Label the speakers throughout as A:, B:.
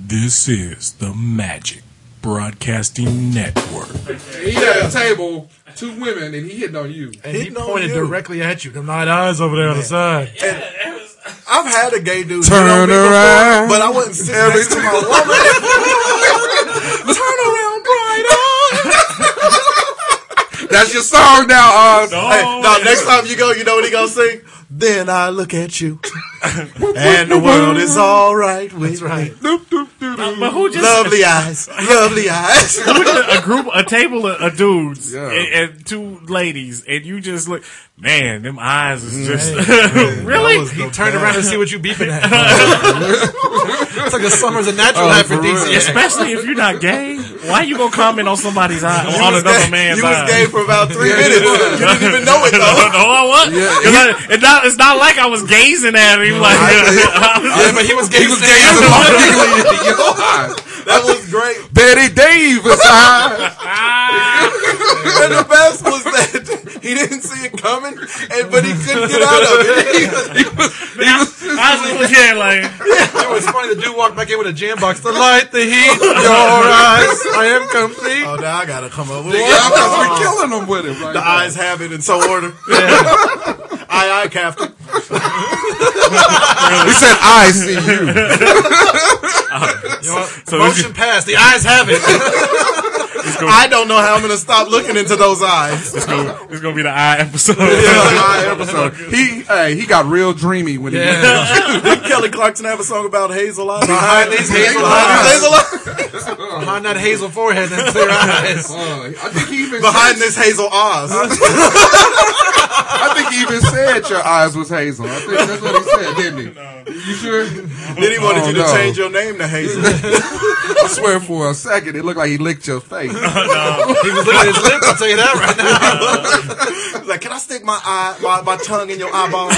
A: This is the Magic Broadcasting Network.
B: He had a table, two women, and he hitting on you.
C: And
D: He
C: he,
D: know
C: pointed
D: you.
C: directly at you. Them night eyes over there on the side.
D: I've had a gay dude
A: Turn
D: hit on me before,
A: around.
D: but I wasn't sitting next to my woman. Turn around, bride.
B: That's your song now, Oz.
D: Hey, now next time you go, you know what he gonna sing? Then I look at you, and the world is all right
C: That's
D: with
C: right.
D: me.
E: But who just
D: Lovely eyes, lovely eyes.
E: who just- a group, a table of, of dudes
B: Yeah.
E: and, and two ladies, and you just look, man, them eyes is just
C: That
E: really.
C: was the Turn around and see what you beeping at.
D: It's like the summer's a natural aphrodisiac.
E: Especially if you're not gay, why you gonna comment on somebody's eye on
D: was
E: another
D: gay-
E: man's
D: you
E: eye?
D: was gay for about three minutes. You didn't even know it
E: no,
D: though.
E: I was. 'Cause I- it's, not, it's not like I was gazing at him. Like, I was
D: Yeah, but he was gay.
B: He was gazing longingly into your eyes.
D: That was great.
B: Betty Davis eyes.
D: And the best was that he didn't see it coming, and but he couldn't get out of it. He was-
B: He was, he was,
E: I was looking at like,
C: it was funny. The dude walked back in with a jam box. The light, the heat, your eyes. I am complete.
D: Oh, now I gotta come over.
B: yeah, I'm killing him with it. Right
D: The eyes have it in so order. Aye, aye, Captain.
B: He said, I see you.
C: You know what?
E: So this
C: Motion passed. The eyes have it.
D: I don't know how I'm gonna stop looking into those eyes.
E: is gonna, it's gonna be the eye episode.
B: Eye episode. He, hey, he got real dreamy when he did
C: Yeah.
D: Did Kelly Clarkson have a song about hazel eyes?
C: Behind these hazel
D: Behind
C: eyes.
D: these hazel eyes.
C: Behind that hazel forehead and clear eyes.
B: Uh, I think he even
D: Behind this hazel eyes.
B: I think he even said your eyes was hazel. I think that's what he said, didn't he? You sure?
D: Then he wanted
B: Oh,
D: you to
B: no.
D: change your name to Hazel.
B: I swear for a second, it looked like he licked your face.
C: He was looking at his lips. I'll tell you that right now.
D: He's like, can I stick my eye, my, my tongue in your eyeball?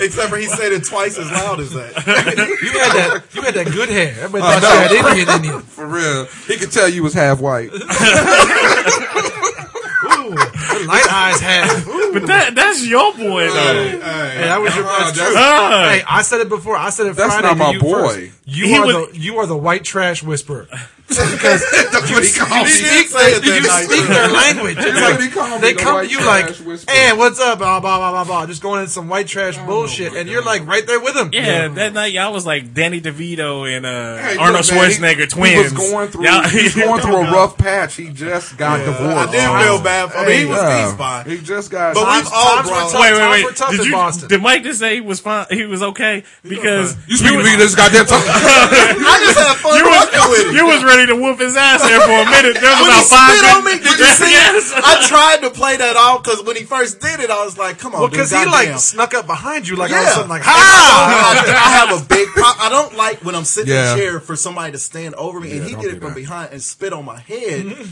D: Except for he said it twice as loud as that.
C: You had that. You had that good hair. Everybody thought you had Indian in you.
B: For real. He could tell you was half white.
C: Ooh, the light eyes have. Ooh.
E: But that, that's your boy, though.
C: Hey, that was your
B: Wow,
C: that's
B: that's-
C: true.
E: Ah.
C: Hey, I said it before. I said it
B: That's
C: Friday.
B: not
C: to
B: my
C: you
B: boy.
C: first. You
E: He
C: are
E: would-
C: the you are the white trash whisperer.
B: That's what he called
D: He
B: me.
D: did say it that
C: You
D: night.
C: speak their language. It's
B: That's
C: like
B: what he called me.
C: they
B: the
C: come to
B: white
C: you like,
B: trash whisperer.
C: "Hey, what's up?" Blah blah blah blah blah. Just going in some white trash bullshit, and you're like right there with them.
E: Yeah, that night y'all was like Danny DeVito and uh,
B: Hey, look,
E: Arnold
B: man, he-
E: Schwarzenegger
B: He
E: twins.
B: was going through,
E: Y'all-
B: he was going through a rough patch. He just got
D: I
B: divorced.
D: did feel bad for him. He was
B: Yeah.
D: he's fine.
B: He just got.
D: But
B: But
D: we've all grown.
E: Wait,
C: tough. Times
E: wait,
C: were
E: wait!
C: tough
E: Did
C: in
E: you?
C: Boston.
E: Did Mike just say he was fine? He was okay because
B: you speak to me this goddamn time.
D: I just had fun
E: you
D: walking with
E: was
D: him.
E: you was ready to whoop his ass there for a minute. There was
D: when he
E: about five.
D: spit on me,
E: minutes-
D: did you see
E: Yes.
D: it? I tried to play that off because when he first did it, I was like, "Come on,
B: Oh,
C: Well, because
D: dude,
C: he like
D: goddamn.
C: snuck up behind you like I was
D: yeah,
C: something like,
D: And
C: "Ha!"
D: I, told him, I have a big. Pro- I don't like when I'm sitting
B: Yeah.
D: in a chair for somebody to stand over me, and he
B: don't
D: did
B: do
D: it from
B: that.
D: behind and spit on my head. and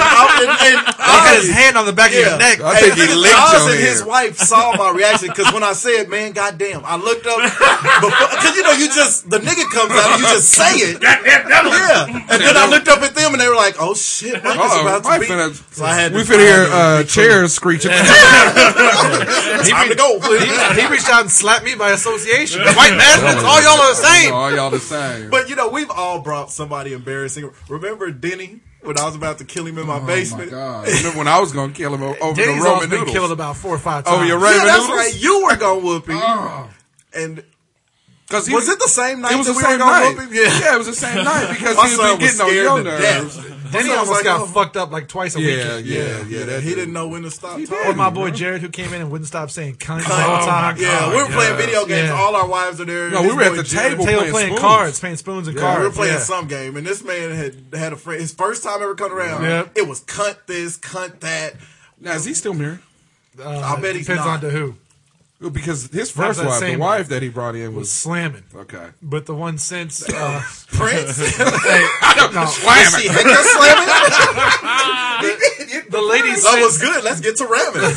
D: I, and, and
C: I had his
D: honestly,
C: hand on the back of your neck.
B: I think he
D: and
B: licked
D: Oz
B: your
D: and
B: hand.
D: his wife saw my reaction because when I said, "Man, goddamn," I looked up because you know you just the nigga comes out, you just say it. Yeah, and then I looked up at them and they were like, "Oh shit, Mike is
B: Uh-oh,
D: about to
B: Mike
D: be."
B: finna-
D: So I had to
B: We finna hear
D: find a-
B: uh, chairs screeching.
D: Time to go.
C: He, he reached out and slapped me by association. White management, all y'all are the same.
B: All y'all the same.
D: But you know, we've all brought somebody embarrassing. Remember Denny when I was about to kill him in Oh, my basement?
B: Oh, God, remember when I was gonna kill him o- over
C: Danny's
B: the
C: always
B: Roman
C: been
B: noodles? Oh,
C: killed about four or five times.
B: over your
D: Yeah,
B: Raven
D: that's
B: noodles?
D: right. You were gonna whoop him.
B: Oh.
D: and
B: Because
D: was it the same night
B: It was
D: that
B: the
D: we were
B: same
D: gonna
B: night.
D: whoop him?
B: Yeah. it was the same night because
D: My
B: he
D: son
B: was
D: was
B: getting on
D: scared
B: your
D: to death.
B: nerves.
C: Danny
D: I was
C: almost
D: like,
C: got
D: oh.
C: fucked up like twice a week.
B: Yeah, yeah, yeah. That
D: he didn't know when to stop talking.
C: Or my boy Jared, who came in and wouldn't stop saying cunt the
D: Oh,
C: whole time.
D: Yeah, we were playing video games.
C: Yeah.
D: All our wives are there.
B: No,
D: His
B: we were at
D: boy
B: the
D: Jared-
B: table.
C: Taylor
B: playing
C: playing,
B: spoons.
C: cards, playing spoons and cards.
D: We were playing
C: yeah.
D: some game, and this man had had a friend. His first time ever coming around.
C: Yep.
D: It was cunt this, cunt that.
B: Now is he still married?
C: Uh,
D: I bet he's
C: depends
D: not.
C: on to who.
B: Because his first
C: that
B: wife, the
C: same-
B: wife that he brought in
C: Was
B: was
C: slamming,
B: okay.
C: but the one since uh,
D: Prince.
C: hey, no,
D: She hit that slamming.
C: the lady
D: That
C: since
D: was good. Let's get to ramen.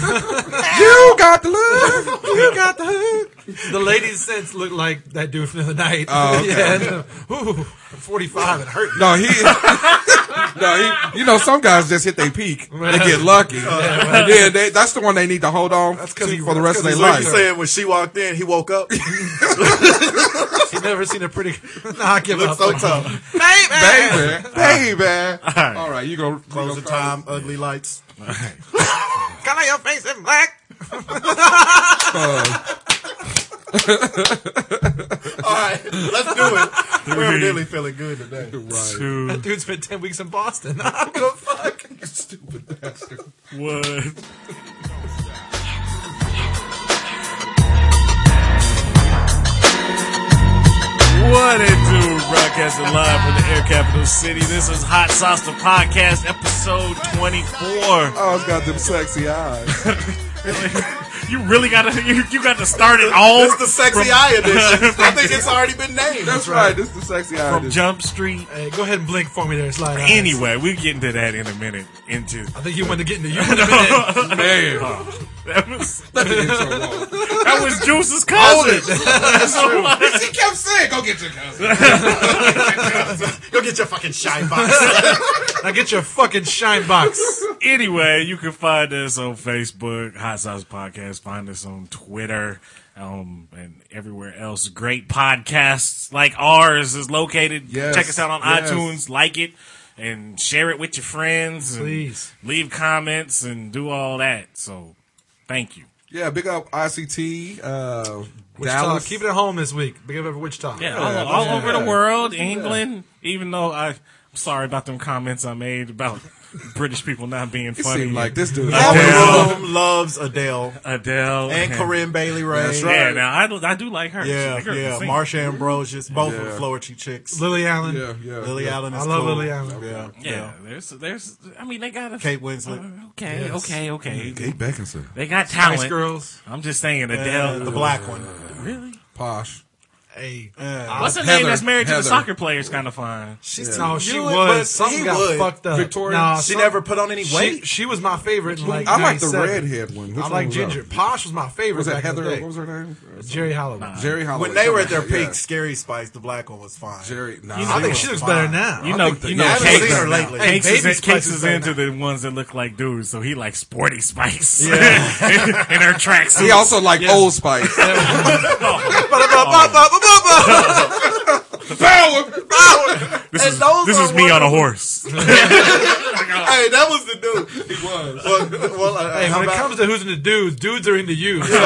B: You got the love. You got the hook.
C: the lady's sense looked like that dude from the other night.
B: Oh, okay.
C: yeah, no. Ooh, I'm 45 and hurt.
B: No, he. no, he. You know, some guys just hit their peak. They get lucky. and then they, that's the one they need to hold on to
C: 'cause he-
B: for the rest of their
C: that's
D: So you
B: life.
D: saying when she walked in, he woke up,
C: He never seen a pretty. Nah, I give up.
D: looked so tough.
B: baby, baby. All right, you go
D: Close the time, ugly lights.
C: Color your face in black.
D: All right, let's do it. We're really feeling good today.
E: Two,
C: That dude spent 10 weeks in Boston. I'm gonna fuck.
E: one. What it do? Broadcasting live from the Air Capital City. This is Hot Sauce the Podcast, episode 24.
B: Always got them sexy eyes.
E: You really got to you, you got to start it all
D: It's the sexy eye edition. I think it's already been named.
B: That's right. This is the sexy eye.
E: from
B: edition.
E: Jump Street.
C: Hey, go ahead and blink for me there, Slide. Eyes.
E: Anyway, we're getting to that in a minute. Into
C: I think you wanted to get into you. wanted to get in.
B: Man,
E: that was
B: let me get your wallet.
E: that was Juice's cousin.
B: He kept saying, "Go get your cousin."
D: Go get your fucking shine box.
C: Now get your fucking shine box.
E: anyway, you can find us on Facebook, Hot Sauce Podcast. Find us on Twitter, um, and everywhere else. Great podcasts like ours is located.
B: Yes,
E: Check us out on
B: yes.
E: iTunes. Like it and share it with your friends. And
C: Please.
E: leave comments and do all that. So, thank you.
B: Yeah, big up ICT. Uh,
C: Wichita,
B: Dallas.
C: keep it at home this week. Big up for Wichita.
E: Yeah, all, all over the world, England. Even though I, I'm sorry about them comments I made about British people not being
B: It
E: funny.
B: seemed like this dude.
D: All of them loves Adele
E: Adele
D: and Corinne Bailey Ray.
B: That's right.
E: Yeah, now I, do- I do like her.
D: Yeah,
E: She's a good
D: yeah.
E: singer.
D: Marsha Ambrosius, both of
B: Yeah.
D: the Flowery chicks.
C: Lily Allen.
B: Yeah, yeah.
D: Lily
B: yeah.
D: Allen is
C: I love
D: cool.
C: Lily Allen.
D: Yeah,
E: Yeah, there's, there's. I mean, they got a
D: Kate Winslet.
E: Uh, okay, okay, okay.
B: Kate Beckinsale,
E: They got
C: Nice
E: talent.
C: girls.
E: I'm just saying,
D: Yeah,
E: Adele.
D: the black one.
E: really?
B: posh.
C: Hey,
E: What's her
B: Heather,
E: name that's married to the
B: Heather.
E: soccer players? Kind of fine.
D: She's
C: no, she
D: you
C: was.
D: would, but
C: Something
D: he
C: got
D: would.
C: fucked up.
B: Victoria?
C: Nah,
D: She
C: some-
D: never put on any
C: She,
D: weight.
C: she was my favorite. in, Like
B: I like the
C: 97.
B: redhead one.
C: I
B: Which one
C: like
B: was
C: Ginger.
B: that?
C: Posh was my favorite.
B: Was that
C: back in the
B: Heather?
C: day.
B: What was her name?
C: Jerry Holloway.
B: Jerry Holloway.
D: when they were at their
B: Yeah.
D: peak, Scary Spice, the black one was fine.
B: Jerry. Nah,
C: I think
D: was
C: she looks
D: fine.
C: better now.
E: You
C: I
E: know,
C: think the-
E: you
D: I
E: know,
D: haven't seen her
E: Cakes,
D: lately.
C: Hey,
E: Cakes
C: Baby
E: is,
C: Spice
E: Cakes
C: is
E: is
C: better
E: into
C: now.
E: the ones that look like dudes, so he likes sporty spice. Yeah, in her tracks.
B: He also liked Old Spice. Power.
E: This
D: And
E: is
D: those
E: this
D: are
E: is me
D: one
E: on a
D: of-
E: horse.
D: Hey, that was the dude. He was. Well, well, uh,
C: Hey,
D: how
C: when it
D: about-
C: comes to who's into dudes, dudes are into you. So
B: Hey,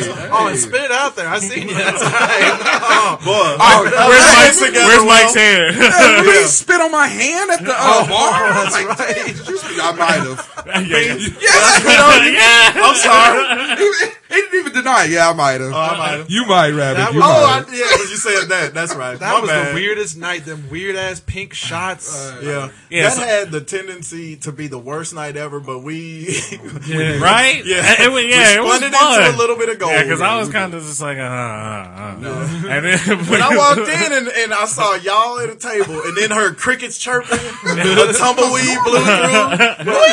C: that's
B: hey.
C: oh, and spit it out there. I seen you. That's all right.
D: boy, Oh,
E: Where's Mike's,
D: together,
E: where's
D: Will.
E: Mike's hair?
B: Did he spit on my hand at the
C: Oh,
B: uh, bar? I was like, "Dang, did you spit-" I might have.
E: yeah, yeah.
B: Yeah. I'm sorry. He, he didn't even deny. it. Yeah, I might have.
D: I might have.
B: you might, Rabbit.
C: That
B: You
C: was-
D: Uh, Oh, I,
B: might.
D: yeah, when you said that, that's right.
C: That
D: My
C: was
D: bad. Uh,
C: the weirdest night. Them weird ass pink shots.
D: Yeah.
E: Yeah,
D: that
E: so-
D: had the tendency to be the worst night ever, but we
C: yeah.
E: Right?
D: Yeah.
E: It, was- yeah, it
D: we
E: was
D: spun it
E: fun.
D: into a little bit of gold.
E: Yeah, because I was kind of just like, uh, uh, uh. And then
D: when I walked in and, and I saw y'all at a table, and then her crickets chirping, the tumbleweed blew through.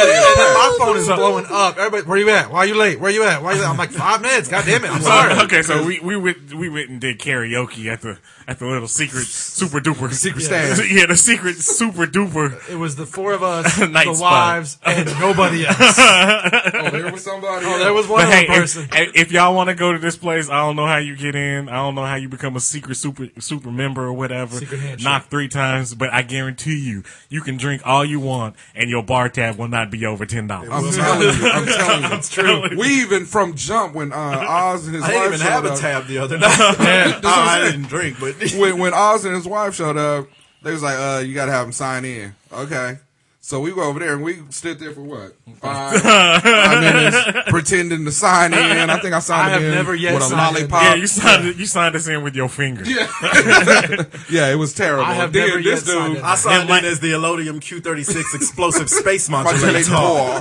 C: My phone is blowing up. Everybody, where you at? Why you late? Where you at? Why you late? I'm like five minutes. God damn it! I'm sorry.
E: Oh, okay, so we, we went we went and did karaoke at the at the little secret super duper secret
B: stand.
E: Yeah, the secret super duper.
C: It was the four of us,
E: Night
C: the
E: spot.
C: wives, and nobody else.
B: Oh, there was somebody. Oh,
C: There was one
E: But
C: other
E: hey,
C: person.
E: if, if y'all want to go to this place, I don't know how you get in. I don't know how you become a secret super super member or whatever.
C: Secret handshake.
E: Knock three times, but I guarantee you, you can drink all you want, and your bar tab will not be over ten dollars.
B: I'm telling you. I'm telling you.
E: That's true.
B: We even from jump when uh, Oz and his
D: I
B: wife
D: didn't even
B: showed
D: have a
B: up.
D: tab the other night. Oh, I didn't drink, but
B: when when Oz and his wife showed up, they was like, "Uh, you gotta have him sign in." Okay, so we go over there and we stood there for what five, five minutes, pretending to sign in. I think I signed
C: I have
B: in
C: never yet
B: with a
C: signed in.
B: lollipop.
E: yeah, you signed you signed us in with your finger.
B: Yeah, it was terrible.
C: I have
B: Then
C: never
B: this
C: yet signed
B: dude.
C: in.
D: I signed
E: like-
D: it as the Elodium Q36 explosive space
B: Montreal
D: modulator.
B: Paul.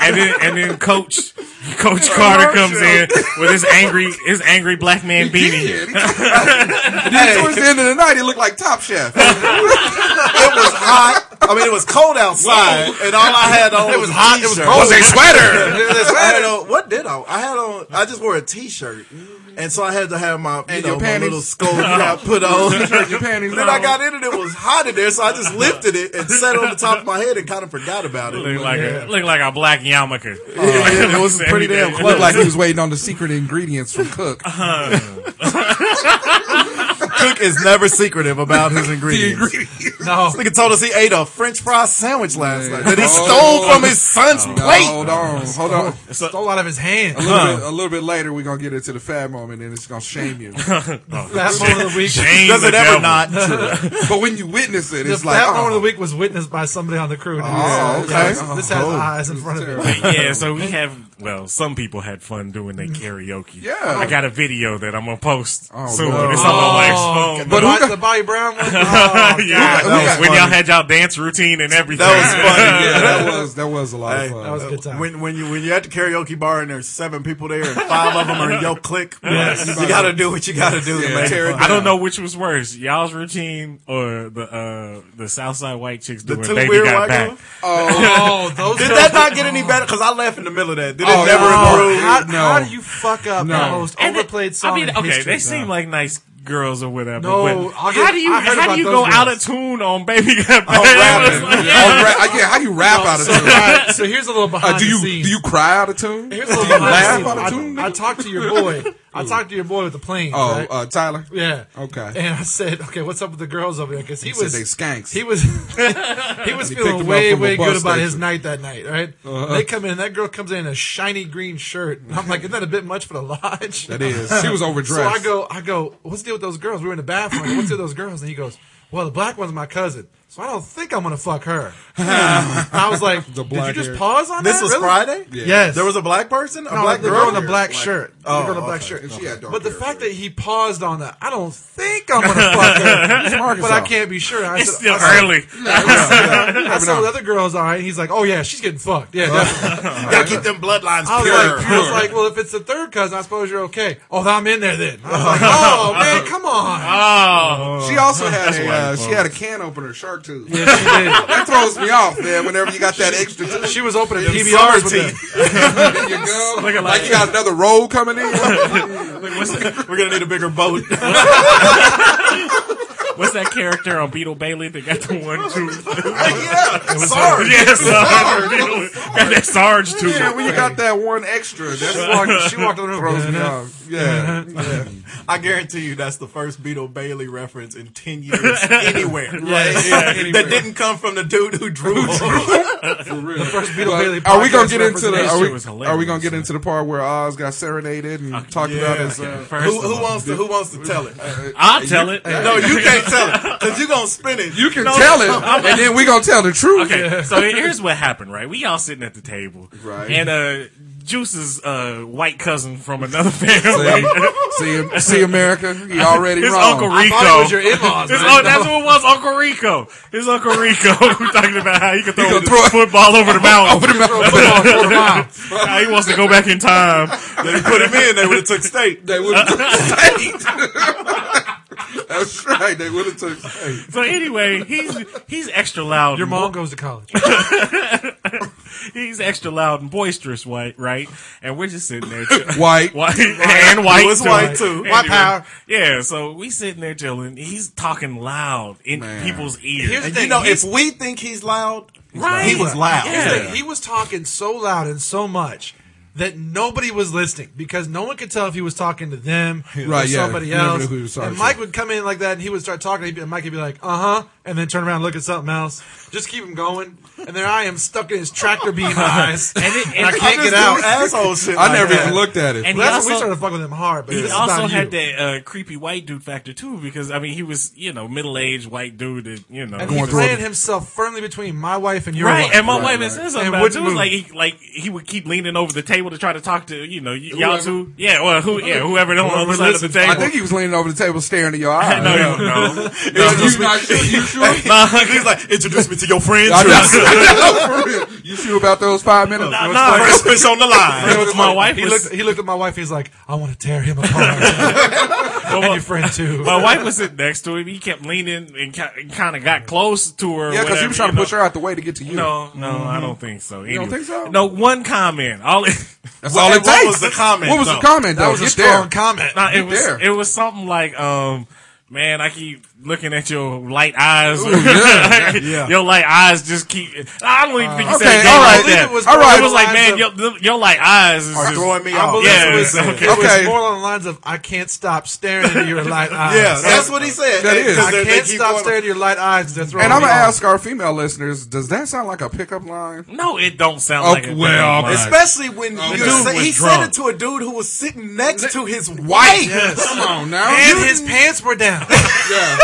E: and then and then Coach Coach Carter comes in with his angry his angry black man beanie.
B: Yeah. And then towards the end of the night, he looked like Top Chef.
D: It was hot. I mean, it was cold outside, and all I had on it was, hot. It was
B: a sweater.
D: I had on, what did I? I had on. I just wore a t-shirt. And so I had to have my, you
B: And
D: know,
B: your
D: my
B: panties.
D: little skull cap put on.
B: Your panties.
D: Then I got in and it was hot in there, so I just lifted it and sat on the top of my head and kind of forgot about it.
E: Look like a look like a black yarmulke.
D: yeah, it was pretty damn
B: Looked like he was waiting on the secret ingredients from Cook.
D: Cook is never secretive about his ingredients.
C: No.
D: This nigga told us he ate a French fry sandwich last
B: Yeah.
D: night that he
B: Oh.
D: stole from his son's
B: No,
D: plate.
B: hold on, hold on.
C: Stole out of his hand.
B: A little, bit, a little bit later, we're gonna get into the fat moment, and it's gonna shame you.
C: Fat moment of the week.
E: Shame
D: Does
E: the
D: it
E: devil.
D: ever not?
B: but when you witness it,
C: The
B: it's like,
C: fat moment of
B: oh,
C: the week was witnessed by somebody on the crew. dude.
B: Oh,
C: Yeah,
B: okay.
C: this- This has eyes in front of it.
B: terrible.
E: yeah, so we have well, some people had fun doing their karaoke.
B: Yeah.
E: I got a video that I'm gonna post
B: Oh,
E: soon.
B: no.
E: It's on my wife's phone.
C: but uh,
B: who got-
C: the Bobby Brown one?
E: yeah,
B: who got
E: when
D: funny?
E: y'all had y'all dance routine and everything.
D: That
B: yeah, that was that was a lot
D: Hey,
B: of fun.
C: That was a good time.
D: When when you when you're at the karaoke bar and there's seven people there and five of them are in your clique, you gotta do what you gotta do to
B: Yeah,
D: make
B: tear
D: it
B: it
D: fun.
E: I don't know which was worse, y'all's routine or the uh the Southside white chicks doing
D: two
E: baby
D: weird
E: got
D: white
E: back.
D: girls?
C: oh, those
D: Did
C: guys-
D: that not get any better? Because I laughed in the middle of that. Did it
B: Oh,
D: never
B: no.
D: improve?
C: How,
B: No.
C: how do you fuck up
B: No.
C: the most
E: And it-
C: overplayed song?
E: I mean,
C: in
E: okay,
C: history?
E: they seem like nice girls or whatever.
C: No,
E: but
C: I'll
E: how
C: get-
E: do you
C: I heard
E: how do
C: about
E: you
C: those
E: go
C: girls. Oh,
E: out of tune on baby got back?
B: rapping.
E: It's like, yeah.
B: Oh, ra- yeah, how you rap out of
C: So,
B: tune?
C: alright, so here's a little behind
B: Uh, do you
C: the scenes.
B: do you cry out of tune? Do you
C: Here's a little
B: laugh
C: behind
B: out of
C: the
B: tune?
C: scenes. I, I talked to your boy. I talked to your boy with the plane.
B: Oh,
C: right?
B: uh, Tyler.
C: yeah.
B: okay.
C: And I said, okay, what's up with the girls over there? Because he,
B: Said
C: was
B: they skanks.
C: He was he was
B: He picked him
C: feeling
B: up
C: way
B: from a
C: way
B: bus
C: good about his
B: station. Uh-huh.
C: night that night, right? They come in, that girl comes in in a shiny green shirt, and I'm like, isn't that a bit much for the lodge?
B: That is. She was overdressed.
C: So I go, I go, what's the deal with those girls? We were in the bathroom. I go, What's the deal with those girls? And he goes, well, the black one's my cousin, so I don't think I'm gonna fuck her. And I was like, did you
B: black
C: just
B: hair.
C: pause on
D: This
C: that?
D: was
C: Really?
D: Friday.
B: Yeah.
C: Yes,
D: There was a black person, a
C: no,
D: black
C: the
D: girl,
C: girl in the black shirt.
D: Oh,
C: the girl in the black
D: okay.
C: shirt.
B: And she had dark
C: But the
B: hair,
C: fact that he paused on that, I don't think I'm gonna fuck her. but
B: Arkansas.
C: I can't be sure. I
E: It's
C: said-
E: still
C: I said,
E: early.
C: I saw the other girls all right. He's like, oh yeah, she's getting fucked. Yeah, definitely.
D: Gotta keep them bloodlines
C: I was
D: pure.
C: like, I was like, well, if it's the third cousin, I suppose you're okay. Oh, I'm in there then. I was like, oh man, come on.
E: Oh,
B: She also had a uh, she had a can opener, shark tooth.
C: Yeah,
B: That throws me off, man. Whenever you got that extra
C: she, did.
B: tooth
C: she was opening
D: sorry
C: PBRs with
D: teeth.
C: the,
B: in your gum,
E: Look at
B: like
E: like-
B: you got another roll coming in.
D: We're gonna need a bigger boat.
E: what's that character on Beetle Bailey that got the one tooth?
D: yeah, sorry.
E: yes, uh, Beetle- got that Sarge tooth.
B: yeah, when you got that one extra,
C: she
B: that
C: walked, she walked in the room.
B: throws me off. Yeah,
D: I guarantee you that's the first Beetle Bailey reference in 10 years anywhere.
C: Yeah,
D: That didn't come from the dude who drew it.
B: for real.
C: First Beetle
B: But
C: Bailey
B: are we gonna
C: podcast
B: get into the?
C: representation.
B: Are
E: That shit was
B: we,
E: hilarious.
B: are we gonna get into the part where Oz got serenaded and talked about his? Uh,
E: First
D: Who,
E: of
D: who
E: all,
D: wants to Who wants to tell it?
E: I'll tell it.
D: No, you can't tell it because you're gonna spin it.
B: you can tell it, and then we gonna tell the truth.
E: Okay, so here's what happened, right? We all sitting at the table,
B: Right.
E: And uh, Juice's uh, white cousin from another family.
B: See, see, America, he already
E: His
B: wrong.
E: Uncle
C: I
E: Rico.
C: thought it was your in-laws.
E: His,
C: man.
E: oh, that's what it was, Uncle Rico. His Uncle Rico talking about how he could throw,
B: could throw
E: a
B: it-
E: football over the mountain.
B: Open him up.
E: How he wants to go back in time.
D: They put him in. They would have took state.
B: They would have took state. That's right. They would have took state.
E: So anyway, he's he's extra loud.
C: Your
E: and
C: mom goes to college.
E: He's extra loud and boisterous, white, right? And we're just sitting there, chill-
B: White.
E: white, and white,
D: He was white, too.
E: Anyway,
D: White power.
E: Yeah, so we sitting there chilling. He's talking loud in
B: Man.
E: people's ears.
C: Here's
D: And
C: the
D: you
C: thing,
D: know,
C: he's-
D: if we think he's loud,
E: Right.
D: he was loud.
C: Here's the thing, He was talking so loud and so much that nobody was listening because no one could tell if he was talking to them
B: Right,
C: or
B: yeah.
C: somebody
B: You never
C: else.
B: knew who he was talking
C: and Mike
B: to.
C: would come in like that and he would start talking he'd be- and Mike would be like, uh huh, and then turn around and look at something else. Just keep him going. And there I am stuck in his tractor beam eyes.
E: and, it, and
C: I can't get
D: This dude
C: out.
D: Asshole shit.
B: I
D: like
B: never
D: that.
B: even looked at it.
E: And
C: Well,
E: he
C: that's when we
E: also-
C: started fucking with him hard, but
E: He
C: this is
E: also
C: about
E: had
C: you.
E: that uh, creepy white dude factor too, because I mean he was you know middle aged white dude that you know
C: and
B: going
C: he
B: through
C: planted
B: it.
C: himself firmly between my wife and your
E: right.
C: wife.
E: And my
B: Right,
E: wife
B: right.
E: had said something
C: And
E: about it.
C: wouldn't
E: too. It was
C: move.
E: like he, like he would keep leaning over the table to try to talk to you know y- y'all
B: Whoever.
E: two, yeah, well who yeah whoever on the other side of the table.
B: I think he was leaning over the table, staring at your eyes.
E: no, no, no.
B: you not sure? You sure?
D: He's like, introduce me to your friends.
B: I
D: Your
B: know, for real. You sure about those five minutes?
E: nah.
D: First fish on the line.
E: my wife
C: He
E: was
C: looked, he looked at my wife. He's like, I want to tear him apart. and your friend too.
E: My wife was sitting next to him. He kept leaning and kind of got close to her.
B: Yeah, because he was trying to push her out the way to get to you.
E: No, no, I don't think so. You
B: don't think so?
E: No, one comment. All it,
B: That's
D: What-
B: all it
D: what
B: takes.
D: was the comment,
B: What was
D: though?
B: the comment?
C: that
B: though?
C: was a
B: Get
C: strong
B: there.
C: comment.
E: Nah, it
B: Get
E: was
B: there.
E: it was something like, um, man, I keep looking at your light eyes.
B: yeah, Uh,
E: Your light eyes just keep. I don't even think you said
B: okay,
E: it
B: all
E: like
B: right.
E: that.
C: It was-
B: all
E: It
B: right.
E: was like,
C: Eyes
E: man,
C: of-
E: your, your light eyes is
D: Are
E: just,
D: throwing me
C: I
D: off.
C: believe
E: Yeah,
C: it was,
E: okay.
C: it was
B: Okay.
C: more along the lines of "I can't stop staring into your light eyes."
D: Yeah, that's what he said.
B: That is.
D: Because
C: I
D: they-
C: can't
D: they keep
C: stop
D: going-
C: staring at your light eyes. That's
B: and I'm gonna ask our female listeners: Does that sound like a pickup line?
E: No, it don't sound
B: Oh,
E: like a
B: well,
E: pickup line.
D: Especially when
B: The
D: you
E: dude
D: say,
E: was
D: he
E: drunk.
D: said it to a dude who was sitting next to his wife.
B: Come on now.
C: and
B: You-
C: his pants were down.
B: yeah.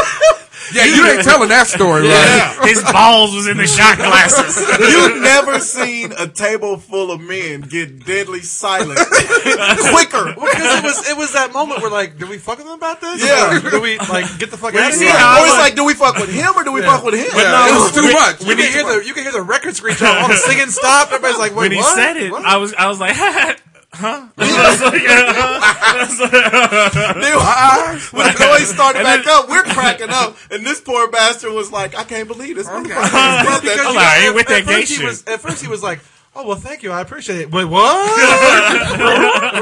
B: Yeah, you ain't telling that story, right?
E: his balls was in the shot glasses.
D: You've never seen a table full of men get deadly silent quicker.
C: Because it was it was that moment where like, do we fuck with him about this?
D: Yeah.
C: Or do we like get the fuck out of
E: see
C: here?
E: how-
D: or it's like, do we fuck with him or do we fuck with him?
B: Yeah, it was too much.
C: You can hear the you can hear the record screech. All the singing stopped. Everybody's like, wait,
E: when he
C: what?
E: said it,
C: What?
E: I was I was like, huh? I was like,
D: Then when the noise started back up, we're cracking up, and this poor bastard was like, "I can't believe this." motherfucker just did that."
E: I'm like, I ain't with
C: at
E: that gay
C: first he
E: shit.
C: was- at first he was like, oh well, thank you, I appreciate it. Wait, what?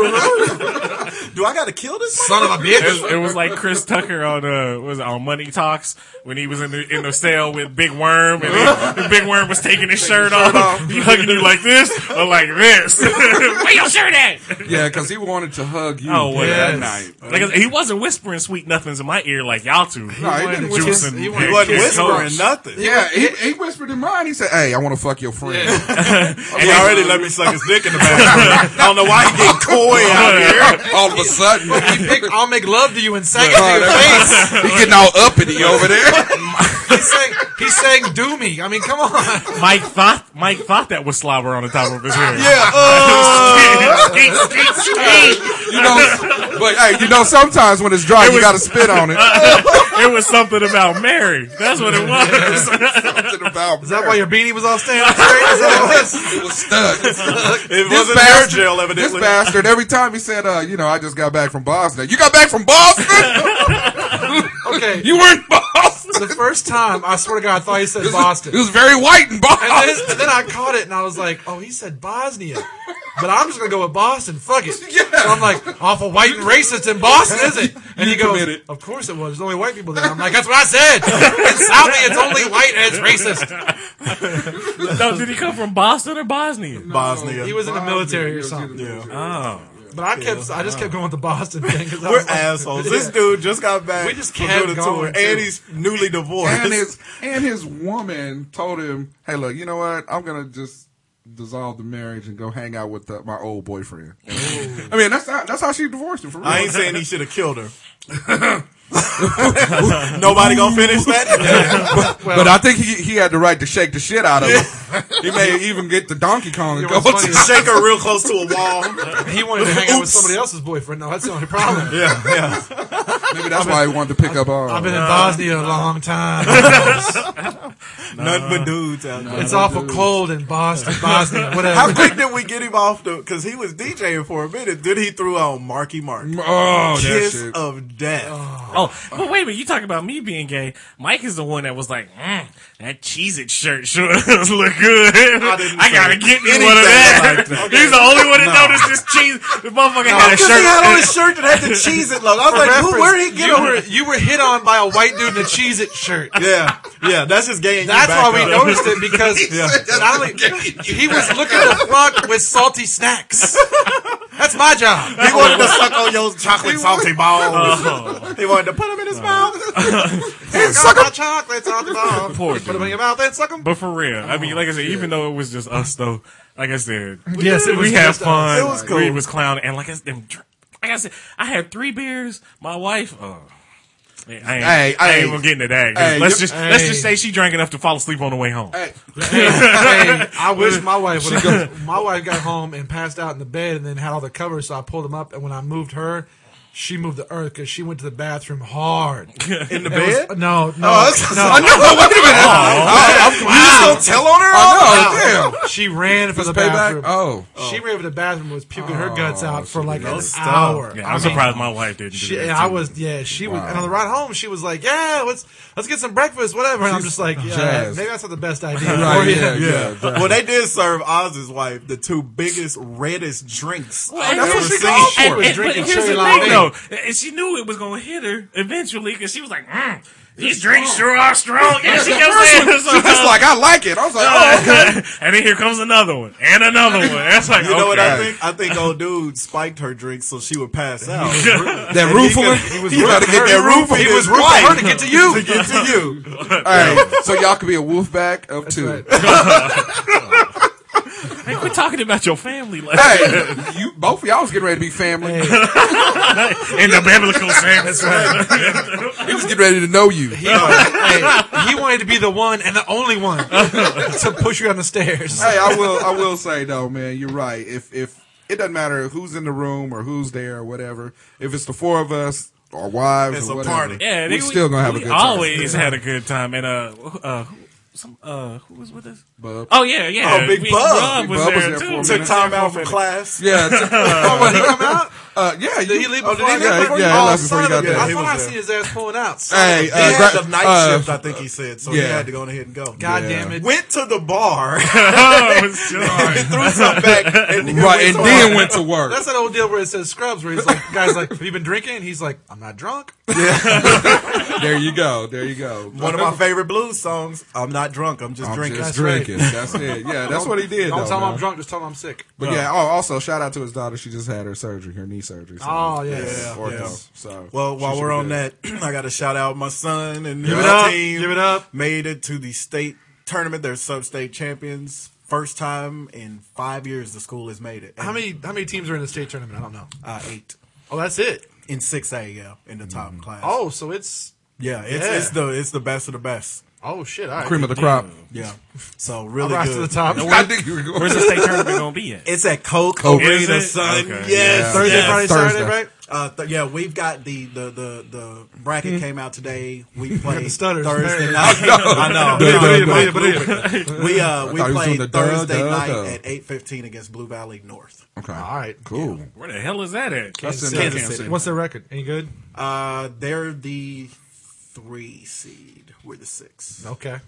D: Do I gotta kill this?
C: Son of a
E: It
C: bitch.
E: was, it was like Chris Tucker on uh was it on Money Talks when he was in the in the cell with Big Worm and he- and Big Worm was taking his shirt, off. He hugging you like this or like this. Where your shirt at?
B: Yeah, because he wanted to hug you
E: Oh, what
B: that
C: yes.
B: night.
E: Like he wasn't whispering sweet nothings in my ear like y'all two.
B: No, he didn't whisper.
E: Juice and
C: He
D: He
C: wasn't
D: wasn't
E: kiss
D: whispering
E: toes.
D: nothing.
B: Yeah, he, he whispered in mine. He said, "Hey, I want to fuck your friend."
D: He already let me suck his dick in the bathroom. I don't know why he get coy out here.
B: all of a sudden, he
C: Pick, I'll make love to you and sang it to your face.
B: he getting all uppity over there.
C: He's saying he's saying do me. I mean, come on.
E: Mike thought Mike thought that was slobber on the top of his head.
D: Yeah, uh,
E: Skeet, skeet, skeet.
B: You know, but hey, you know, sometimes when it's dry, you
E: was-
B: got to spit on it.
E: it was something about Mary. That's what it was.
B: Something about
C: Is that why your beanie was all standing up straight? Is that what it was?
B: it was stuck.
D: it
B: This
D: wasn't hair
B: bastard,
D: gel,
B: this
D: evidently.
B: bastard. Every time he said, uh, "You know, I just got back from Boston." You got back from Boston?
C: Okay.
B: you were in Boston.
C: the first time, I swear to God, I thought he said Boston.
B: It was very white in Boston.
C: And then, and then I caught it and I was like, oh, he said Bosnia. But I'm just going to go with Boston. Fuck it. So I'm like, awful white and racist in Boston, is it? And he goes,
B: committed.
C: of course it was. There's only white people there. I'm like, that's what I said. In Southie, it's only white and it's racist.
E: no, did he come from Boston or Bosnia?
D: Bosnia.
C: He was in the military or something.
E: Oh.
C: But I kept, I just kept going with the Boston thing. because
D: We're assholes. This dude just got back.
C: We just
D: from
C: kept
D: doing a
C: going, too.
D: and he's newly divorced.
B: and his and his woman told him, "Hey, look, you know what? I'm gonna just dissolve the marriage and go hang out with uh my old boyfriend." I mean, that's how, that's how she divorced him for real.
D: I ain't saying he should have killed her. Nobody gonna finish that.
B: but I think he he had the right to shake the shit out of him. he may even get the Donkey Kong
C: You
B: and
C: know
B: go.
C: what's funny is-
D: Shake her real close to a wall.
C: He wanted to hang out with somebody else's boyfriend. No, that's the only problem.
D: Yeah, yeah.
B: Maybe that's why he wanted to pick up
C: I've
B: on.
C: been in Bosnia a long time.
D: Nothing but dudes out there.
C: It's awful cold in Boston, Bosnia,
D: How
C: whatever.
D: quick did we get him off the? Because he was DJing for a minute. Then he threw on Marky Mark.
B: Oh, that
D: Kiss
B: shit.
D: of death.
E: Oh, but wait a minute. You talk about me being gay. Mike is the one that was like, mm, that Cheez It shirt sure does look good. I,
D: didn't say
E: gotta get me one of that.
D: anything like that.
E: He's the only one that noticed this cheese. The motherfucker had a
D: Because he
E: shirt.
D: had on his shirt that had the cheese it logo. I was like, who, where did he get
C: you, were,
D: over?
C: you were hit on by a white dude in a Cheez It shirt.
D: Yeah, yeah. That's his game.
C: That's why we
D: know.
C: noticed it because not only, he was looking to fuck with salty snacks. That's my job.
D: He wanted to suck on your chocolate salty balls. He wanted to put Uh, them in his mouth.
C: And suck my chocolate salty ball.
E: Poor
C: Put
E: dude.
C: them in your mouth and suck them.
E: But for real, I mean, like I said, even though it was just us, though, like I said,
C: Yes, it was
E: we had
C: just us.
E: fun.
D: It was cool.
E: We was clowning, and like I said, like I said, I had three beers. My wife, oh, man, I ain't,
B: Hey,
E: I ain't
B: hey.
E: gonna get into that. 'cause
B: Hey,
E: let's
B: you-
E: just let's
C: hey.
E: just say she drank enough to fall asleep on the way home.
B: Hey,
C: Hey, I wish my wife would have. My wife got home and passed out in the bed, and then had all the covers. So I pulled them up, and when I moved her, She moved to Earth because she went to the bathroom hard.
D: in the
C: It
D: bed.
C: was- no, no,
D: Oh, that's-
C: no.
B: I know. Wait a
E: Oh,
B: minute. I, I, I,
D: You just gonna tell on her?
B: I know. Oh, Damn.
C: She ran for Oh, the
B: Payback.
C: bathroom.
B: Oh.
C: She ran for the bathroom and was puking her guts out for like an
D: stuff.
C: hour.
E: Yeah,
C: I
E: I'm
C: mean,
E: surprised my wife didn't do
C: She,
E: that.
C: and
E: too.
C: I was, yeah, she was, and on the ride home, she was like, yeah, let's, let's get some breakfast, whatever. And I'm just like, yeah,
B: jazzed.
C: maybe that's not the best idea. Or,
B: Right.
C: yeah.
B: Yeah. Yeah. yeah.
D: Well, they did serve Oz's wife the two biggest reddest drinks I've
E: and
D: ever
E: here's the-
D: seen.
E: and-
C: was
E: and-
C: drinking
E: but here's
C: cherry
E: the
C: latte.
E: thing, though. And she knew it was going to hit her eventually because she was like, mm, these drinks sure are strong. And she kept saying this.
B: She just like, I like it. I was like, oh, okay.
E: uh, and then here comes another one and another one. That's like,
D: You know what I
E: okay.
D: think? I think old dude spiked her drink so she would pass out.
B: That roofing. He was you gotta get that roofing.
D: He was
B: All
D: right.
C: her to get to you.
D: to get to you.
B: right. So y'all could be a wolf back up two.
E: Hey, quit talking about your family like
B: Hey, you both of y'all was getting ready to be family.
E: in the biblical sense.
B: He was getting ready to know you.
C: He, hey, he wanted to be the one and the only one to push you on the stairs.
B: hey, I will. I will say though, man, you're right. If if it doesn't matter who's in the room or who's there or whatever, if it's the four of us or wives
D: It's
B: or
D: a
B: whatever,
D: party.
E: yeah,
B: we
E: they-
B: still gonna have
E: we
B: a good time.
E: always had a good time. And uh, who- uh, who- some uh, who was with us?
B: Bub.
E: Oh yeah, yeah.
D: Oh, Big
E: We-
D: Bub.
E: Bub
B: Big
E: was
B: Bub was
E: there,
B: there for a
E: too.
B: minute.
D: Took time out from class.
B: Yeah. t- oh, when he come out? Uh, yeah.
C: Did he
B: you-
C: leave
B: oh,
C: before
B: did
C: I
B: he
C: got
B: leave?
C: there?
B: Yeah,
D: Oh,
B: he left before you
D: son
B: got
D: of a-
B: there.
D: Yeah,
C: I
D: he
C: thought
D: was
C: I
D: there.
C: seen his ass pulling out. Son of a
B: Hey,
D: He
B: uh,
D: had
B: gra-
D: the night
B: uh,
D: shift, I think he said, so
B: yeah.
D: he had to go ahead and go.
C: God
B: yeah.
C: damn it.
D: Went to the bar
E: Oh, it was just-
D: and threw some back. And then
B: right,
D: went
B: and
D: to
B: then
D: work.
B: went to work.
C: That's that old deal where it says scrubs, where he's like, guys, like, have you been drinking? And he's like, I'm not drunk.
B: there you go. There you go.
D: one of my favorite blues songs. I'm not drunk. I'm just
B: I'm
D: drinking.
B: just
C: That's right.
B: drinking. That's it. Yeah, that's what he did.
C: Don't
B: though,
C: tell him
B: man.
C: I'm drunk, just tell him I'm sick.
B: But yeah. Oh, also shout out to his daughter. She just had her surgery, her knee surgery. So
C: Oh, yeah.
B: organs. So
D: Well,
B: she
D: while
B: should
D: we're
B: be
D: on
B: good.
D: that, I got to shout out my son and
C: Give
D: his
C: it up.
D: team.
C: Give it up.
D: Made it to the state tournament. They're sub-state champions. First time in five years the school has made it. And,
C: How many, how many teams are in the state tournament? I don't know.
D: Uh, eight
C: Oh, that's it.
D: in six A. Yeah, in the
B: Mm-hmm.
D: top class.
C: Oh, so it's,
D: yeah, it's,
C: yeah.
D: it's the it's the best of the best.
C: oh shit, all right.
B: cream of the crop.
D: Yeah. So really
C: Rise
D: good.
C: to the top.
B: I think you were going.
E: Where's the state tournament gonna be at?
D: It's at Coke
B: Coke.
E: Is
D: Arena,
E: it?
D: son.
E: Okay.
D: Yes,
B: Yeah.
D: yes.
C: Friday,
B: Thursday.
C: Saturday, right?
D: Uh, th- yeah, we've got the the the, the bracket
B: Hmm.
D: came out today. We play
C: the stutters.
D: Thursday
C: Very-
D: night. I know.
B: Duh, duh,
D: I'm
B: duh.
D: like looping. We uh we
B: thought he was
D: played
B: doing the duh,
D: Thursday
B: duh,
D: night
B: duh.
D: at eight fifteen against Blue Valley North.
B: Okay.
C: All right.
B: Cool.
E: Where the hell is that at?
B: That's
D: Kansas
B: in Kansas
D: City.
B: City.
C: What's their record? Any good?
D: Uh, they're the three seed. We're the six.
C: Okay.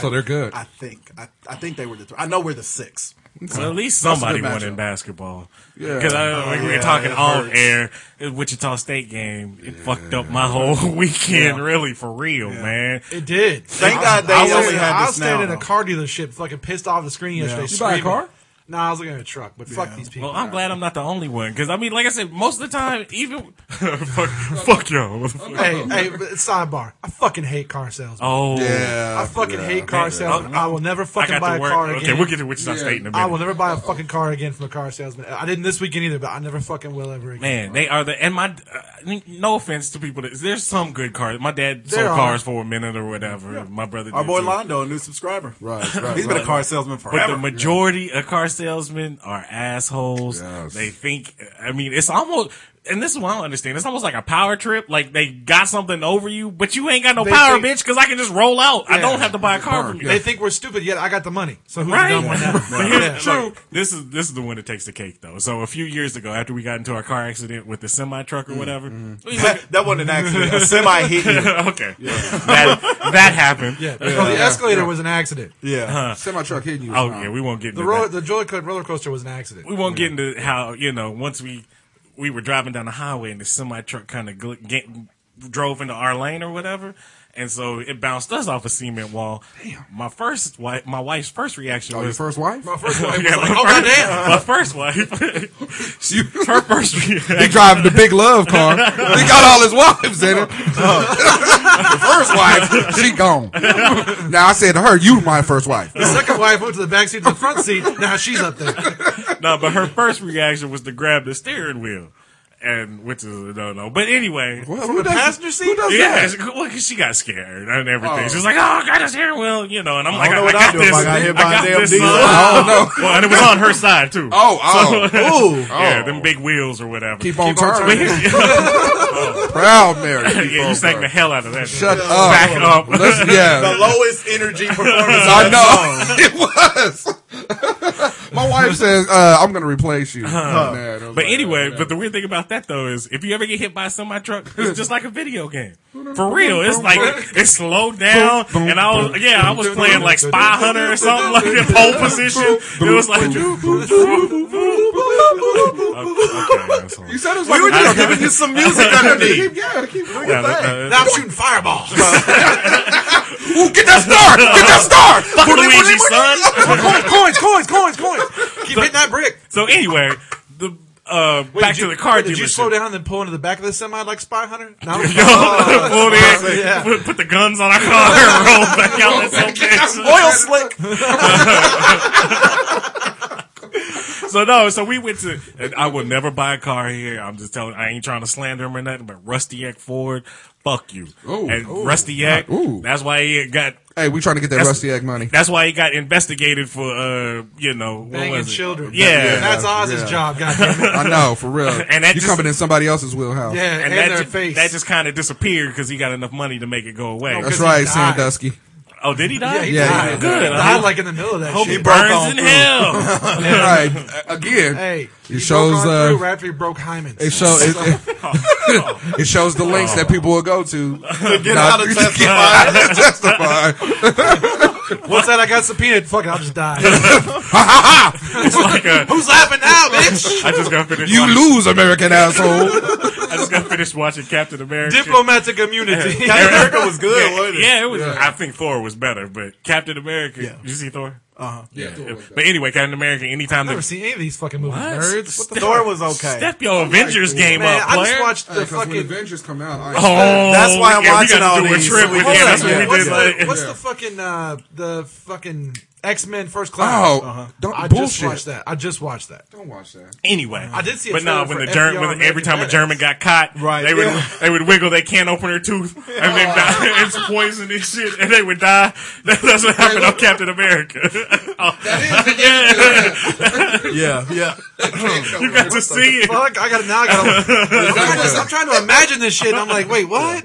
B: So they're good.
D: I think. I, I think they were the three. I know we're the six.
E: Well, at least
B: That's a
E: somebody
B: good
E: won in
B: matchup.
E: basketball.
B: Yeah.
E: Because like, we were
D: yeah,
E: talking
D: it
E: all
D: hurts.
E: air. The Wichita State game, it fucked up my whole weekend, really, for real, man.
C: It did.
D: Thank God they
C: I was,
D: only had
C: I
D: this
C: was standing
D: now,
C: at a car dealership, fucking pissed off the screen yesterday.
B: You buy a
C: screaming.
B: car?
C: Nah, I was looking at a truck, but fuck these people.
E: Well, I'm glad I'm not the only one. Because, I mean, like I said, most of the time, even. fuck, fuck y'all. motherfucker.
C: hey, hey, but sidebar. I fucking hate car salesmen.
E: Oh.
B: Yeah.
C: I fucking
B: yeah.
C: hate car salesmen. I will never
E: I
C: fucking
E: got
C: buy
E: to
C: a
E: work.
C: car
E: Okay,
C: again.
E: we'll get to Wichita
B: Yeah.
E: State in a minute.
C: I will never buy a fucking car again from a car salesman. I didn't this weekend either, but I never fucking will ever again.
E: Man, they are the and my. Uh, no offense to people, that, there's some good cars. My dad
C: There
E: sold
C: are.
E: cars for a minute or whatever. My brother,
D: Our
E: did
D: boy
E: too.
D: Londo, a new subscriber.
B: Right, right,
D: He's been
B: right.
D: a car salesman
E: But the
D: forever.
E: majority of car salesmen are assholes.
B: Yes.
E: They think, I mean, it's almost, and this is what I don't understand. It's almost like a power trip. Like they got something over you, but you ain't got no
C: They
E: power,
C: think-
E: bitch, because I can just roll out. I
C: Yeah.
E: don't have to buy a car from you.
C: They think we're stupid, yet I got the money. So who's
E: Right?
C: the dumb one now?
E: But here's
C: Yeah.
E: the truth. This is this is the one that takes the cake, though. So a few years ago, after we got into our car accident with the semi truck or whatever, we was like,
D: that, that wasn't an accident. A semi hit you.
E: okay, that that happened.
C: Yeah. Oh, the escalator was an accident.
D: Yeah.
B: Semi truck hitting you.
E: Oh yeah, we won't get into
C: The
E: that.
C: roller, the Joy Cut roller coaster was an accident.
E: we won't get into how you know once we we were driving down the highway and the semi truck kind of gl- get, drove into our lane or whatever, and so it bounced us off a cement wall. My first wife, my wife's first reaction
B: Oh, your
E: was.
B: first wife?
C: My first one was
E: Yeah,
C: like,
E: my
C: oh
E: first-
C: goddamn.
E: My first wife, she, her first reaction.
B: He driving the big love car. he got all his wives in it. the first wife, she gone. now I said to her, "You my first wife."
C: The second wife went to the back seat to the front seat. Now she's up there.
E: No, but her first reaction was to grab the steering wheel. and which is a no no. But anyway,
B: Well, who
C: the
B: does-
C: passenger seat?
B: Who does
E: yeah,
B: that?
E: she- well, 'cause she got scared and everything.
B: Oh.
E: She's like, "Oh, I got his hair, well, you know." And I'm like,
D: don't
E: "I,
D: know
E: I
D: what
E: got
D: I'd do if
E: this,
D: I got hit by a damn
E: this."
D: diesel.
E: son."
B: I don't know.
E: Well, and it was on her side too.
B: Oh, oh.
D: Ooh.
E: yeah, them big wheels or whatever.
B: Keep on
C: Keep on
B: turning. Proud Mary. Keep
E: yeah,
B: on
E: you sang the
B: turning.
E: hell out of that.
B: Shut up.
E: Back up.
B: Let's,
D: The
B: yeah.
D: lowest energy performance.
B: I know. it was. My wife says, uh, I'm going to replace you. Man, I was
E: Uh-huh. But
B: like,
E: anyway,
B: whatever.
E: but the weird thing about that though is if you ever get hit by a semi truck, it's just like a video game. For real. It's like it's slowed down and I was yeah, I was playing like Spy Hunter or something like in pole position. It was like Okay, that's all.
B: you said it was
D: We
B: like
D: were
B: a video
D: just
B: game.
D: giving you some music underneath.
B: Keep, yeah, keep doing
E: Yeah,
B: your thing.
E: that-
C: Now I'm shooting fireballs.
B: Ooh, get that star! Get that star!
E: Fuck Luigi, son.
C: coins, coins, coins, coins. Keep hitting that brick.
E: So anyway, the uh back
C: Did
E: to
C: you-
E: the car
C: Did you slow
E: dealership.
C: down and then pull into the back of the semi like Spy Hunter? No.
E: Pulled in,
C: Oh, Yeah.
E: put, put the guns on our car and roll back out. That's okay.
D: Oil slick.
E: So no, so we went to. And I will never buy a car here. I'm just telling. I ain't trying to slander him or nothing. But Rusty Eck Ford, fuck you.
B: Ooh,
E: and Rusty Eck.
B: ooh.
E: That's why he got.
B: Hey, we trying to get that
E: That's-
B: rusty egg money.
E: That's why he got investigated for. uh You know, what
C: Banging
E: was it?
C: children.
E: Yeah.
C: That's Oz's
B: yeah.
C: job, goddammit.
B: I know, for real.
E: And that
B: you
E: just-
B: coming in somebody else's wheelhouse.
C: Yeah, and,
E: And that
C: their
E: just,
C: face.
E: that just kind of disappeared because he got enough money to make it go away.
B: That's
C: 'cause he
B: right,
C: died.
B: Sandusky.
E: Oh, did he die?
C: yeah, he
B: Yeah,
C: died.
B: yeah.
E: Good.
C: He
E: I
C: died
E: hope,
C: like in the middle of that
E: hope he
C: shit.
E: burns in hell.
B: right. uh, Again,
C: Hey, he
B: it shows
C: broke on
B: uh,
C: through right after he broke Hyman.
B: it, show, it, it, it shows the links that people will go to to
D: Get out of testifying.
B: to testify.
C: What's that? I got subpoenaed. Fuck it, I'll just die.
E: it's like a.
C: Who's laughing now, bitch?
E: I just got finished.
B: You
E: watching,
B: lose, American asshole.
E: I just got finished watching Captain America.
C: Diplomatic immunity.
D: Captain America was good, wasn't it?
E: Yeah, it was. I think Thor was better, but Captain America. Did you see Thor?
B: Yeah,
E: But anyway, Captain America. Anytime
C: I've never
E: the
C: seen any of these fucking movies.
E: What?
C: Nerds. What the
D: Thor was okay.
E: step your Avengers game
C: man?
E: up,
C: I
E: player.
C: just watched the
B: when
C: fucking.
B: Avengers come out, I
E: oh,
D: That's why I'm
E: yeah, we
D: watching
E: gotta
D: all
E: do
D: these,
E: A trip
D: so we
E: with
D: can-
E: yeah, that's
D: yeah,
E: what we
C: what's
E: did.
C: the,
E: like-
C: what's the fucking uh, the fucking X Men First Class?
B: Oh, don't-
C: I just
B: bullshit.
C: watched that. I just watched that.
B: don't watch that.
E: Anyway,
C: I did see a
E: but no,
C: trailer
E: when
C: for
E: the German,
C: FDR
E: when every
C: American
E: time a
C: Badass.
E: German got caught,
D: Right,
E: they would
D: yeah.
E: they would wiggle their can opener tooth, and then die. it's poison and shit, and they would die. That, that's what happened on Captain America. Oh,
D: Yeah, yeah.
E: you got to see it.
C: Fuck! I got to now. I got to. I'm trying to imagine this shit. and I'm like, wait, what?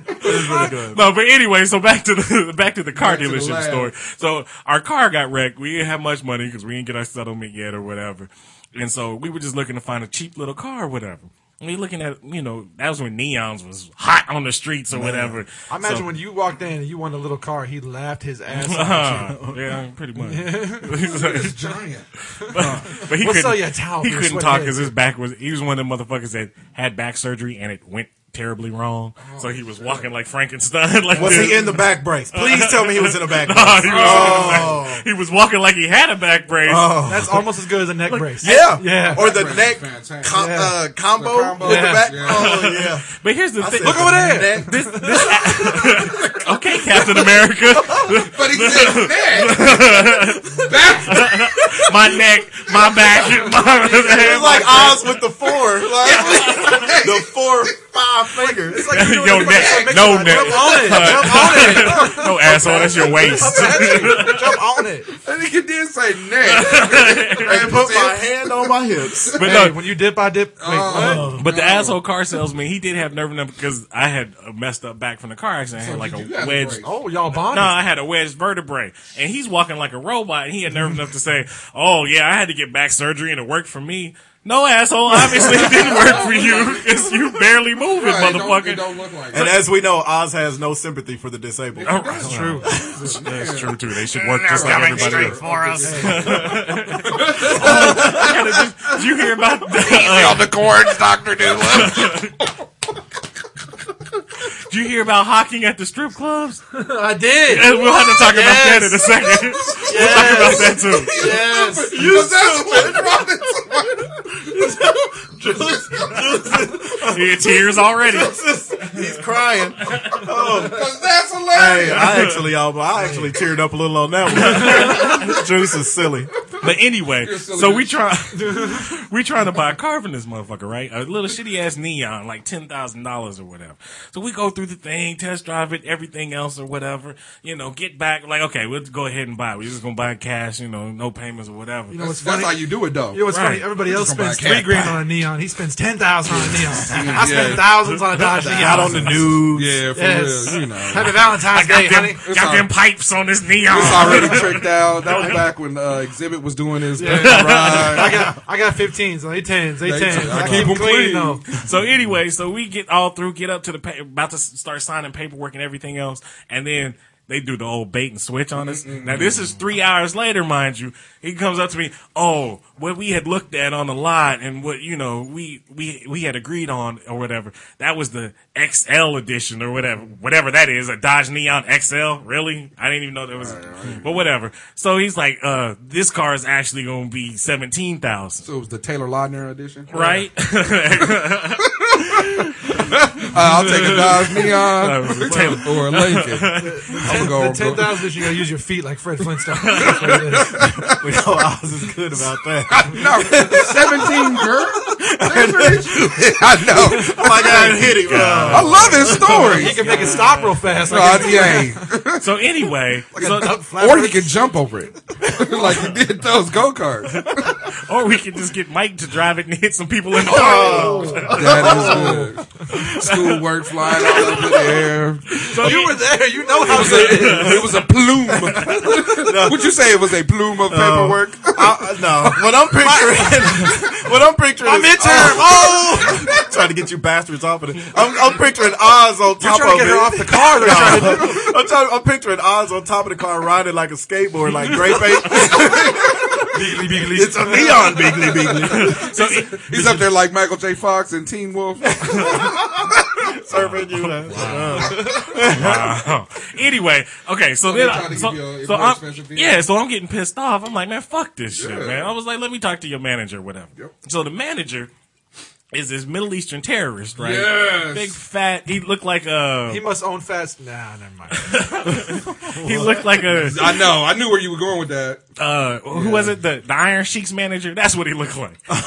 E: No, but anyway, so back to the back to the car
B: to the
E: dealership
B: lab.
E: story. So our car got wrecked. We didn't have much money because we didn't get our settlement yet or whatever. And so we were just looking to find a cheap little car or whatever. We looking at you know that was when neons was hot on the streets or whatever.
C: I imagine
E: So-
C: when you walked in and you wanted a little car, he laughed his ass off. at you.
E: Uh, yeah, pretty much.
B: Giant.
E: but he
C: We'll sell
E: couldn't,
C: you a towel
E: he
C: for your
E: couldn't
C: sweaty
E: talk
C: head.
E: because his back was. He was one of the motherfuckers that had back surgery and it went terribly wrong.
C: Oh,
E: so he was walking like Frankenstein. Like
D: Was
E: this.
D: he in the back brace? Please tell me he was in the back
E: No,
D: brace.
E: he, was
C: Oh.
E: he was walking like he had a back brace.
C: That's almost as good as a neck brace.
D: Yeah.
C: Yeah.
D: Or the
B: That's
D: neck
B: fantastic.
D: com-
C: Yeah.
D: uh, combo,
B: The combo.
D: with
C: Yeah.
D: the back.
B: Yeah.
D: Oh, yeah.
E: But here's the thing.
D: Look over there.
E: okay, Captain America,
B: But he said that. That's
E: my neck, my back, my
D: It's like Oz with the four. Like, the four, five fingers.
C: It's like you know,
E: Yo,
C: you
E: neck.
C: gotta make
E: No
C: sure I
E: neck.
C: uh, Jump on it. Jump on it.
E: no asshole, that's your waist.
C: Jump- Jump on it.
B: I think he did say that.
D: And put my hand on my hips.
E: But
C: Hey,
E: no,
C: when you dip, I dip. Wait,
E: Uh,
C: what?
E: But the asshole car salesman, he did have nerve enough because I had a messed up back from the car accident. I had like
B: you do have
E: a wedge.
B: brakes.
C: Oh, y'all bonded.
E: No, I had a wedge vertebrae, and he's walking like a robot. And he had nerve enough to say, "Oh yeah, I had to get back surgery, and it worked for me." No asshole, obviously it didn't work for you because you barely moving,
B: Right, it don't, it
E: motherfucker.
B: don't look like
D: And
B: that.
D: as we know, Oz has no sympathy for the disabled.
E: Oh, that's true. That's true too. They should work just like
F: coming
E: everybody
F: straight
E: else.
F: for us.
E: Did you hear about the,
B: on the cords, Doctor Doolittle.
E: Did you hear about hawking at the strip clubs?
C: I did.
E: And we'll have to talk about that in a second. We'll talk about that too.
C: Yes.
B: You that's what brought it to my
E: Yeah, Tears already.
D: He's crying.
B: Cause that's
D: uh,
B: hilarious.
D: Hey, I actually, I, I actually teared up a little on that one. Juice is silly.
E: But anyway,
B: silly
E: so we
B: bitch.
E: try we trying to buy a car from this motherfucker, right? A little shitty ass neon, like ten thousand dollars or whatever. So we go through the thing, test drive it, everything else or whatever. You know, get back like okay, we'll go ahead and buy. it. We're just gonna buy it cash, you know, no payments or whatever.
C: You know what's
B: That's
C: funny?
B: how you do it, though.
C: You know what's
E: Right.
C: funny? Everybody else
B: Just gonna buy
C: spends
B: a cat
C: three grand
B: pie.
C: on a neon. He spends ten thousand on a neon. I
B: Yeah.
C: spend thousands on a Dodge Neon.
E: out on the news.
B: yeah, for
C: Yes.
B: real. You know.
C: Happy Valentine's Day,
E: Got
C: honey.
E: them,
B: It's
E: got
B: all-
E: them pipes on this
B: It's
E: neon.
B: already tricked out. That was back when uh, Exhibit was doing his
C: I
B: ride.
C: got I got 15s, they 10s, they
B: They
C: 10s. I
B: I
C: keep
B: keep
C: them
B: 'em
C: clean
B: clean.
C: though.
E: so anyway, so we get all through, get up to the pa- about to s- start signing paperwork and everything else, and then they do the old bait and switch on us. Now this is three hours later, mind you. He comes up to me, oh, what we had looked at on the lot and what you know we we we had agreed on or whatever. That was the XL edition or whatever, whatever that is, a Dodge Neon XL. Really, I didn't even know there was, but whatever. So he's like, uh, this car is actually going to be seventeen thousand.
B: So it was the Taylor Lautner edition. Uh,
E: Right?
B: Uh, I'll take a Dodge Neon
E: was Taylor.
B: or a Lincoln. I'm
C: The
B: going to
C: ten
B: go.
C: thousand is you gotta use your feet like Fred Flintstone. That's what it is.
D: I was just good about that.
B: No, 17 girl? I know.
D: Oh my god, hit it, bro.
B: I love his
C: He
B: stories.
C: can make it stop real fast.
B: God,
C: Like
B: he ain't.
E: So anyway, so-
B: Or he can jump over it. like he did those go karts.
E: or we could just get Mike to drive it and hit some people in the
B: That is good. Schoolwork flying all over the air.
E: So
C: oh, you
E: he-
C: were there. You know how
B: It was a, it was a plume. Would you say it was a plume of paperwork?
D: I, no, what I'm picturing, what I'm picturing,
C: My
D: is-
C: midterm.
D: Oh, oh. trying to get you bastards off of it. I'm, I'm picturing Oz on top
C: trying to
D: of
C: get
D: it.
C: her off the car.
D: No. I'm, trying, I'm picturing Oz on top of the car riding like a skateboard, like great face. It's a neon beagly beagly
E: so it-
B: He's up there like Michael J. Fox and Teen Wolf.
D: serving you.
E: wow. Anyway, okay, so then
B: they're trying
E: I,
B: to
E: so,
B: give you a
E: so
B: more
E: I'm,
B: expensive vehicle?
E: yeah, so I'm getting pissed off. I'm like, man, fuck this shit, man. I was like, let me talk to your manager, whatever.
B: Yep.
E: So the manager is this Middle Eastern terrorist, right?
B: Yes.
E: Big fat. He looked like a.
C: he must own fast. Nah, never mind.
E: He looked like a.
B: I know. I knew where you were going with that.
E: Uh, who was it? The, the Iron Sheik's manager. That's what he looked like.
B: Um,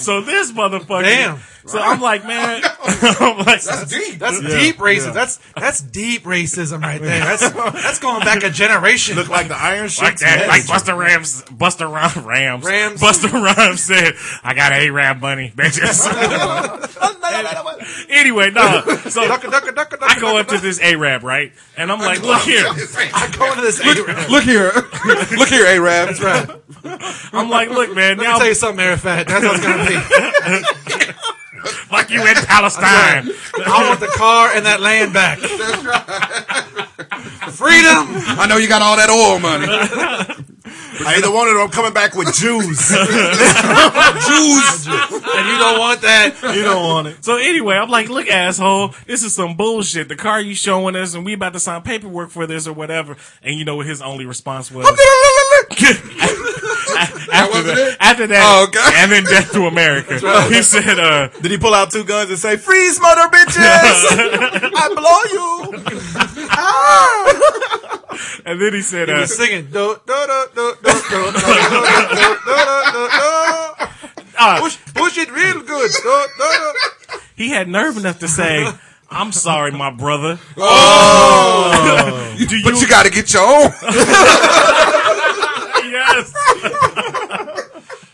E: So this motherfucker.
C: Damn.
E: So I'm like, man.
B: Oh,
E: I'm like,
B: deep.
C: That's deep racism. That's that's deep racism right there. That's that's going back a generation.
D: Look like the Iron Sheik.
E: like that, like Buster Rams, Buster Ram, Rams,
C: Rams.
E: Buster Rhymes said, "I got a rap money, bitches." anyway, no. So
C: Ducka, ducka, ducka, ducka,
E: I go up to this Arab, right? And I'm like, "Look here."
C: ducka. Go into this. Let
B: Look here. Look here, Arab. That's right.
E: I'm like, "Look, man,
C: me
E: now
C: tell you something, Arafat. That's how it's gonna be.
E: fuck you in Palestine."
C: I want the car and that land back. Freedom.
B: I know you got all that oil money.
D: I either want it or I'm coming back with Jews.
B: Jews.
C: And you don't want that.
D: you don't want it.
E: So anyway, I'm like, look, asshole, this is some bullshit. The car you showing us, and we about to sign paperwork for this or whatever. And you know what his only response was? after
B: wasn't
E: that,
B: it?
E: after that,
B: Oh, okay.
E: and then death to America. He said, uh,
D: Did he pull out two guns and say, "Freeze, mother bitches! I blow you."
E: and then he said, uh,
C: was singing. Do, do, do, do, do, do, do, do, do, do, do, do,
E: uh,
C: do. Push, push it real good. Do, do, do.
E: he had nerve enough to say, I'm sorry, my brother. Oh. Do you,
B: But you got to get your own.
E: yes.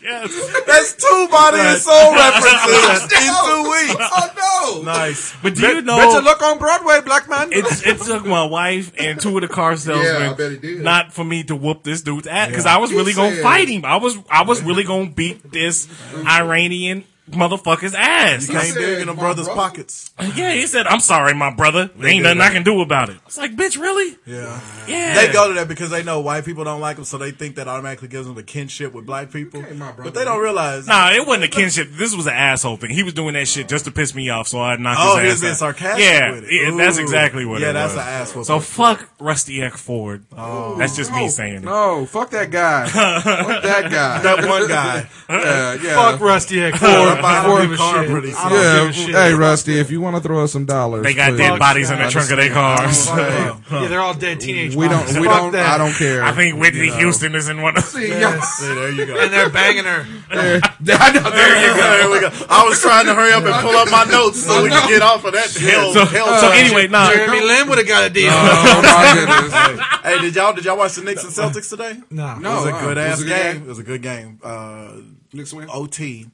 E: yes.
D: That's two body and soul references in two weeks.
B: Oh, no.
D: Nice.
E: But do you know?
C: Better look on Broadway, black man.
E: it, it took my wife and two of the car salesmen
B: Yeah, I bet it did.
E: not for me to whoop this dude's ass because I was
B: You
E: really gonna
B: said-
E: fight him. I was I was really gonna beat this Iranian motherfucker's ass.
D: Can't
B: said
D: dig in a
B: my
D: brother's
B: brother.
D: pockets.
E: Yeah, he said, "I'm sorry, my brother. There ain't
D: did
E: nothing I can do about it." It's like, bitch, really?
D: Yeah.
E: Yeah.
D: They go to that because they know white people don't like them, so they think that automatically gives them the kinship with black people.
B: my brother.
D: But they don't realize.
E: Nah, it wasn't a kinship. This was an asshole thing. He was doing that shit just to piss me off, so I knocked
D: Oh, he
E: his
D: was
E: ass
D: being
E: out.
D: sarcastic
E: Yeah,
D: with it.
E: yeah, that's
D: Ooh.
E: exactly what.
D: Yeah,
E: it
D: that's
E: was.
D: an Oh, ass whooping.
E: So fuck Rusty Eck Ford. that's just me saying it.
B: No, fuck that guy. Fuck that guy.
D: That one guy.
B: Yeah, yeah.
C: Fuck Rusty Eck Ford.
B: I buy
C: don't
B: four
C: give a
B: car-
C: shit.
D: pretty
C: I don't give
B: Yeah,
C: a shit.
B: hey Rusty, if you want to throw us some dollars,
E: They got
B: please.
E: dead bodies in the trunk of their cars.
B: Hey,
C: yeah, they're all dead teenage
B: we don't.
C: moms.
B: We
C: Fuck
B: don't.
C: that.
B: I don't care.
E: I think Whitney Houston is in one of
B: See, y'all-
C: Yes.
D: See, there you go.
C: and they're banging her.
B: there, I know, there you go.
D: there we go. I was trying to hurry up and pull up my notes so we can get off of that hell.
E: So,
D: hell
E: so
D: track.
E: anyway, nah.
C: Jeremy Lin would have got a deal.
B: Oh my goodness!
D: hey, did y'all did y'all watch the Knicks and Celtics today?
C: no.
B: No,
D: It was a
E: Oh,
B: uh,
D: good ass
B: it
D: game. It was a good game. Uh,
B: Knicks win.
D: OT.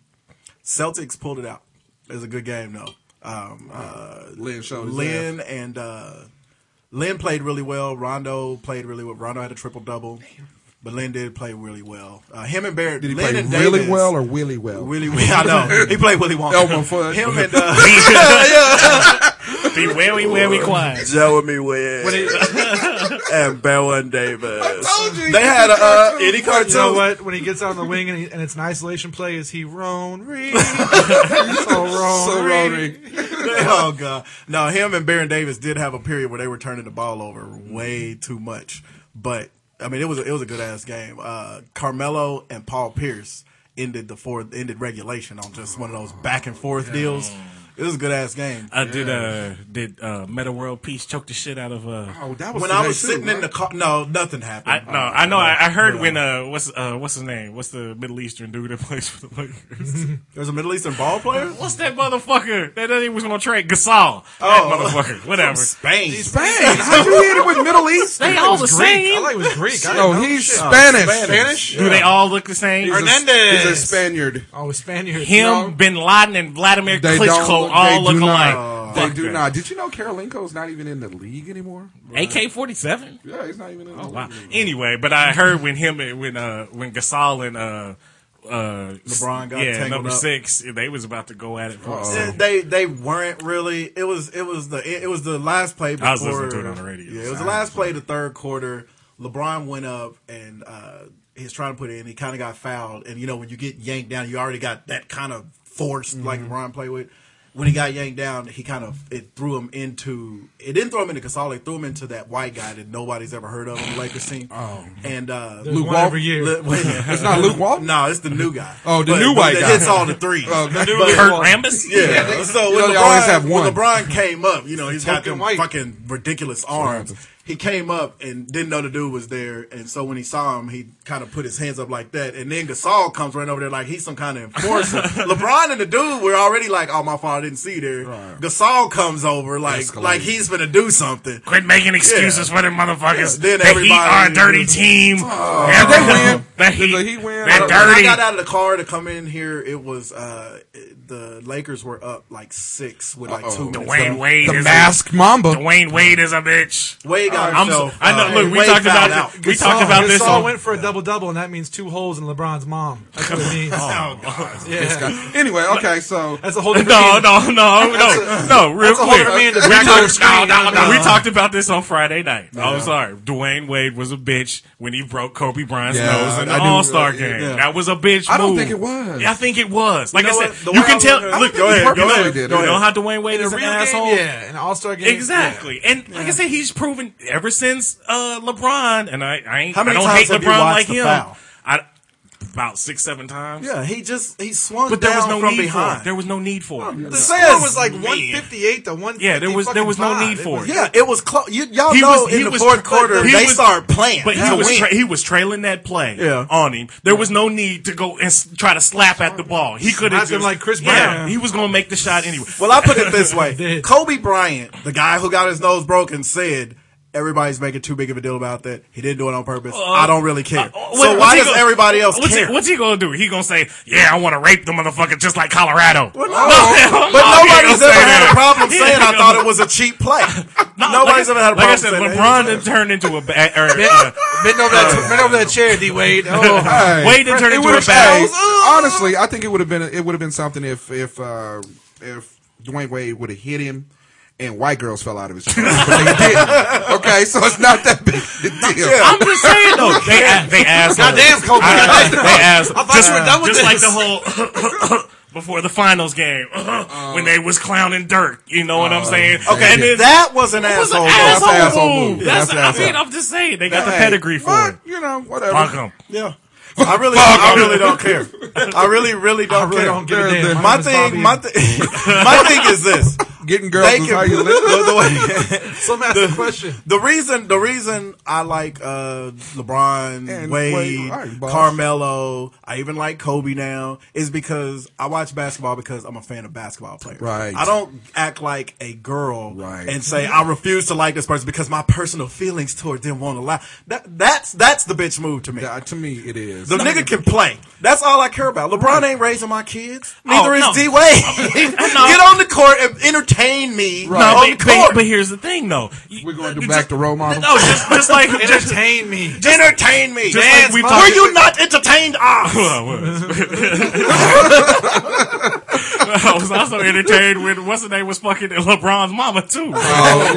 D: Celtics pulled it out. It was a good game though. Um, uh,
B: Lynn showed his
D: Lynn and uh, Lynn played really well. Rondo played really well. Rondo had a triple double, but Lynn did play really well. Uh, him and Barrett.
B: Did he
D: Lynn
B: play
D: and
B: really
D: Davis,
B: well or Willie well?
D: Really well. I know he played Willie Wonka.
B: Elmer Fudd.
D: Him and uh,
E: Be wary, wary, quiet.
D: Jeremy Wynn and Baron Davis.
B: told you he
D: they
B: could
D: had
B: do
D: a uh,
B: cartoons.
D: any cartoon.
C: You know what? When he gets out on the wing and, he, and it's an isolation play, is he Roan Reed? so Roan
B: So
C: Reed.
B: Rodri,
D: oh god. No, him and Baron Davis did have a period where they were turning the ball over way too much. But I mean, it was a, it was a good ass game. Uh, Carmelo and Paul Pierce ended the fourth ended regulation on just one of those back and forth deals. It was a good ass game.
E: I did uh did uh Meta World Peace choke the shit out of uh
B: Oh, that was
D: When I
B: today
D: was
B: too,
D: sitting in the
B: right?
D: car, no, nothing happened.
E: I no, I know I, I heard when uh what's uh what's his name? What's the Middle Eastern dude that plays for the Lakers?
D: There's a Middle Eastern ball player.
E: what's that motherfucker? That nigga was gonna trade Gasol.
D: Oh.
E: That motherfucker. Whatever.
D: Spain.
B: Bang! How'd you hit it with Middle East?
E: They all the
C: I
E: same.
C: thought he was Greek. I
B: No,
C: didn't know.
B: he's
C: Shit.
B: Spanish.
D: Spanish?
E: Do they all look the same?
B: He's a-
C: Hernandez.
B: He's a Spaniard.
C: Oh, Spaniard.
E: Him,
C: No.
E: Bin Laden, and Vladimir
B: They don't.
E: Klitschko
B: Look,
E: all
B: they
E: look
B: do
E: alike.
B: not.
E: Fuck
B: They do
E: that.
B: not. Did you know Karolinko's not even in the league anymore?
E: AK forty seven.
B: Yeah, he's not even in the league.
E: Oh, Wow. Anyway, but I heard when him and when uh when Gasol and uh uh
D: LeBron got
E: yeah
D: tangled
E: number
D: up.
E: six they was about to go at it for a
D: Yeah,
E: second.
D: They they weren't really. It was it was the it, it was the last play before.
E: I was listening to it on the radio.
D: Yeah, it was the last play of the third quarter. LeBron went up and uh, he's trying to put it in. He kind of got fouled, and you know when you get yanked down, you already got that kind of force like LeBron played with. When he got yanked down, he kind of it threw him into. It didn't throw him into Casale. It threw him into that white guy that nobody's ever heard of on the Lakers team. Oh, and uh,
C: There's
B: Luke
C: one
B: Walton.
C: every year.
D: it's
B: not Luke Walton?
D: No, it's the new guy.
B: Oh, the new white
D: that
B: guy.
D: Hits all the threes.
B: Okay.
D: But-
E: Kurt Rambis.
D: yeah. So
B: You
D: when,
B: know, they
D: LeBron,
B: always have one.
D: when LeBron came up, you know, he's got
C: token
D: them
C: white.
D: fucking ridiculous arms. He came up and didn't know the dude was there. And so when he saw him, he kind of put his hands up like that. And then Gasol comes right over there like he's some kind of enforcer. LeBron and the dude were already like, oh, my father didn't see you there. Gasol comes over like,
B: Escalates.
D: like he's going to do something.
E: Quit making excuses for them motherfuckers.
D: Yeah, then
E: the Heat are a
D: everybody-
E: dirty team.
B: they win?
E: The
B: Did
E: Heat,
B: the Heat win?
E: They're
B: I don't-
D: When I
E: dirty.
D: got out of the car to come in here, it was uh, the Lakers were up like six with like two minutes.
E: Dwayne
D: left.
E: Wade
B: The
E: is
B: masked
E: a
B: Mamba.
E: Dwayne Wade is a bitch.
D: Wade got
E: I'm so,
D: himself,
E: I
D: uh,
E: know. Look, we
D: Wade
E: talked
D: fouled
E: about
D: out.
E: thi- we talked about this.
C: Gasol
E: on-
C: went for a double double, and that means two holes in LeBron's mom. That's what it means.
B: Oh,
C: yeah.
B: Anyway, okay, so
C: That's a whole different
E: No,
C: meaning.
E: no, no, no, no. Real
C: That's a whole
E: quick,
C: different meaning to
E: We
C: bring
E: talked-
C: up screen.
E: no, no, no.
C: No.
E: we talked about this on Friday night. I'm sorry, Dwayne Wade was a bitch when he broke Kobe Bryant's
B: Yeah,
E: nose in
B: I
E: the
B: do-
E: All Star
B: yeah.
E: game. That was a bitch.
B: I don't
E: move.
B: think it was.
E: Yeah, I think it was. Like
D: know
E: I
D: what?
E: said, you
D: The way I
E: can
D: was
E: tell.
D: gonna- I
E: Look,
D: think he
E: You
B: purposely
E: know-
B: did it.
E: you know how Dwayne Wade
C: It's
E: is
C: a
E: an
C: real
E: asshole.
C: game. Yeah, an All Star game.
E: Exactly. And like I said, he's proven ever since uh, LeBron, and I, I ain't
D: How many
E: I don't
D: times
E: hate
D: have you
E: LeBron
D: watched
E: like
D: the
E: him.
D: foul?
E: I about six, seven times.
D: Yeah, he just he swung
E: But
D: down
E: there was no
D: from
E: need for it.
D: behind. Oh,
E: There was no need for it.
C: The score was like 158 to 150.
E: Yeah, there was- there was no
C: fucking
E: need
C: five.
E: for it.
D: yeah, it was close. You, y'all
E: He
D: know
E: was- he
D: in the
E: was-
D: fourth quarter
E: he
D: they
E: was-
D: start playing,
E: But
D: to
E: he was
D: win.
E: tra- he was trailing that play
D: Yeah.
E: on him. There was no need to go and s- try to slap at the ball. He could have
C: Slapped him like Chris Brown.
E: he was going to make the shot anyway.
D: well, I put it this way:
C: Did.
D: Kobe Bryant, the guy who got his nose broken, said. Everybody's making too big of a deal about that. He didn't do it on purpose. I don't really care.
E: Uh, What-
D: so
E: what's
D: why
E: he
D: does
E: gonna-
D: everybody else
E: what's
D: care?
E: He, what's he gonna do? He gonna say, "Yeah, I want to rape the motherfucker just like Colorado."
D: no, but
E: he ain't
D: nobody's
E: gonna
D: ever
E: say
D: had
E: that.
D: a problem
E: He
D: saying
E: ain't
D: I
E: gonna-
D: thought it was a cheap play.
E: No,
D: nobody's
E: like,
D: ever had
E: like
D: a problem
E: I said,
D: saying
E: LeBron
D: that.
E: done turned into a ba- or, uh,
C: Bend over that, bend over that chair, D Wade. Oh,
B: hey,
E: Wade done turned
B: it
E: into
B: would
E: a bad.
B: honestly, I think it would have been it would have been something if if uh, if Dwayne Wade would have hit him. And white girls fell out of his chair. But they didn't. Okay, so it's not that big a deal.
E: I'm just saying though, they a- they asked.
C: Goddamn, Kobe.
E: I, they asked.
C: I thought
E: just,
C: you were done with
E: just like
C: this.
E: the whole before the finals game when they was clowning Dirk. You know what I'm saying? Okay, and then
D: That was an
E: that was an
D: asshole. though.
E: asshole,
B: That's an asshole
E: move.
B: move.
E: That's,
B: That's an
E: I mean,
B: asshole.
E: I'm just saying they got the
B: Hey,
E: pedigree for
B: but,
E: it.
B: You know, whatever.
E: Fuck 'em.
D: Yeah. I really, I really don't care. I really, really don't
C: I really
D: care.
C: don't give a
B: They're-
C: damn.
B: they're-
D: my
C: name's Bobby.
D: thing, my thing, my thing is this:
B: Getting girls
D: they
B: is how
D: can.
B: you live.
D: The, the way,
C: Some ask the question.
D: the reason the reason I like uh, LeBron,
B: And Wade,
D: Wade,
B: all right, boss.
D: Carmelo, I even like Kobe now is because I watch basketball because I'm a fan of basketball players.
B: Right.
D: I don't act like a girl
B: Right.
D: and say I refuse to like this person because my personal feelings toward them won't allow. That that's that's the bitch move to me.
B: Yeah, to me, it is.
D: The nigga can play. That's all I care about. LeBron ain't raising my kids.
E: Oh,
D: Neither is
E: no.
D: D Wade. Get on the court and entertain me
E: No,
D: on
E: but,
D: the court.
E: but, but here's the thing, though. You-
B: We're going to
E: you
B: back
E: just-
B: to role model.
E: No, just, just like just,
C: Entertain me.
D: entertain me.
E: Just like we
D: Were
E: talked-
D: you not entertained? Ah,
E: I was. I was also entertained when what's the name was fucking LeBron's mama too.
B: Oh,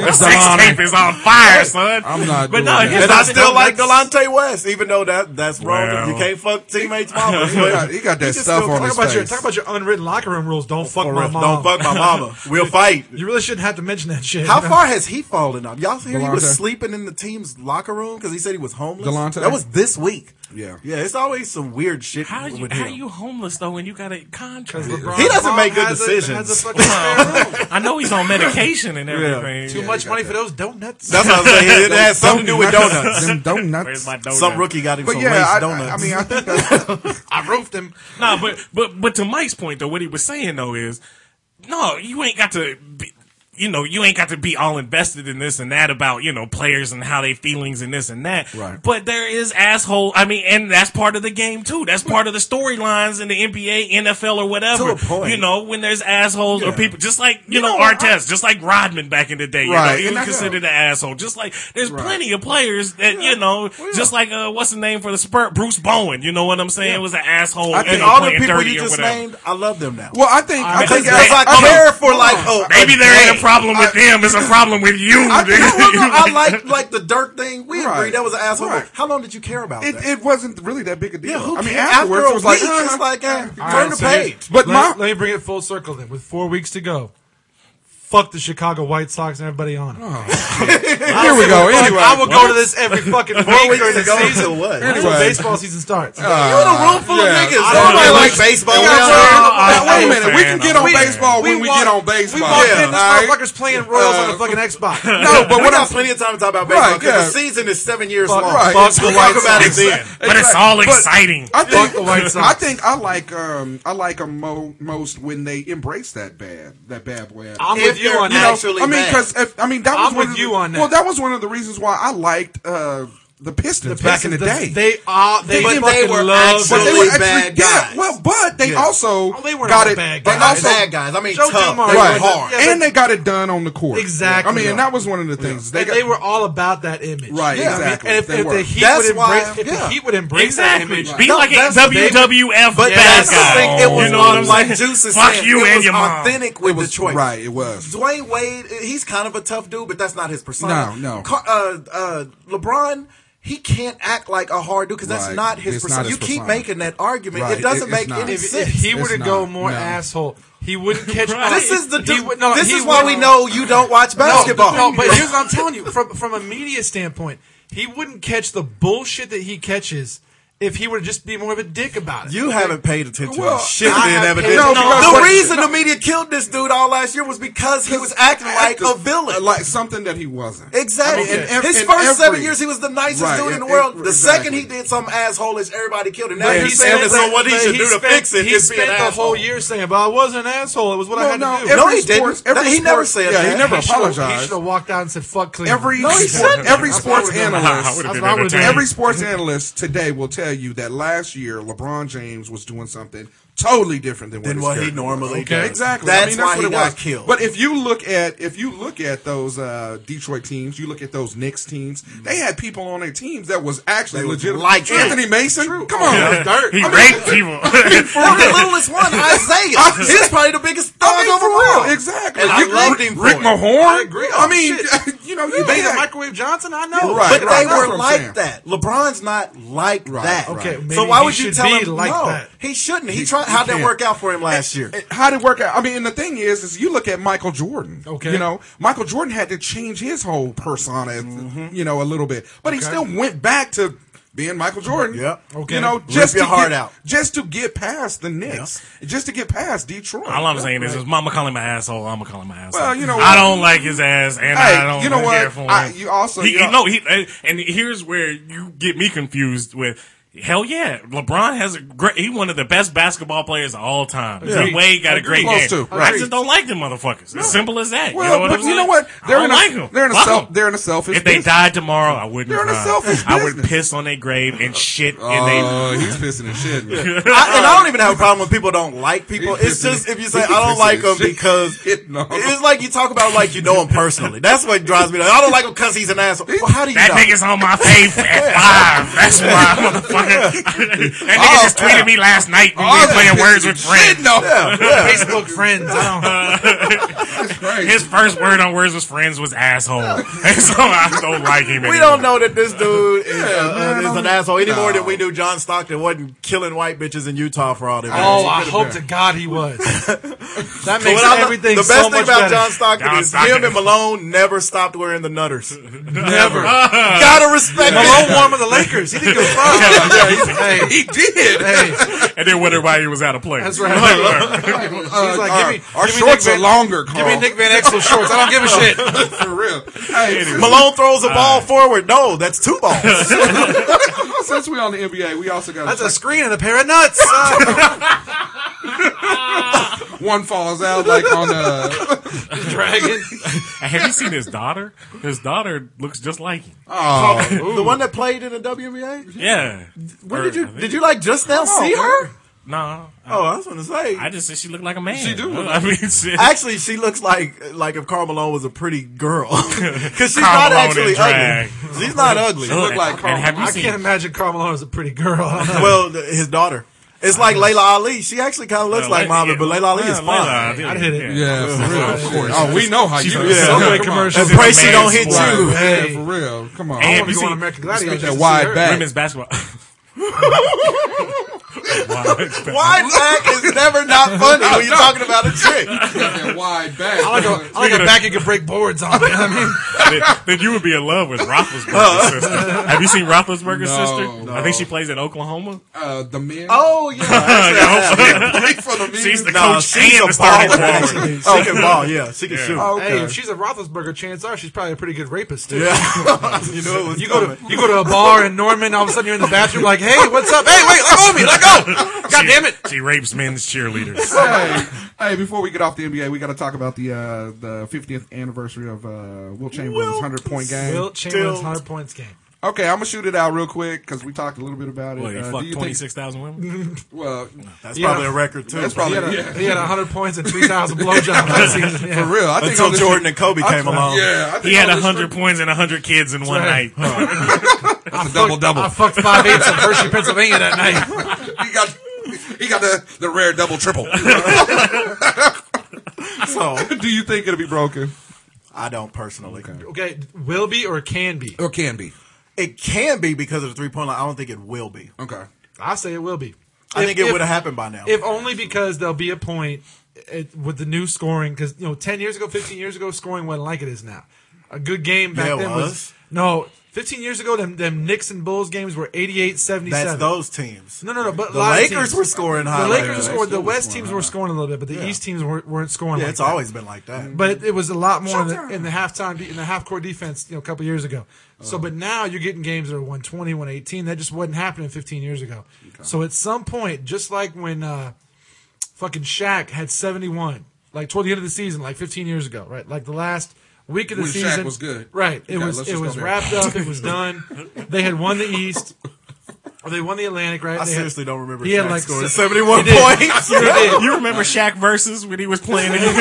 E: the sex
B: Delana.
E: tape is on fire, son.
B: I'm not
E: But
B: doing
E: no,
B: that.
E: here's
D: and
E: the
D: I
E: thing.
D: still like
E: That's-
D: Delonte West, even though that that's wrong.
E: Well.
D: You can't fuck teammates' mama.
B: He got, he got that
D: just
B: stuff
D: still-
B: on
D: talk
B: his
C: Talk about, your,
B: face.
C: talk about your unwritten locker room rules. Don't fuck my mom.
D: Don't fuck my mama. We'll fight.
C: You really shouldn't have to mention that shit.
D: How
C: you know?
D: far has he fallen up? Y'all hear he
B: Delonte.
D: was sleeping in the team's locker room because he said he was homeless.
B: Delonte?
D: That was this week.
B: Yeah.
D: yeah. It's always some weird shit
E: How you
D: with
E: how
D: him.
E: you homeless though when you got a contract?
C: LeBron's
D: He doesn't
C: mom
D: make good
C: has a-
D: decisions.
C: has a fucking spare room.
E: I know he's on medication and everything.
C: Too much money for those donuts.
D: That's what I'm saying. It has something to do with donuts.
B: Them
E: Where's
B: donuts.
E: my donut?
D: Some rookie got him
B: But
D: some
B: yeah,
D: laced
B: I,
D: donuts.
B: I mean, I think that's
C: I roofed him.
E: Nah, but but but to Mike's point though, what he was saying though is, no, you ain't got to. Be, you know, you ain't got to be all invested in this and that about, you know, players and how they feelings and this and that.
B: Right.
E: But there is asshole. I mean, and that's part of the game too. That's part of the storylines in the NBA, NFL or whatever.
D: To a point.
E: You know, when there's assholes or people, just like, you, know,
B: know, I-
E: Artest, just like Rodman back in the day, you
B: Right,
E: know, he
B: and
E: was
B: I know.
E: considered an asshole. Just like, there's plenty of players that, you know, just like, uh, what's the name for the Spurs? Bruce Bowen. You know what I'm saying? Was an asshole
D: I think
E: and
D: all the
E: playing
D: people
E: dirty
D: you
E: or
D: just
E: whatever.
D: named, I love them now.
B: well. I think I,
E: mean,
B: think
E: that's-
D: Because I
B: I think-
D: care for like oh
E: Maybe there ain't a
D: problem.
E: problem with them. It's a problem with you.
D: I,
E: dude.
D: no, no, no, I like like the Dirk thing. We
B: Right.
D: agree that was an asshole.
B: Right.
D: How long did you care about
B: It,
D: that?
B: it wasn't really that big a deal.
D: yeah, who
B: I mean,
D: cares?
B: afterwards
D: After a
B: it was like,
D: week,
B: uh,
D: it's like eh,
C: All
D: turn
C: right,
D: the
C: so here-
D: page.
B: But
C: let,
B: my-
C: let me bring it full circle then. With four weeks to go, fuck the Chicago White Sox and everybody on
B: Oh.
C: it.
B: here we go. Anyway,
C: I will go to this every fucking week during the season.
D: what?
C: Until
B: Anyway. Uh,
C: baseball season starts.
D: You're in a room full of
B: yeah.
D: niggas.
B: I
E: don't
D: Nobody
E: know.
D: likes baseball.
B: Yeah,
D: We
B: I'm
D: all
B: saying,
D: know.
E: I'm
B: wait a
E: a
B: minute.
E: fan.
B: We can get on
E: I'm a
B: baseball when we,
C: walked-
B: get on baseball.
C: We walked
D: Yeah.
C: in, this
B: All right?
C: motherfucker's playing Royals on
B: Uh,
C: the fucking Xbox.
B: No, but
D: we
B: what I'm
D: got plenty of time to talk about baseball
B: Right,
D: because
B: yeah.
D: the season is seven years
C: Fuck
D: long.
B: right.
D: We'll
B: Fuck the
D: talk
B: White
D: about it
B: Sox.
D: then.
E: but it's all exciting.
B: I think
C: the White Sox.
B: I think I like um I like 'em mo- most when they embrace that bad that bad boy. attitude.
C: I'm
D: If
C: with you
D: they're
C: on
D: not
C: that.
D: actually
B: I mean,
D: bad.
B: because I mean that was
C: I'm
B: one
C: with
B: of
C: you
B: the,
C: on that.
B: Well, that was one of the reasons why I liked uh the Pistons, back in the day.
C: They are. They,
D: But they
C: fucking
D: were
C: love.
D: actually-
B: but they were
D: really
B: actually
D: bad guys.
B: Yeah, well, but they
D: Yeah.
B: also
C: Oh, they weren't
B: got
C: all
B: it.
C: bad
B: they
C: guys.
D: Not
B: also
D: bad guys. I mean,
C: Joe
D: tough.
C: Dumars.
D: They were
C: Right.
D: hard.
C: Yeah,
B: and they got it done on the court.
C: Exactly.
B: I mean, and that was one of the things
C: They,
B: got.
C: they were all about that image,
B: Right,
C: You know what I mean?
B: exactly.
C: And if,
B: They
C: if
B: were.
C: the Heat
D: That's
C: would embrace,
D: why-
C: if the
D: yeah.
C: Heat would embrace that
E: Exactly.
C: image,
E: Be
D: No,
E: like a
D: that's-
B: E
E: WWF
D: But
E: bad
D: that's
E: guy.
D: the thing. It was
E: you know what I'm
D: like
E: saying?
D: Juice is
E: Fuck
D: saying,
E: you
D: it
E: and
D: was
E: your mom.
D: authentic with Detroit.
B: right. It was.
D: Dwayne Wade, he's kind of a tough dude, but that's not his persona.
B: No, no.
D: Car- uh, uh, LeBron, he can't act like a hard dude because that's
B: Right.
D: not his
B: It's
D: persona.
B: not his
D: you keep
B: persona.
D: making that argument.
B: Right.
D: It doesn't
B: It- it's
D: make
B: not.
D: any
C: if, if
D: sense.
C: he were
B: It's
C: to
B: not.
C: go more
B: No.
C: asshole, he wouldn't catch.
E: Right.
D: this is the
C: he
D: dude.
C: would- no,
D: this
C: he
D: is why
C: would-
D: we know you don't watch basketball.
C: No, but here's what I'm telling you from from a media standpoint, he wouldn't catch the bullshit that he catches if he were to just be more of a dick about it.
D: you haven't paid attention
B: Well,
D: to shit
C: I
D: then,
C: have
D: evidently.
C: paid- No,
B: because-
D: the reason the media killed this dude all last year was because he was acting like a villain.
B: uh, like something that he wasn't.
D: Exactly.
B: I mean, in ev-
D: His
B: in
D: first
B: every-
D: seven years, he was the nicest
B: Right,
D: dude
B: in
D: in the world.
B: every-
D: the second he
B: exactly.
D: did some assholeish, everybody killed him. Now
C: But
D: you're
C: he
D: saying
C: spent-
D: that, so what he
C: but
D: should do to
C: spent-
D: fix it
C: He
D: is be an
C: spent the whole
D: asshole.
C: year saying, "But I was an asshole. It was what I
B: Well,
C: had
B: no,
C: to do."
B: every
D: No, he
B: sports,
D: didn't.
B: Every
D: He never
B: sports-
D: said
B: yeah,
D: that.
B: He never
D: He
C: should've-
B: apologized.
C: He should have walked out and said, "Fuck Cleveland."
B: Every
D: No, he
B: sport,
D: shouldn't.
B: every
C: That's why
B: sports
C: we're doing it.
E: I
B: analyst,
E: would've
C: That's
E: been
C: why we're doing
E: entertained.
C: it.
B: every sports analyst today will tell you that last year LeBron James was doing something totally different than what,
D: Than
B: his
D: what he
B: character was.
D: normally
B: okay.
D: does.
B: Exactly.
D: That's
B: I mean, that's
D: why
B: what
D: he
B: it
D: got
B: was.
D: killed.
B: But if you look at if you look at those uh, Detroit teams, you look at those Knicks teams, they had people on their teams that was actually
D: Mm-hmm. They was
B: legit.
D: like that.
B: Anthony Mason, come on,
E: Yeah.
B: dirt.
E: He
B: I mean,
E: raped people.
D: And the littlest one, Isaiah. He's probably the biggest thug
B: I mean,
D: overall.
B: for real, exactly.
D: And I
B: You-
D: loved him for
B: Rick
D: it. Oh,
B: Mahorn.
C: I agree.
B: I mean,
C: Shit.
B: you know,
C: You
B: you
C: made
B: that.
C: Microwave Johnson. I know,
B: Right,
D: but
B: right,
D: they
B: that's what
D: were
B: I'm
D: like
B: saying.
D: that. LeBron's not like
B: Right,
D: that.
B: right. Okay,
C: maybe
D: so why
C: he
D: would you
C: should
D: tell
C: be
D: him
C: like
D: no?
C: that.
D: He shouldn't. He,
B: He-
D: tried.
B: he
D: How'd that
B: can't.
D: work out for him last year?
B: How did it work out? I mean, and the thing is, is you look at Michael Jordan.
C: Okay.
B: You know, Michael
E: Mm-hmm.
B: Jordan had to change his whole persona, you know, a little bit, but he still went back to being Michael
E: Mm-hmm.
B: Jordan.
D: Yep.
C: Okay.
B: You know,
D: Rip
B: just
D: your
B: to
D: heart
B: get,
D: out.
B: just to get past the Knicks, just to get past Detroit.
E: All I'm saying is, is Mama calling my asshole. Mama calling my asshole.
B: Well, you know
E: I
B: what?
E: don't like his ass, and
B: Hey,
E: I don't
B: you know
E: care
B: what?
E: for him.
B: I- you also-
E: he,
B: you
E: you know,
B: know-
E: he, and here's where you get me confused with. Hell yeah, LeBron has a great. He's one of the best basketball players of all time.
B: Agreed.
E: Wade got a great
B: Close
E: game.
B: to,
E: I
B: right.
E: just don't like them motherfuckers. As simple as that.
B: well,
E: you know what
B: but
E: I'm
B: you
E: saying?
B: know what?
E: I
B: They're
E: don't
B: in a,
E: like them.
B: They're in a
E: Fuck
B: self.
E: 'em.
B: They're in a selfish.
E: If they
B: business.
E: died tomorrow, I wouldn't.
B: They're in a
E: cry.
B: selfish
E: I would
B: business.
E: piss on their grave and shit in they
B: Oh, he's pissing and shit.
D: I, and I don't even have a problem when people don't like people.
B: He
D: It's just
B: pissing-
D: if you say I
B: he
D: don't
B: pissing
D: like
B: his
D: him
B: shit.
D: because
B: No.
D: it's like you talk about like you know him personally. That's what drives me. Like, I don't like him because he's an asshole. Well, how do you
E: That
D: know?
E: nigga's on my face at five. That's why, motherfucker. that nigga
D: Oh,
E: just tweeted me last night when we
B: Oh,
E: were playing
B: that
E: words
B: pissing
E: with
B: shit,
E: friends.
B: No,
C: Facebook friends. I don't.
B: Right.
E: His first word on words with friends was asshole. And so I don't like him anymore.
D: We don't know that this dude is, uh,
B: man,
D: is
B: I'm-
D: an asshole any more
B: No.
D: than we knew John Stockton wasn't killing white bitches in Utah for all their
C: Oh,
D: reasons.
C: I hope to God he was. That
D: But
C: makes
D: what I lo-
C: everything
D: the best
C: so
D: thing
C: much
D: about
C: better.
D: John Stockton
E: John
D: is
E: Stockton.
D: him and Malone never stopped wearing the nutters.
C: Never.
D: Gotta respect
C: Malone
D: it.
C: wore 'em with the Lakers. He didn't give a fuck. hey,
B: he did.
C: hey,
E: And then wonder why he was out of place.
C: that's right.
B: Uh,
C: He's like,
B: our,
C: give me,
B: our
C: give me
B: shorts
C: Nick
B: are
C: Van,
B: longer. Carl.
C: Give me Nick Van Exel shorts. I don't give a shit.
B: for real. Hey, since-
D: Malone throws a ball forward. No, that's two balls.
B: since we on the NBA, we also got
C: That's
B: to
C: a screen and a pair of nuts. Uh,
B: one falls out like on the.
C: dragon.
E: And Have you seen his daughter? His daughter looks just like him.
B: Oh,
D: the one that played in the WNBA.
E: Yeah.
D: When
E: Or-
D: did you
E: I think-
D: did you like just now see her?
E: No.
D: Oh, I was gonna say.
E: I just said she looked like a man.
B: She do look
E: I mean, shit.
D: Actually, she looks like like if Carl Malone was a pretty girl, because she's
E: Karl
D: not
E: Malone in
D: actually
E: drag.
D: ugly. She's not ugly.
E: Ugh.
B: like
E: And
B: Karl
E: have you
C: I
E: seen-
C: can't imagine Carmelo is a pretty girl. I don't know.
D: Well, th- his daughter. It's like Layla Ali. She actually kind of looks
E: Yeah,
D: like
E: Layla-
D: Muhammad, but
E: Uh, yeah.
D: Layla Ali is
E: Yeah,
D: fine.
E: Layla,
C: I did it.
B: yeah, for real. Of course. Oh, we know how
E: She's
B: you.
E: a
B: Yeah.
E: Subway
B: Come on.
C: commercial.
D: And pray she
E: Man's
D: don't hit
E: wife.
D: you.
B: Yeah,
C: Hey.
B: for real. Come on.
E: And
C: want to
E: you
C: go on
E: see-
C: American
B: Let's
C: Gladiator.
B: get
C: just
B: that
C: to see her.
B: wide back.
E: Women's basketball.
D: Wide back is never not funny when you're talking about a chick.
B: That wide back.
C: I like a, I like
E: Speaking
C: a
E: of-
C: back you could break boards on. You know what I mean,
E: then, then you would be in love with Roethlisberger's sister. Have you seen Roethlisberger's
B: No,
E: sister? I think she plays in Oklahoma.
B: uh, the men.
D: Oh yeah,
B: Play for the men.
E: She's the
D: no,
E: coach
D: she's
E: and
D: a
E: the starting
D: baller.
E: forward.
D: Actually, she can ball. Yeah, she can shoot.
C: hey,
B: Okay.
C: if she's a Roethlisberger, chance are she's probably a pretty good rapist too.
D: Yeah, you know it was
C: You go to you go to a bar in Norman. All of a sudden, you're in the bathroom. Like, hey, what's up? Hey, wait, let go of me. Let go. God
E: She-
C: damn it.
E: She rapes men's cheerleaders.
B: hey, hey, before we get off the NBA, we got to talk about the uh, the 50th anniversary of uh, Will Chamberlain's
D: Wilt.
B: 100 point game.
C: Will Chamberlain's
D: Still-
C: hundred points game.
B: Okay, I'm gonna shoot it out real quick because we talked a little bit about it.
E: Well, he
B: Uh, do
E: fucked
B: you
E: twenty
B: think?
E: six thousand women.
B: Well,
D: That's
C: Yeah.
D: probably a record too.
B: that's probably
C: He had, a,
B: yeah.
C: he had 100 points and 3,000 blowjobs that season. Yeah.
B: for real. I think
D: until
B: on this-
D: Jordan and Kobe came along.
B: Yeah, I think
E: He had
B: on this-
E: hundred points and hundred kids in one
C: right.
E: night.
B: That's a double double.
C: I fucked five eights in Hershey, Pennsylvania that night.
B: He got he got the, the rare double triple.
D: So
B: Do you think it'll be broken
D: I don't personally.
C: Okay, will be or can be?
B: or can be?
D: It can be because of the three point line. I don't think it will be.
B: Okay.
C: I say it will be.
D: I
C: If-
D: think it
C: if-
D: would have happened by now.
C: If only because there'll be a point it, with the new scoring, because you know, ten years ago, fifteen years ago, scoring wasn't like it is now. A good game back
D: Yeah, it
C: then was.
D: was.
C: no. Fifteen years ago, them them Knicks and Bulls games were 88 77
D: That's those teams.
C: No, no, no. But
D: The
C: a lot of
D: Lakers
C: teams-
D: were scoring high.
C: The
D: like
C: Lakers
D: that.
B: they
C: scored. The
B: still were
C: West
B: scoring
C: teams
B: high.
C: were scoring a little bit, but the East teams weren't, weren't scoring.
D: Yeah,
C: like
D: it's
C: that.
D: always been like that.
C: But it was a lot more in the, in the halftime in the half court defense, you know, a couple years ago.
D: Uh-huh.
C: So, but now you're getting games that are 120, 118. That just wasn't happening 15 years ago. So at some point, just like when uh, fucking Shaq had 71, like toward the end of the season, like 15 years ago, right? Like the last week of the
B: When Shaq
C: season
B: was good.
C: right? It
B: Okay,
C: was
B: let's
C: it
B: just
C: was
B: go there.
C: wrapped up. It was done. They had won the East. Or they won the Atlantic, right?
D: I
C: They had-
D: seriously don't remember.
C: He had
D: Shaq
C: like
D: scoring
C: se-
D: seventy-one
C: He did.
D: points.
E: you remember Shaq versus when he was playing when
D: I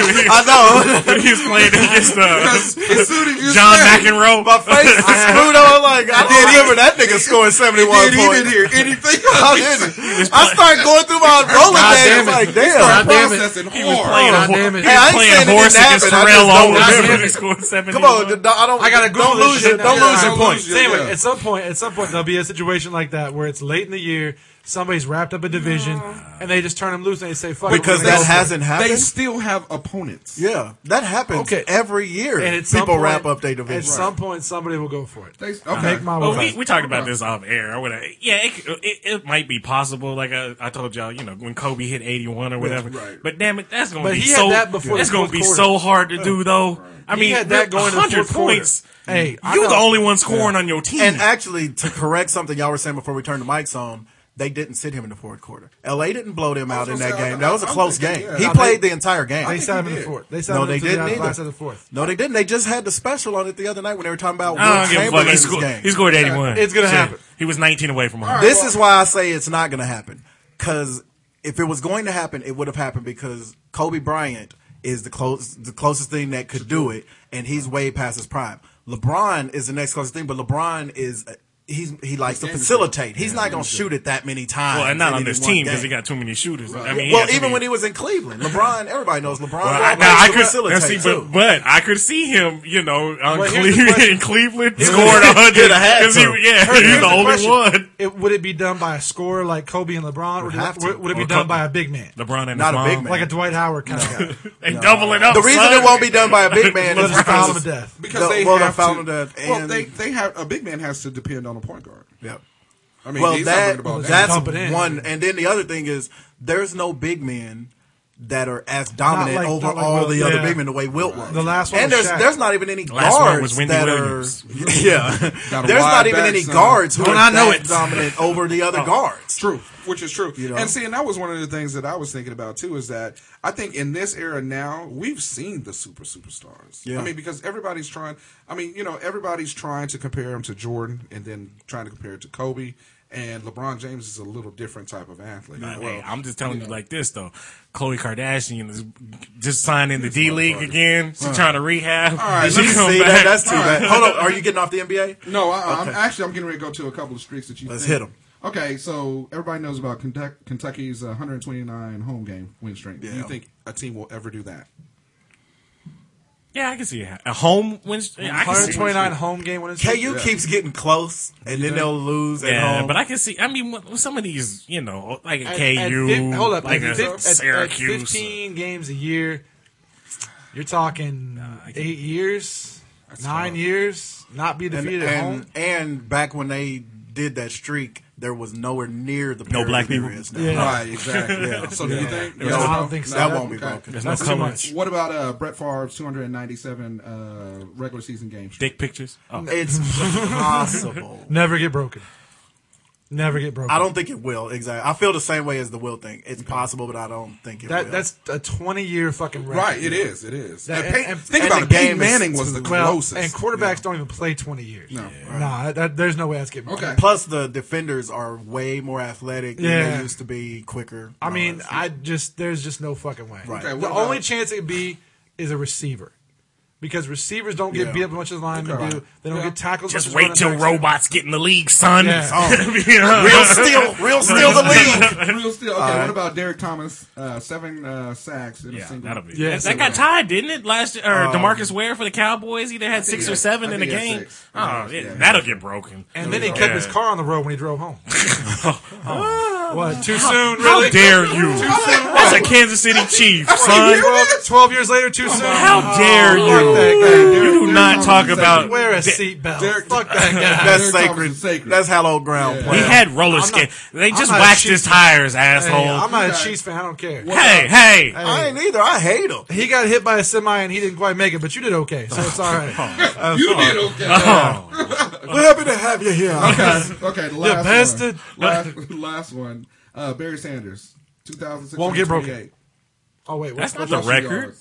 D: know.
E: he was playing against uh,
B: As soon as you
E: John
B: said it,
E: McEnroe.
D: My face is
C: Uh-huh.
D: screwed on. Like I didn't remember that nigga scoring seventy-one
B: did, he didn't
D: points.
B: hear anything.
D: I didn't. I started going through my Rolodex.
B: damn it.
D: Like
B: Start
D: damn.
C: damn it.
B: processing
E: He was
B: hard.
E: playing,
C: God
E: hor-
C: damn
E: Oh, he
C: it.
E: was
C: Hey,
D: I ain't
E: playing
D: saying it
E: horse
D: didn't
E: against
D: happen. I
E: Terrell
D: just don't
E: Owens.
D: remember
E: and
C: it.
E: he scored 71.
D: Come on, d- I don't.
C: I gotta Google
D: don't
C: this
D: lose
C: shit
D: your
C: now.
D: don't lose
C: Yeah,
D: your
B: I
D: points.
B: lose your-
C: So anyway,
B: Yeah.
C: at some point, at some point, there'll be a situation like that where where it's late in the year, somebody's wrapped up a division, and they just turn them loose and they say, "Fuck." it,
D: because
C: we're gonna
D: that
C: go for it."
D: hasn't happened.
B: They still have opponents.
D: yeah, that happens
C: Okay.
D: every year.
C: And at some
D: people
C: point-
D: wrap up their
C: At
D: division.
C: some point, somebody will go for it.
B: They, okay.
C: Make my
E: Well,
C: way.
E: Oh, we, we talked about this off air. I would, yeah, it, could- it, it might be possible. Like I, I told y'all, you know, when Kobe hit eighty one or whatever.
B: right.
E: But damn it, that's gonna
C: But
E: be
C: he had
E: so.
C: that before
E: that's
C: the
E: gonna
C: fourth
E: be
C: quarter.
E: so hard to do, though. I
C: He
E: mean,
C: had that going in the
E: hundred
C: fourth quarter.
E: points.
C: Hey, I
E: you're the
C: know.
E: only one scoring on your team.
D: And actually, to correct something y'all were saying before we turned the mics on, they didn't sit him in the fourth quarter. LA didn't blow them out in
B: gonna
D: that
B: say, I-
D: game. That was a
B: I'm
D: close
B: thinking,
D: game.
B: yeah.
D: He
B: No,
D: played the entire game.
C: They sat him
B: he
C: in the
B: did.
C: fourth. They sat
D: no,
C: him
D: they
C: to the
D: didn't
C: last of
D: either.
C: the fourth.
D: No, they didn't. They just had the special on it the other night when they were talking about
E: I don't
D: Will
E: give a fuck. He
D: Chamberlain's
E: scored,
D: game.
E: he scored eighty one.
C: It's gonna happen.
E: He was nineteen away from hundred.
D: This is why I say it's not going to happen. Because if it was going to happen, it would have happened because Kobe Bryant is the close, the closest thing that could do it, and he's way past his prime. LeBron is the next closest thing, but LeBron is he's he likes to facilitate. He's not going to shoot it that many times.
E: Well, and not
D: in
E: on
D: any
E: this
D: one
E: team because he
D: game.
E: got too many shooters. I mean,
D: well, even when he was in Cleveland, LeBron, everybody knows LeBron.
E: Well, I,
D: likes
E: now, I
D: to
E: could now,
D: facilitate
E: see,
D: too.
E: but, but I could see him, you know, on
C: Well, here's the
E: Cleveland,
C: question.
E: in Cleveland scored a hundred
D: He'd have had
E: he,
D: to.
E: yeah, he's
C: Here's
E: the
C: the
E: only
C: question.
E: one.
C: It, would it be done by a scorer like Kobe and LeBron, or would,
D: have
C: it,
D: to.
C: would, would it be
E: Or
C: done
E: Kobe.
C: by a big man,
E: LeBron and
D: Not
E: his
D: a big
E: mom.
D: man.
C: like a Dwight Howard kind of guy?
E: They double it up.
D: the reason
E: son.
D: it won't be done by a big man
C: But
D: is
C: it's a
D: because
C: problem of death.
B: because
D: No,
B: they
D: well,
B: have
D: the foul
B: to,
D: of that
B: well,
D: and-
B: they they have a big man has to depend on a point guard.
D: Yep.
B: I mean,
D: well,
B: he's not bringing
D: that
B: the ball down.
C: Dump it in.
D: that's one, and then the other thing is there's no big men that are as dominant
C: like-
D: over
C: not like
D: all
C: Wilt,
D: the other
C: yeah.
D: big men the way Wilt was.
C: The last one
D: and
C: was
D: there's
C: Shaq.
D: there's not even any
E: Last one
D: guards
E: was Wendy
D: that
E: Williams.
D: are yeah.
B: Got a
D: there's
B: wide
D: not even
B: back,
D: any
B: son.
D: guards who
E: Don't
D: are
E: I know
D: that
E: it.
D: dominant over the
E: Oh.
D: other guards.
B: True, which is true.
D: You know?
B: And see, and that was one of the things that I was thinking about too is that I think in this era now we've seen the super superstars.
D: Yeah.
B: I mean, because everybody's trying. I mean, you know, everybody's trying to compare him to Jordan, and then trying to compare it to Kobe. And LeBron James is a little different type of athlete.
E: Hey,
B: well,
E: I'm just telling you like this though. Khloe Kardashian is just signed in the D League again. She's trying to rehab. All
B: right,
E: she
B: let me
E: come
D: See, that,
E: back.
D: that's too bad. Hold on, are you getting off the NBA?
B: no, I, I'm actually I'm getting ready to go to a couple of streaks that you.
D: Let's
B: think-
D: hit 'em.
B: Okay, so everybody knows about Kentuck- Kentucky's uh, 129 home game win streak. Do
D: Yeah.
B: you think a team will ever do that?
E: yeah, I can see it. A home win. I can see. it.
C: 129 home game when it's
D: KU keeps getting close, and then they'll lose at
E: Yeah,
D: home.
E: but I can see. I mean, what- some of these, you know, like a
C: At- at
E: KU,
C: fif- hold up,
E: like
C: at,
E: a
C: fif- at- at
E: Syracuse.
C: 15 games a year. You're talking eight years, nine years, not be
D: and,
C: defeated at home.
D: and, and back when they did that streak, there was nowhere near the
E: No black
D: parity there
E: people.
D: is now.
C: Yeah.
B: Right, exactly. So do you think?
C: No, I don't think so.
D: That won't be broken.
E: There's
C: That's
E: no
C: too
E: color.
C: much.
B: What about uh, Brett Favre's 297 uh, regular season games?
E: Dick pictures. Oh.
D: It's possible.
C: Never get broken. Never get broken.
D: I don't think it will. Exactly. I feel the same way as the will thing. It's possible, but I don't think it
C: That
D: will.
C: that's a 20 year fucking record.
B: Right, it is. It is.
C: That-
B: And Pey-
C: and-
B: think
D: and
B: about
D: the
B: it. Peyton
D: game is
B: Manning was the
C: Well,
B: closest.
C: and quarterbacks don't even play 20 years.
B: No.
C: Nah, that, that- there's no way that's getting broken.
B: Okay.
D: Plus, the defenders are way more athletic than
C: Yeah.
D: they used to be.
C: I
D: Quicker. and all
C: mean,
D: that stuff.
C: I just there's just no fucking way.
D: Right.
B: Okay, what
C: the
B: about-
C: only chance it could be is a receiver. Because receivers don't get
D: Yeah.
C: beat up as much as linemen
B: Okay.
C: do. They don't
B: Yeah.
C: get tackled.
E: Just wait till robots get in the league, son.
C: Yeah.
D: real steal, real steal the league.
B: Real still. Okay, what about Derek Thomas? Uh, seven uh, sacks in a
E: Yeah,
B: single.
E: that'll be.
C: Yeah,
E: that,
C: so-
E: that got tied, didn't it? Last year, or Demarcus Ware for the Cowboys, he either had six or
B: he had-
E: seven
B: I
E: in a
B: think he had
E: game.
B: six.
E: Oh,
B: Yeah,
E: yeah,
B: yeah.
E: that'll get broken.
C: And then he kept his
E: Yeah. Oh.
C: car on the road when he drove home. Oh. what? Too soon,
E: How
C: really?
E: dare you? That's a Kansas City Chief, son.
C: 12, 12 years later, too soon. Oh,
E: How dare
C: fuck that
E: you?
C: guy.
E: You do not talk
B: Derek-
E: about.
C: Wear a
E: He
C: seatbelt.
B: Derek-
C: Fuck that guy.
D: That's
B: Derek Thomas
D: sacred.
B: is sacred.
D: That's hallowed ground. play.
E: had roller skate. They just waxed
C: cheap-
E: his tires,
C: Hey, I'm
E: asshole.
C: not a
B: Okay.
C: Chiefs fan. I don't care.
E: Hey, hey.
D: I ain't either. I hate him.
C: He got hit by a semi and he didn't quite make it, but you did okay, so it's all right.
B: you did okay.
E: Oh,
D: We're happy to have you here.
B: okay, the last
C: bastard.
B: one. Last, last one. Uh, Barry Sanders, 2006.
C: Won't get broken. Oh wait,
E: That's
C: what's
E: not the record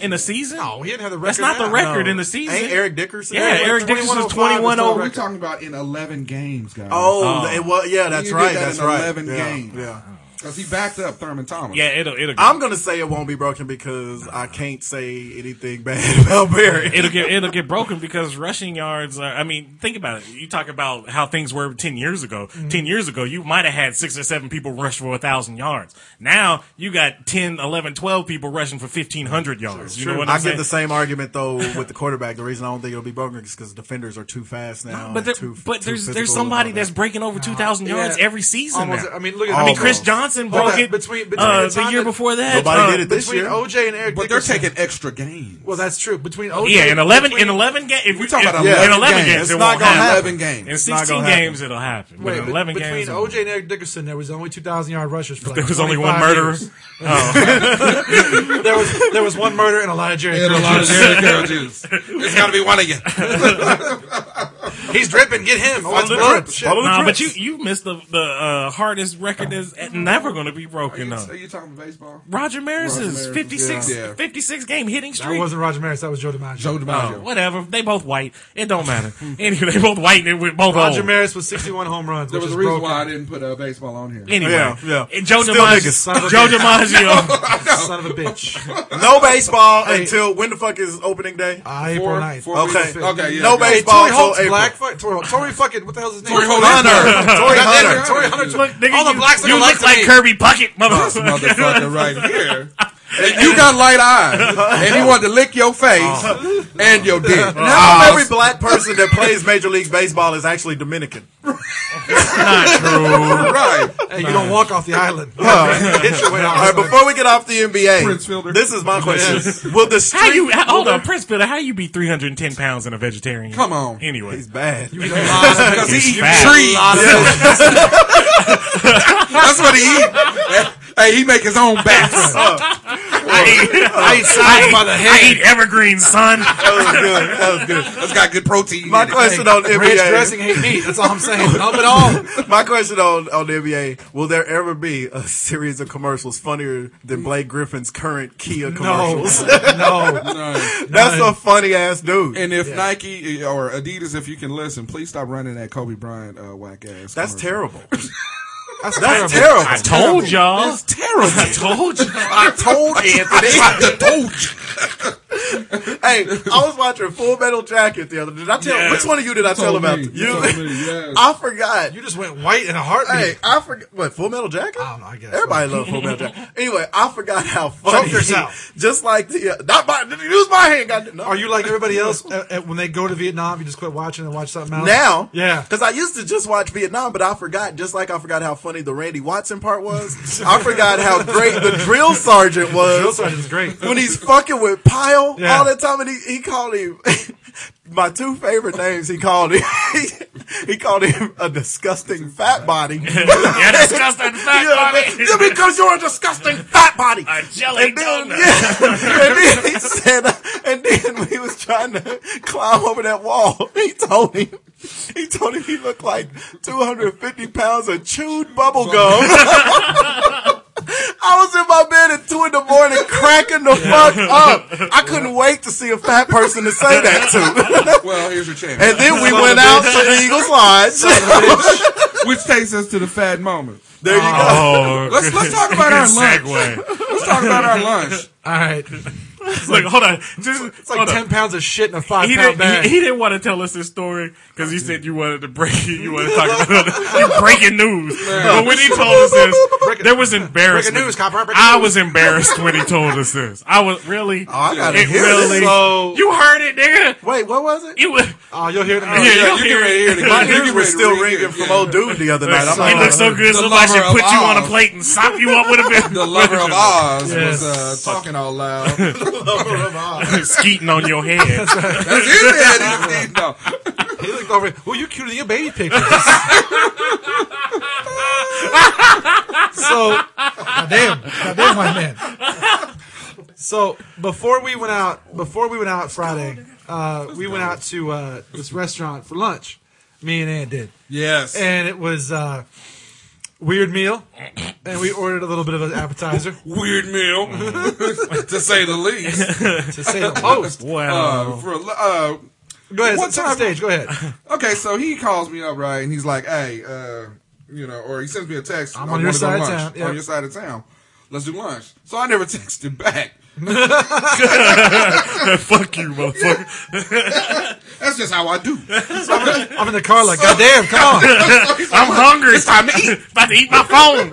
E: in the
B: season.
E: season.
C: no? He didn't have the record.
E: That's not the
C: now.
E: record
D: No.
E: in the season.
D: Ain't Eric Dickerson?
E: Yeah, Eric oh. Dickerson was
C: 21
E: 21
C: over.
B: We're
E: over.
B: talking about in 11 games, guys.
D: Oh, it was. Yeah, that's
B: You did
D: right.
B: that
D: That's
B: in
D: right.
B: 11
D: yeah,
B: games.
D: yeah.
B: Because he backed up Thurman Thomas.
E: Yeah, it'll it'll
D: I'm gonna say it won't be broken because I can't say anything bad about Barry.
E: it'll get it'll get broken because rushing yards are I mean, think about it. You talk about how things were ten years ago. Ten years ago, you might have had six or seven people rush for a thousand yards. Now you got 10, 11, 12 people rushing for fifteen hundred yards. You know what I'm
D: I
E: saying?
D: get the same argument though with the quarterback. The reason I don't think it'll be broken is because defenders are too fast now.
E: but there,
D: and too,
E: but
D: too
E: there's there's
D: physical and all
E: somebody
D: that.
E: that's breaking over two thousand yards
C: Yeah.
E: every season.
C: Almost,
E: now.
C: I mean, look at
D: I mean,
C: Almost.
E: Chris Johnson
C: But
E: broke
C: that-
E: it
C: between- between
E: uh,
C: the
E: the,
C: time
E: year
C: that-
E: before that.
D: Nobody
E: uh,
D: did it this
C: between
D: year.
C: OJ and Eric
B: But they're
C: Dickerson-
B: taking extra games.
C: Well, that's true. Between OJ,
E: Yeah, in eleven in
C: between-
E: eleven games. If we
B: talking about
E: in
B: 11
E: eleven
B: games.
E: games,
D: It's
E: it
D: not
E: won't
D: gonna
E: happen.
D: happen.
B: 11 games.
E: In
D: It's not
E: sixteen
D: gonna happen.
E: games, it'll happen. But
C: Wait,
E: in
C: but
E: eleven
C: between
E: games, it won't.
C: OJ and Eric Dickerson, there was only two thousand yard rushes. For like
E: there was only one
C: 25
E: murderer.
C: years.
E: Oh.
C: There was there was one murder and a lot of Jerry.
B: And a
C: Curl
B: lot of
C: juice.
B: Jerry Curl juice. It's got to be one of you.
C: He's dripping. Get him. Oh, it's
E: the
C: blood.
E: drips.
C: Shit.
D: Follow the
E: Nah, but you
D: drips.
E: you missed the the uh, hardest record that's never going to be broken. Though.
B: Are you talking baseball?
E: Roger Maris's
B: Maris,
E: 56,
B: yeah. Yeah.
E: 56 game hitting
C: That
E: streak.
C: wasn't Roger Maris. That was Joe DiMaggio.
B: Joe
E: Oh,
B: DiMaggio.
E: whatever. They both white. It don't matter. anyway, they both white and we're both
C: Roger
E: old.
C: Maris was sixty-one home runs.
B: there
C: which
B: was
C: is
B: a reason
C: broken.
B: why I didn't put uh, baseball on here.
E: Anyway,
D: Yeah, yeah.
E: And Joe
D: Still
E: DiMaggio.
D: niggas, son
C: of a
E: Joe
C: bitch.
E: DiMaggio.
C: Son of a bitch.
D: No baseball until when the fuck is opening day?
C: Uh,
B: Four-
C: April 9th.
B: four weeks
D: Okay.
B: of- Okay, yeah.
D: No
B: go.
D: base-
C: Hey,
D: baseball
C: Tory Holt's
D: till April.
C: black. fu- Tory, Tory fucking. What the hell's his name?
B: Tory Holt.
D: Hunter, Tory
B: Goddamn
D: Hunter.
B: it.
C: Tory Hunter's
E: Look, nigga,
C: All the
E: you,
C: blacks are
E: you
C: alike
E: look like
C: to me.
E: Kirby Puckett,
B: This
E: motherfucker.
B: motherfucker right here. And you got light eyes. And he wanted to lick your face and your dick.
D: Now every black person that plays Major League Baseball is actually Dominican.
B: right.
C: Hey, you don't walk off the island.
D: Hit your way down. All right, before we get off the
B: Prince
D: NBA,
B: Fielder.
D: this is my question: Will the street?
E: How you, how, hold on, Prince Fielder, how you be 310 pounds and a vegetarian?
B: Come on.
E: Anyway.
D: He's bad.
B: Because
E: He's
B: he eat
E: fat.
B: trees. That's what he eat. Hey, he make his own bats.
E: I eat,
C: sides by the
E: I eat evergreen, son.
D: That was good. That was good.
B: That's got good protein.
D: My
B: in it.
D: question on
C: Ranch
D: NBA.
C: dressing ain't meat. That's all I'm saying. Help it all.
D: My question on on the NBA. Will there ever be a series of commercials funnier than Blake Griffin's current Kia commercials?
C: No.
B: Nice.
D: That's a funny ass dude.
B: And if Nike eh, or Adidas, if you can listen, please stop running that Kobe Bryant uh, whack ass.
D: That's terrible.
C: That's,
D: That's
C: terrible.
D: terrible.
E: I told y'all.
B: That's terrible.
E: I told you.
D: I told
B: I tried to told you.
D: Hey, I was watching Full Metal Jacket the other. Did I tell
E: Yeah.
D: which one of you did I tell
B: told
D: about?
B: me.
D: it?
B: You told me, yes.
D: I forgot.
C: You just went white in a heartbeat.
D: Hey, I forgot. What Full Metal Jacket?
C: I don't know, I guess.
D: Everybody loves Full Metal Jacket. Anyway, I forgot how funny.
C: Choke yourself.
D: Just like the uh, not my. Did you use my hand? God, no.
C: Are you like everybody else uh, uh, when they go to Vietnam? You just quit watching and watch something else.
D: now?
C: yeah.
D: Because I used to just watch Vietnam, but I forgot. Just like I forgot how funny the Randy Watson part was. I forgot how great the drill sergeant was.
C: Drill sergeant's great.
D: when he's fucking with Pyle
C: Yeah.
D: all the time, and he, he called him my two favorite names. He called him he called him a disgusting fat body.
E: Yeah, disgusting fat
D: Yeah,
E: body.
D: man. Yeah, because you're a disgusting fat body.
E: A jelly
D: and then,
E: donut.
D: yeah, and then he said, uh, and then when he was trying to climb over that wall, he told him, he told him he looked like 250 pounds of chewed bubble gum. I was in my bed at two in the morning, cracking the fuck up. I couldn't wait to see a fat person to say that to.
B: Well, here's your chance.
D: and then we went out to the Eagles Lodge.
B: Which takes us to the fad moment.
D: There you go.
E: Oh,
B: Let's let's talk about our lunch.
E: segue.
B: Let's talk about our lunch.
C: All right.
E: Look, hold on. Just
C: It's like
E: hold on.
C: 10 pounds of shit in a five
E: He
C: pound
E: didn't,
C: bag.
E: he, he didn't want to tell us this story because he said you wanted to break it. You wanted to talk about it. you breaking news. But when he told us this,
C: Breaking-
E: there was embarrassment.
C: breaking news, copper, breaking
E: I
C: news.
E: was embarrassed when he told us this. I was really.
D: Oh, I gotta
E: it
D: hear this.
E: really.
C: So-
E: you heard it, nigga.
D: Wait, what was it?
E: You was.
C: oh, you'll hear it in a
E: Yeah,
C: minute.
E: you'll
B: you
E: hear
B: get ready
E: it.
B: here to
D: My
B: get- you
D: ears
B: get
D: were
B: ready to
D: still
B: ring it,
D: ringing from
B: yeah.
D: old dude the other night. I'm
E: It
D: like,
E: looks so good.
B: The
E: Somebody should
B: lover of
E: put you on a
B: Oz.
E: plate and sop you up with a bit.
B: The lover of Oz
C: Yes.
B: was uh, talking all loud. That's
E: skeeting on your head.
B: it, man. He- he- no.
C: He looked over. Oh, you're cuter than your baby pictures. so, goddamn, goddamn, my man. So before we went out, before we went out Friday, uh, we went out to uh, this restaurant for lunch. Me and Ann did,
B: Yes.
C: and it was uh, weird meal, and we ordered a little bit of an appetizer
B: Weird meal, to say the least.
C: to say the most.
E: Wow.
C: Oh.
B: Uh, for, a lo- uh,
C: Go ahead,
B: One
C: set the
B: time-
C: stage. Go ahead.
B: okay, so he calls me up, right? And he's like, hey, uh, you know, or he sends me a text.
C: I'm
B: "I
C: on your
B: wanna go
C: side of
B: lunch."
C: town, yeah.
B: On your side of town. Let's do lunch. So I never texted back. Um,
E: Fuck you, motherfucker.
B: That's just how I do.
C: I'm in the car like, goddamn, come on.
E: I'm hungry. It's time to eat. About to eat my phone.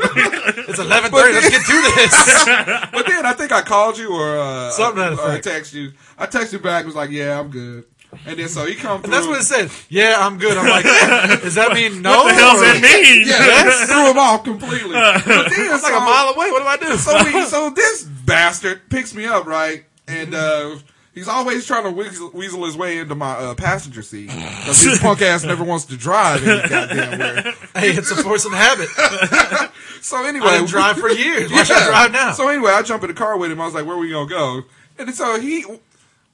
C: It's 11:30. Let's get to this.
B: But then I think I called you or uh,
C: Something to that
B: or
C: effect.
B: text you. I texted back. Was like, yeah, I'm good. And then so he come through.
C: And that's what it said. Yeah, I'm good. I'm like, does that mean no?
E: what the hell's
C: or-
E: that mean?
B: Yeah, that threw him off completely. But then
C: It's like a mile away. What do I do?
B: so we, so this bastard picks me up right, and uh, he's always trying to weasel, weasel his way into my uh, passenger seat because his punk ass never wants to drive any goddamn where.
C: hey, it's a force of habit.
B: So anyway,
C: I didn't drive for years. Why should I drive now?
B: So anyway, I jump in the car with him. I was like, "Where we gonna go?" And so he,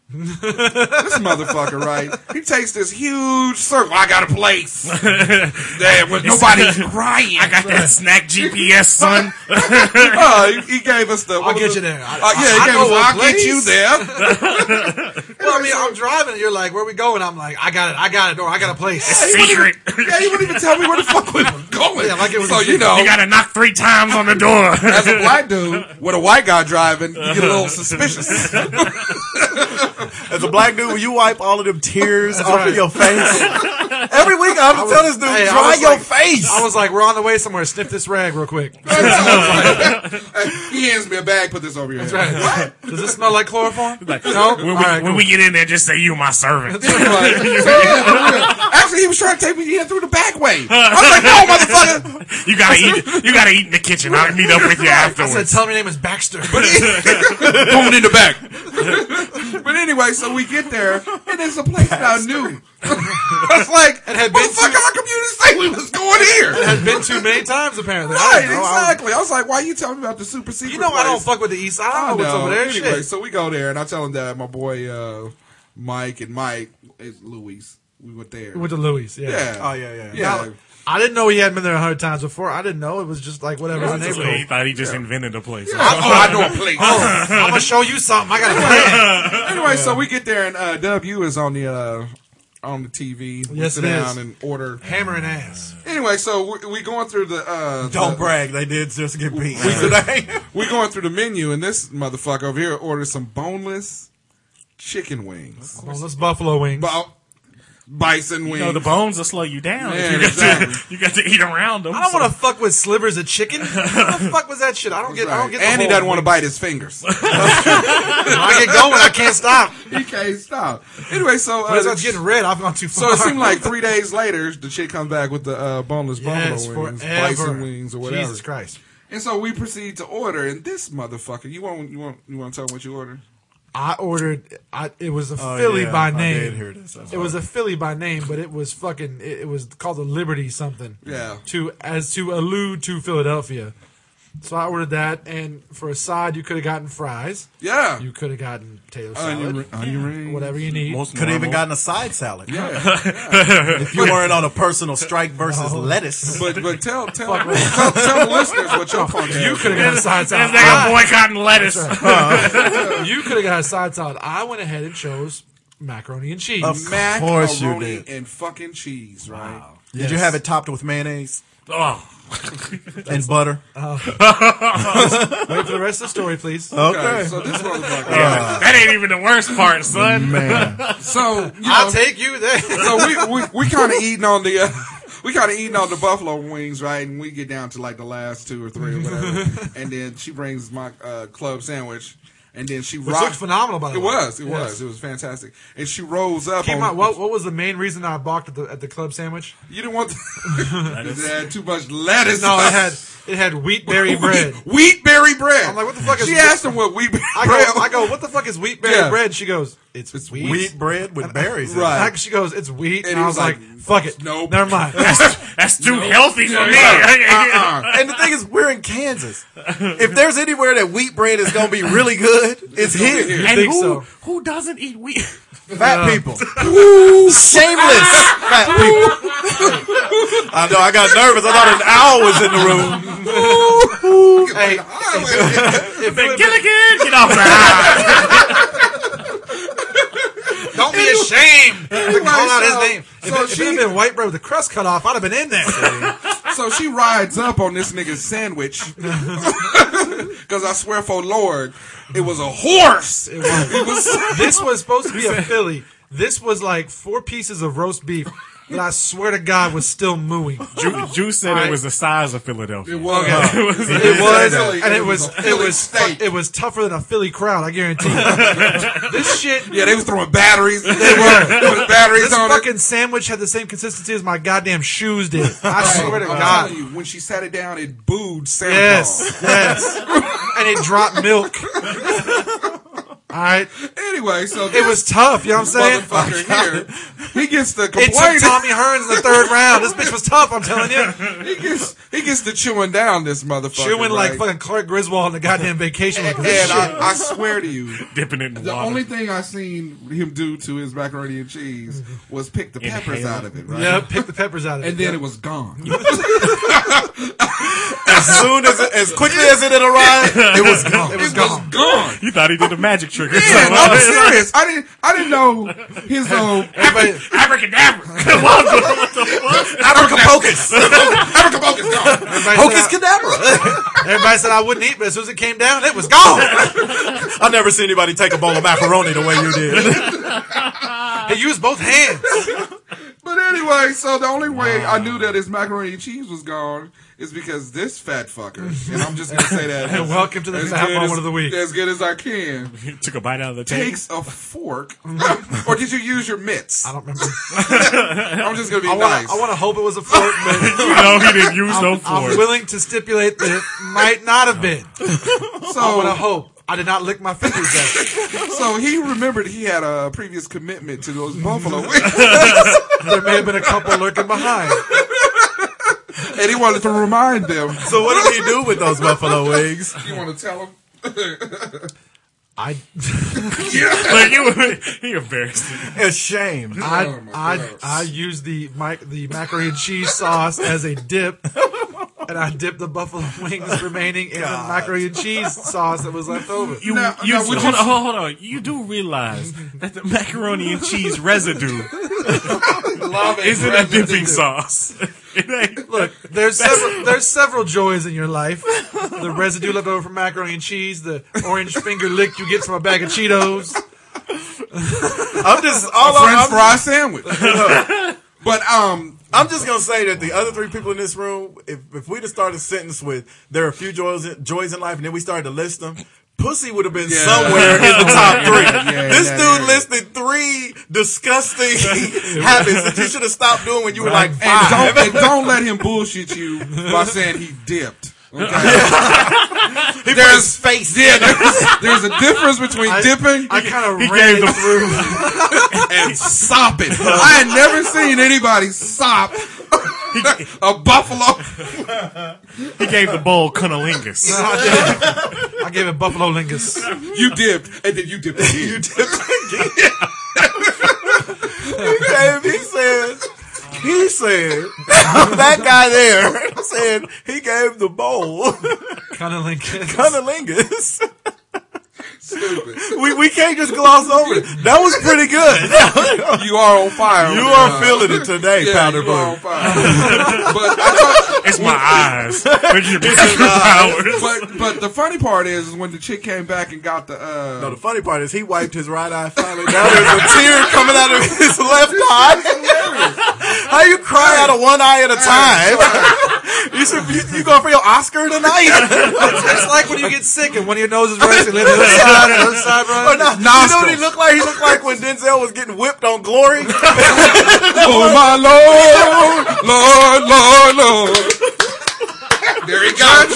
B: this motherfucker, right? He takes this huge circle. I got a place. There was nobody's crying.
E: I got that snack GPS, son.
B: Uh, he, he gave us the.
C: I'll
B: what was
C: get
B: it?
C: you there. I,
B: Uh, yeah, he
C: I
B: gave
C: know a
B: us. I'll get
C: place."
B: you there.
C: Well, I mean, I'm driving, and you're like, "Where we going?" I'm like, "I got it. I got it. Or I got a place."
E: Secret.
B: Yeah, he wouldn't even tell me where the fuck we were going.
C: Yeah, like it was
B: so
C: a
B: you know,
E: You gotta knock three times on the door.
B: as a black dude with a white guy driving, you get a little suspicious.
D: As a black dude, will you wipe all of them tears off
C: right.
D: of your face? Every week I have to tell this dude,
C: Hey, I
D: dry
C: was
D: your
C: like-
D: face.
C: I was like, "We're on the way somewhere. Sniff this rag real quick."
B: he hands me a bag. Put this over your head.
C: Right. Does this smell like chloroform? no.
E: When we,
C: All right.
E: when we get in there, just say you my servant.
B: Like, so, yeah, for real. Actually, he was trying to take me in through the back way. I was like, no, motherfucker.
E: You gotta eat. You gotta eat in the kitchen. I'll meet up with you
C: I said,
E: afterwards.
C: "Tell me your name is Baxter."
B: Going in the back. but anyway, so we get there, and it's a place that I knew. I was like,
C: It had
B: what
C: been
B: the fuck
C: two-
B: our computer say we was going here?
C: I've been too many times apparently. I
B: Right,
C: don't know. I-
B: exactly. I was like, why you telling me about the super secret
C: You know, I don't
B: place?
C: fuck with the East. Side. I don't
B: Oh,
C: know what's
B: no.
C: over there.
B: Anyway,
C: Shit.
B: so we go there, and I tell him that my boy uh, Mike and Mike, it's Luis, we went there.
C: With the Louis, yeah.
B: yeah.
D: oh yeah, yeah. yeah.
B: Yeah.
C: I didn't know he had been there a hundred times before. I didn't know it was just like whatever. his
E: That's
C: neighborhood.
E: what He thought he just invented a place.
B: oh, I know a place.
C: I'm gonna show you something. I got a plan.
B: anyway, so we get there and uh, W is on the uh, on the TV. We
C: Yes,
B: sit
C: it
B: down
C: is.
B: and order.
C: Hammering ass.
B: Anyway, so we, we going through the uh,
D: Don't
B: the-
D: brag. They did just get beat today.
B: we going through the menu and this motherfucker over here orders some boneless chicken wings,
C: Boneless buffalo wings.
B: Bo- bison wings.
E: You know, the bones will slow you down.
B: Yeah,
E: if you, got
B: exactly.
E: to, you got to eat around them.
C: I don't want to fuck with slivers of chicken. What the fuck was that shit? I don't get. I don't
B: Right.
C: get.
B: And he doesn't want to bite his fingers.
C: to. I get going. I can't stop.
B: he can't stop. Anyway, so uh,
C: As I was getting red, I've gone too
B: so
C: far.
B: it seemed like three days later, the chick comes back with the uh, boneless
C: yes,
B: buffalo wings,
C: forever.
B: bison wings, or whatever.
C: Jesus Christ.
B: And so we proceed to order, and this motherfucker, you want you want you want to tell him what you ordered?
C: I ordered. I, it was a
B: Oh,
C: Philly
D: Oh, yeah,
C: by
D: I did
C: name.
D: hear this. That's
C: It was a Philly by name, but it was fucking. It, it was called the Liberty something.
B: Yeah.
C: To as to allude to Philadelphia, so I ordered that, and for a side, you could have gotten fries.
B: Yeah,
C: You could have gotten potato
B: onion, ri-
C: salad,
B: onion rings,
C: whatever you need.
E: Most
D: Could have even
E: normal.
D: gotten a side salad.
B: Yeah,
D: If you weren't on a personal strike versus
C: Oh.
D: lettuce.
B: but but tell tell tell, tell the listeners what your funk
C: You could have got a side
E: This
C: salad.
E: nigga boycotting lettuce.
C: I- you could have got a side salad. I went ahead and chose macaroni and cheese.
D: Of
B: macaroni
D: course you did.
B: and fucking cheese, right?
D: Did you have it topped with mayonnaise
E: Oh,
D: and butter?
C: Wait for the rest of the story, please.
B: Okay, so this motherfucker.
E: that ain't even the worst part, son.
B: So you know,
C: I'll take you there.
B: so we we, we kind of eating on the. Uh, we kind of eating on the buffalo wings, right? And we get down to like the last two or three or whatever. and then she brings my uh, club sandwich, and then she
C: Which looked
B: rocks.
C: phenomenal, by the
B: It
C: way.
B: was. It
C: Yes.
B: was. It was fantastic. And she rolls up.
C: Came
B: on,
C: out, what, what was the main reason I balked at the, at the club sandwich?
B: You didn't want. The, it had too much lettuce.
C: No, it had it had wheat berry bread.
B: Wheat berry bread.
C: I'm like, what the fuck is
B: She
C: wheat-
B: asked him what wheat berry
C: I
B: bread.
C: go, I go, what the fuck is wheat berry
B: Yeah.
C: bread? She goes, it's,
B: It's
C: wheat.
D: Wheat bread with berries. in it.
B: Right.
C: I- she goes, it's wheat. And,
B: he
C: I
B: was
C: was
B: like,
C: like, fuck it.
B: nope.
C: Never mind.
E: That's too healthy for me.
B: Uh-uh.
D: And the thing is, we're in Kansas. If there's anywhere that wheat bread is going to be really good, it's here.
E: And
C: think
E: who,
C: so?
E: who doesn't eat wheat?
D: Fat people. Shameless fat people. I know, I got nervous. I thought an owl was in the room.
C: Hey, if it would've
E: Gilligan, get off the house.
C: been- don't be ashamed. to
B: Anyway,
C: Call out
B: "Oh, so-
C: his name.
B: so
C: if it, if it
B: she-
C: had been white bread with the crust cut off, I'd have been in there.
B: So she rides up on this nigga's sandwich. Because I swear for Lord, it was a horse.
C: It was. this was supposed to be a Philly. This was like four pieces of roast beef that I swear to God was still mooing.
E: Ju- Juice said it was the size of Philadelphia.
B: It was.
E: It was-
C: It was,
B: Philly.
C: and it was,
B: a
C: it
B: Philly
C: was,
B: steak.
C: it was tougher than a Philly crowd. I guarantee you. this shit,
B: yeah, they was throwing batteries. They were throwing batteries
C: this
B: on it.
C: fucking sandwich had the same consistency as my goddamn shoes did. I swear to
B: I'm
C: God.
B: telling you, when she sat it down, it booed Santa
C: Yes,
B: Claus.
C: yes, and it dropped milk. All right,
B: Anyway, so
C: it was tough. You know what I'm saying? oh
B: motherfucker here. He gets the
C: It took
B: complaining.
C: Tommy Hearns in the third round. This bitch was tough. I'm telling you,
B: He gets he gets to chewing down this motherfucker.
C: chewing like
B: right?
C: fucking Clark Griswold on the goddamn vacation. Like this
B: And
C: shit.
B: I, I swear to you,
E: dipping it in
B: the
E: water.
B: only thing I seen him do to his macaroni and cheese was pick the peppers
E: Inhale.
B: out of it, right?
C: yeah, pick the peppers out of
B: And
C: it.
B: then it was gone.
D: As soon as it, as quickly as it had arrived,
B: It was gone. It was gone.
E: you thought he did a magic trick uh, or
B: Man,
E: something.
B: I'm serious. I didn't. I didn't know his um.
C: Everybody-
E: Abracadabra. what the fuck?
B: Abracapocus. Abracapocus gone.
C: everybody,
D: hocus
C: said
D: cadabra.
C: I, everybody said I wouldn't eat, but as soon as it came down, it was gone.
D: I've never seen anybody take a bowl of macaroni the way you did.
C: They used both hands.
B: But anyway, so the only way I knew that his macaroni and cheese was gone is because this fat fucker, and I'm just gonna say that.
C: And welcome to the fat
B: good
C: moment
B: as-
C: of the week.
B: As good as I can.
E: He took a bite out of the tank.
B: Takes a fork, or did you use your mitts?
C: I don't remember.
B: I'm just gonna be
C: I want
B: nice.
C: to. I want to hope it was a fork, but
E: You know, he didn't use no
C: I'm, I'm
E: fork.
C: willing to stipulate that it might not have been. I want to
B: so,
C: hope. I did not lick my fingers. Though.
B: so he remembered he had a previous commitment to those buffalo wings,
C: There may have been a couple lurking behind.
B: and he wanted to remind them.
D: So what did he do with those buffalo wings?
B: You want to tell him?
C: I,
E: Like, you, he embarrassed him.
D: It's shame.
C: I,
B: Oh my
C: I,
B: gosh.
C: I used the mic, the macaroni and cheese sauce as a dip, and I dipped the buffalo wings remaining in the macaroni and cheese sauce that was left over.
E: You,
B: Now-
E: you,
B: now, would you-
E: hold, on, hold on. You do realize that the macaroni and cheese residue
B: Love
E: isn't a dipping sauce. It ain't.
C: Look, there's several, there's several joys in your life. The residue left over from macaroni and cheese, the orange finger lick you get from a bag of Cheetos.
D: I'm just all I-
B: French
D: I'm,
B: fry sandwich. but um,
D: I'm just gonna say that the other three people in this room, if if we'd have started a sentence with "there are a few joys in, joys in life" and then we started to list them, pussy would have been
B: Yeah.
D: somewhere in the top three.
B: Yeah,
D: this
B: yeah,
D: dude
B: yeah.
D: listed three disgusting habits that you should have stopped doing when you were like
B: and
D: five.
B: don't, and don't let him bullshit you by saying he dipped. Okay?
D: He put his face.
B: Yeah, there's, there's a difference between
C: I-
B: dipping
C: I kind of
E: He
C: ran
E: gave
C: it
E: the-
C: through.
B: and sopping. I had never seen anybody sop a buffalo.
E: He gave the bowl cunnilingus.
C: I gave it Buffalo Lingus.
B: You dipped, and then you dipped again.
D: You did it again. he gave, he said, he said, that guy there said he gave the bowl
C: Kind of Lingus.
D: cunnilingus.
B: Stupid.
D: We, we can't just gloss over it. That was pretty good.
B: You are on fire.
D: you
B: over
D: are
B: there.
D: feeling it today,
B: Oh, yeah,
D: Powder
B: you are on
D: Blue.
B: fire. but I thought,
E: It's my eyes. Thank you, Mr. Powers.
B: but but the funny part is, is when the chick came back and got the uh,
D: No, the funny part is he wiped his right eye finally. Now there's a tear coming out of his left eye. How you cry out of one eye at a time? You should you, you going for your Oscar tonight?
C: It's like when you get sick and one of your noses runs, you live the other side, the other side
D: Or
C: runs.
D: not. You know what he looked like? He looked like when Denzel was getting whipped on Glory.
B: Oh my lord, lord, lord, lord. There he goes.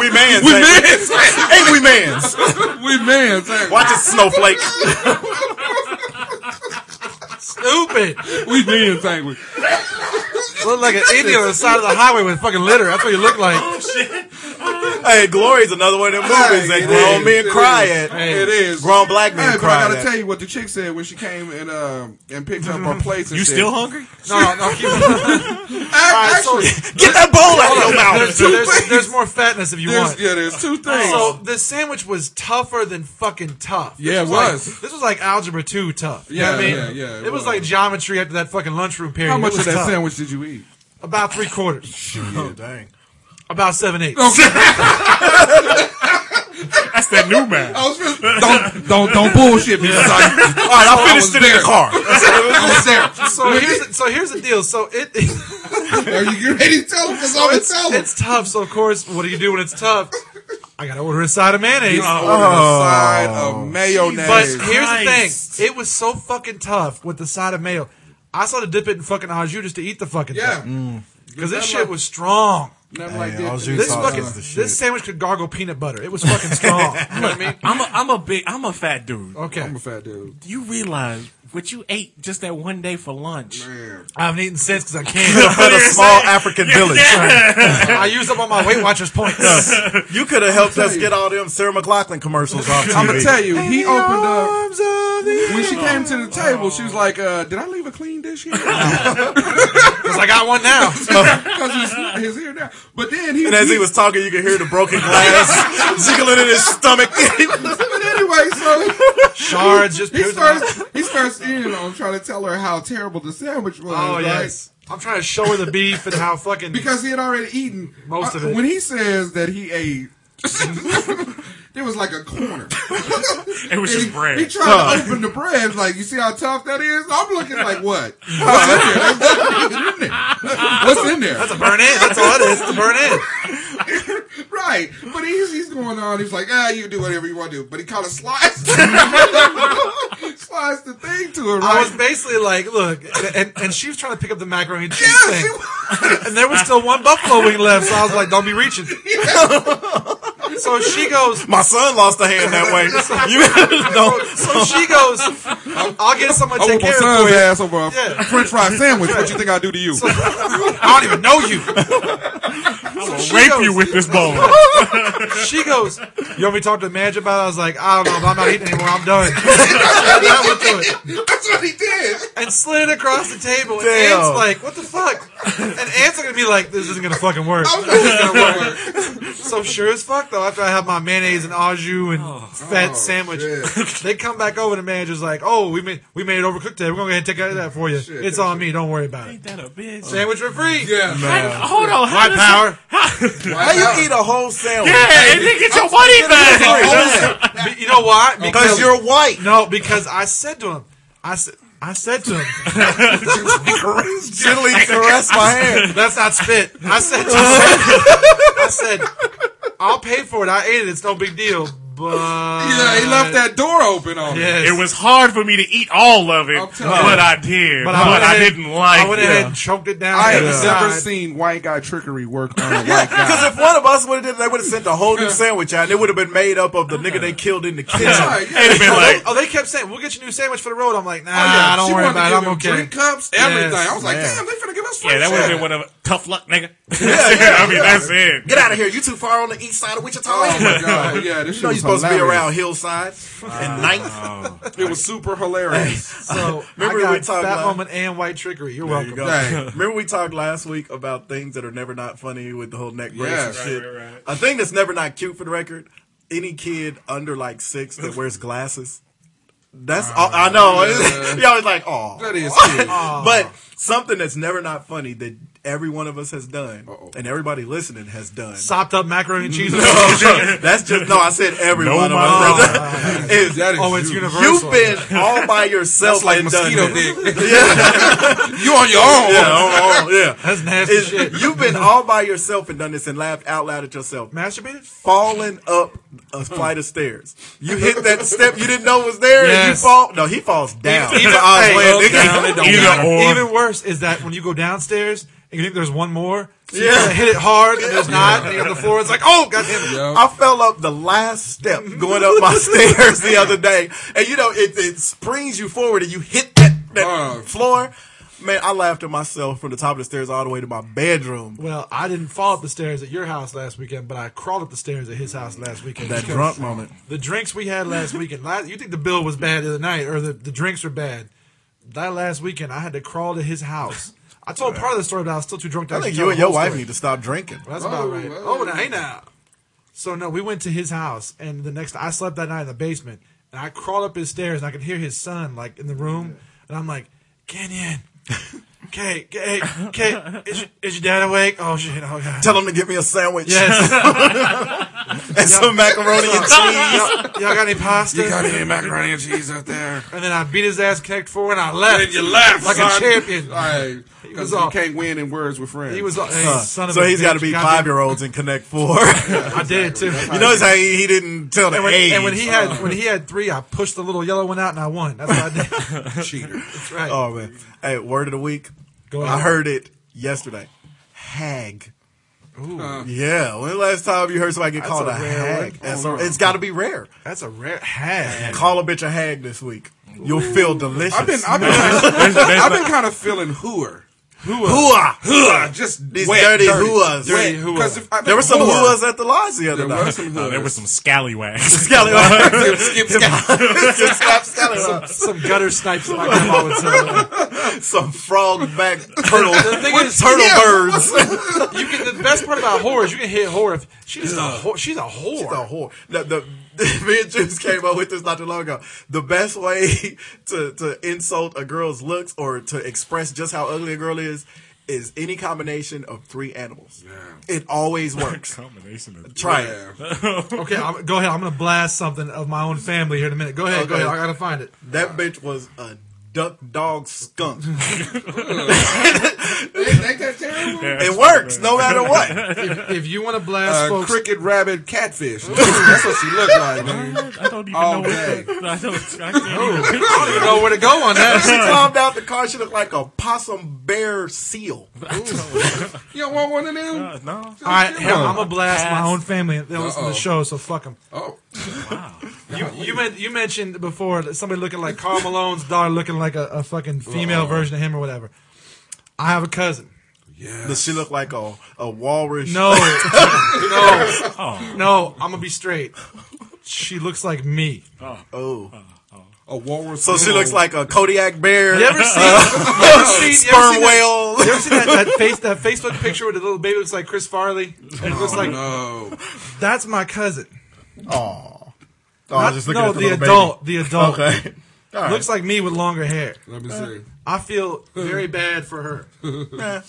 D: we mans.
B: We
D: baby.
B: mans.
D: Hey, we mans.
B: We mans. hey.
D: Watch it, Snowflake.
C: Stupid.
B: We mans. hey, we-
C: Look like an idiot on the side of the highway with fucking litter. That's what you look like.
D: Hey, Glory's another one of them movies that
B: Hey,
D: grown
B: it
D: men
B: is,
D: cry
B: it is.
D: at.
B: It is.
D: Grown black
B: Hey,
D: men
B: but I
D: cry
B: gotta
D: at.
B: tell you what the chick said when she came and um and picked up her plates. And
E: You
B: shit.
E: still hungry?
C: No, no, no. Keep
B: Ac-
C: right, so-
B: Actually,
D: Get that bowl out of your
C: there's,
D: mouth.
C: there's, there's more fatness if you
B: there's,
C: want.
B: yeah, there's two things.
C: So the sandwich was tougher than fucking tough. This
B: Yeah, it
C: like-
B: was.
C: this was like algebra two tough. You know
B: Yeah,
C: what I mean?
B: yeah, yeah,
C: It,
B: it
C: was,
B: was.
C: like geometry after that fucking lunchroom period.
B: How
C: It
B: much of
C: was
B: that
C: tough.
B: sandwich did you eat?
C: About three quarters.
D: Oh, dang.
C: About seven eighths.
E: That's that new man.
B: I was just, don't don't don't bullshit me. son. All right, I, I
E: Finished
B: was
E: it in
B: there.
E: the car.
B: I was there.
C: So here's the, so here's the deal. So it,
B: Are you getting ready to tell him? Because I'm gonna
C: it's,
B: tell him.
C: it's tough. So of course, what do you do when it's tough? I gotta order a side of mayonnaise.
B: Oh.
C: Oh,
B: side of
C: But
B: mayonnaise.
C: here's
E: Christ.
C: the thing: it was so fucking tough with the side of mayo. I saw to dip it in fucking au jus just to eat the fucking
B: yeah,
C: thing because this shit was strong.
B: nothing like
D: Hey, I
B: that.
D: was used
C: This
D: Sauce
C: fucking
D: is the shit.
C: this sandwich could gargle peanut butter. It was fucking strong. you know what I mean?
E: I'm a, I'm a big, I'm a fat dude.
C: Okay,
B: I'm a fat dude.
E: Do you realize what you ate just that one day for lunch?
B: Man.
C: I haven't eaten since because I can't.
D: At a small African village.
C: I used up all my Weight Watchers points.
D: You could have helped us get all them Sarah McLaughlin commercials off TV.
B: I'm gonna tell you, he opened up. When she came to the table, she was like, uh, "Did I leave a clean dish here?"
C: Because I got one now.
B: Because he's, he's here now. But then he,
D: And as he was talking, you could hear the broken glass jiggling in his stomach.
B: But anyway, so
C: Shards just.
B: he starts he starts in on trying to tell her how terrible the sandwich was.
C: Oh
B: right?
C: yes. I'm trying to show her the beef and how fucking.
B: because he had already eaten
C: Most of
B: Uh,
C: it.
B: When he says that he ate, there was like a corner.
E: It was just
B: he,
E: bread.
B: He tried to open the bread. Like, you see how tough that is? I'm looking like, what? What's in there? What's in there?
C: burn in. That's all it is. It's the burn in.
B: Right. But he's, he's going on. He's like, ah, you can do whatever you want to do. But he kind of slides, slides the thing to her.
C: I
B: Right?
C: was basically like, look, and, and she was trying to pick up the macaroni and cheese
B: Yeah,
C: thing.
B: she
C: and there was still one buffalo wing left, so I was like, don't be reaching. so she goes,
D: My son lost a hand that way. You
C: so, so she goes, I'll get someone to
B: I
C: take
B: want my
C: care of
B: son's
C: it. for you.
B: ass over a
C: Yeah.
B: french fry sandwich. What you think I do to you?
C: I don't even know you.
E: I'll
C: she
E: rape
C: goes-
E: you with this bone.
C: She goes, you want me to talk to the manager about it? I was like, I don't know, but I'm not eating anymore. I'm done. I'm done with it.
B: That's what he did.
C: and slid it across the table. And
D: Damn.
C: Ant's like, what the fuck? And Ant's gonna be like, this isn't gonna fucking work.
B: I was like, "This is gonna work."
C: so sure as fuck though, after I have my mayonnaise and au jus and fat
B: Oh,
C: sandwich, they come back over and the manager's like, oh, we made we made it overcooked today. We're gonna go ahead and take care of that for you.
B: Shit,
C: it's
B: that
C: on me. Don't worry about it.
E: Ain't that a bitch?
C: Sandwich for free.
B: Yeah.
E: How- Hold on. How
C: My
E: does
C: power.
D: How you eat a whole sandwich?
E: Yeah, and then get your money back.
C: Be- you know why?
D: Because you're white.
C: no, because I said to him, I said. I said to him,
D: Gently caress my hand.
C: "That's not spit." I said, to him, "I said, I'll pay for it. I ate it. It's no big deal." But
B: Yeah, he left that door open on him.
C: Yes.
E: It was hard for me to eat all of it,
B: I'm
E: but
B: telling you.
E: I did. But,
C: But I went
E: I,
C: ahead-
E: didn't like
C: I went
E: it.
C: ahead and choked it down.
B: I
C: to
B: have
C: the
B: never
C: side.
B: seen white guy trickery work on a white guy.
D: Because if one of us would have did, they would have sent a whole new sandwich out. And it would have been made up of the nigga they killed in the kitchen.
B: Right, yeah.
E: It'd have been like,
C: Oh, they kept saying, "We'll get you a new sandwich for the road." I'm like, "Nah,
B: Oh, Yeah,
C: don't
B: she
C: worry
B: wanted
C: about
B: to
C: it.
B: give
C: I'm
B: him
C: okay."
B: Drink cups, everything.
C: Yes,
B: I was like,
D: man.
B: damn, they finna give us free
E: yeah, that would have
B: shit.
E: been one of tough luck, nigga. I mean, that's it.
D: Get out of here. You too far on the east side of Wichita.
B: Oh my god, yeah, this
D: You
B: shit
D: know
B: was
D: you're supposed to be
B: hilarious.
D: around Hillside and Ninth.
B: It was super hilarious.
C: So
D: Remember
C: I got
D: we talked
C: fat
D: about-
C: moment and white trickery. You're
D: There
C: welcome.
D: you go.
B: Dang.
D: Remember we talked last week about things that are never not funny with the whole neck brace
B: Yeah.
D: and
B: Right,
D: shit.
E: right, right.
D: A thing that's never not cute for the record. Any kid under like six that wears glasses. That's all, I know. Y'all was like, oh,
B: That is cute.
D: but something that's never not funny that every one of us has done and everybody listening has done.
C: Sopped up macaroni and
B: Mm.
C: cheese. Oh,
D: that's just no. I said every
E: No,
D: one of
E: my
D: us. Is-
B: That is
C: oh, it's
B: you.
C: universal.
D: You've been all by yourself
B: That's like
D: and done
B: mosquito
D: it.
B: dick.
D: Yeah,
B: you on your own.
D: yeah, oh, oh, yeah.
C: That's nasty
D: It's-
C: shit.
D: You've been all by yourself and done this and laughed out loud at yourself.
C: masturbated.
D: Falling up a flight of stairs. You hit that step you didn't know was there and you
C: Yes.
D: fall. No, he falls down.
C: Even-
D: So I was
C: hey,
D: laying
C: up,
D: there.
B: down, it don't
E: Either
B: matter.
E: or.
C: Even worse is that when you go downstairs and you think there's one more, so you
D: Yeah.
C: kinda hit it hard and there's not, and you're on the floor. It's like, oh goddamn. it.
B: Yo.
D: I fell up the last step going up my stairs the other day. And you know, it, it springs you forward and you hit that, that
B: Oh.
D: floor. Man, I laughed at myself from the top of the stairs all the way to my bedroom.
C: Well, I didn't fall up the stairs at your house last weekend, but I crawled up the stairs at his house last weekend.
D: That
C: because-
D: drunk moment.
C: The drinks we had last weekend. Last, you think the bill was bad the other night, or the, the drinks were bad? That last weekend, I had to crawl to his house. I told part of the story, but I was still too drunk. To
D: I think
C: actually
D: you
C: tell
D: and
C: the
D: your
C: whole
D: wife
C: story.
D: need to stop drinking.
C: That's about
B: Oh,
C: right.
B: oh.
C: Oh, now, hey now. So no, we went to his house, and the next I slept that night in the basement, and I crawled up his stairs, and I could hear his son like in the room, and I'm like, Kenyon, Kate, Kate, Kate, is, your- is your dad awake? Oh shit! Oh god.
D: Tell them to get me a sandwich
C: yes.
D: and some macaroni and cheese.
C: y'all, y'all got any pasta?
B: You got any macaroni and cheese out there?
C: and then I beat his ass, connect four, and I left.
B: And you left
C: like
B: son.
C: a champion.
B: All right,
C: was
B: because you
C: off.
B: can't win in words with friends.
C: He was a hey, son of
D: So
C: a
D: he's
C: got to
D: be five year olds and Connect Four. you
C: I did it too.
D: notice how he, he didn't tell the
C: And when,
D: age.
C: and when he had when he had three, I pushed the little yellow one out and I won. That's what I did.
B: a cheater.
C: That's right.
D: oh man, hey, word of the week.
C: Go
D: I
C: ahead.
D: heard it yesterday. Hag. yeah. When the last time you heard somebody get called a,
C: a rare word.
D: hag? That's a- it's got to be rare.
C: That's a rare hag.
D: Call a bitch a hag this week. You'll feel delicious.
B: I've been, I've been, I've been kind of feeling hooer.
D: Hooah.
B: Hooah, just
D: These
B: wet,
D: dirty,
B: dirty
D: hooahs.
B: Wet,
D: Dirty
B: 'cause if- I
D: There were
B: think
D: some
B: whore-
D: hooahs at the lodge the other
B: There were
D: night.
B: some
E: There
B: hooers.
E: was some scallywags.
D: Scallywag.
B: Skip, skip, skip.
D: Some slap scallywag.
C: Some gutter snipes like my grandma would say.
D: Some frog back turtle.
C: The thing is,
D: turtle
C: yeah.
D: birds.
C: You can, the best part about whore is you can hit whore if she's just a whore. She's a whore.
D: the whore. The, the, me and Juice came up with this not too long ago. The best way to, to insult a girl's looks or to express just how ugly a girl is is any combination of three animals. It always works.
E: Combination of
D: Try it.
B: Yeah.
C: Okay, I'm, go ahead. I'm gonna blast something of my own family here in a minute. Go ahead. Go
D: Okay.
C: ahead. I gotta find it.
D: That bitch was a duck dog skunk.
B: Ain't that terrible?
D: it works no matter what.
C: If, if you want to blast
B: Uh,
C: folks,
B: cricket, rabbit, catfish. That's what she looked like. nigga.
E: I don't even
B: All
E: know
B: day.
E: what the, I don't I can't even
C: I don't even know where to go on
D: She
C: that.
D: climbed out the car. She looked like a possum bear seal.
B: You don't want one of them?
E: Uh, no.
C: All right, I'm gonna blast
E: Pass.
C: my own family. They listen to
B: Uh-oh.
C: the show, so fuck them.
D: Uh.
B: Oh,
C: You, men- you mentioned before that somebody looking like Carl Malone's daughter looking like a, a fucking female version of him or whatever. I have a cousin.
B: yeah.
D: Does she look like a, a walrus?
C: No,
D: Oh.
C: no, no. I'm gonna be straight. She looks like me.
D: Oh.
B: A walrus.
D: So she looks like a Kodiak bear.
C: You ever seen? you ever seen- you ever
D: sperm
C: seen that-
D: whale.
C: You ever seen that, that face that Facebook picture where the little baby looks like Chris Farley? And it looks like
B: No.
C: that's my cousin.
D: Oh, I was just looking
C: no,
D: at the,
C: the,
D: little
C: adult. The adult
D: Baby. Oh, Okay. All right.
C: looks like me with longer hair.
B: Let me see.
C: I feel very bad for her.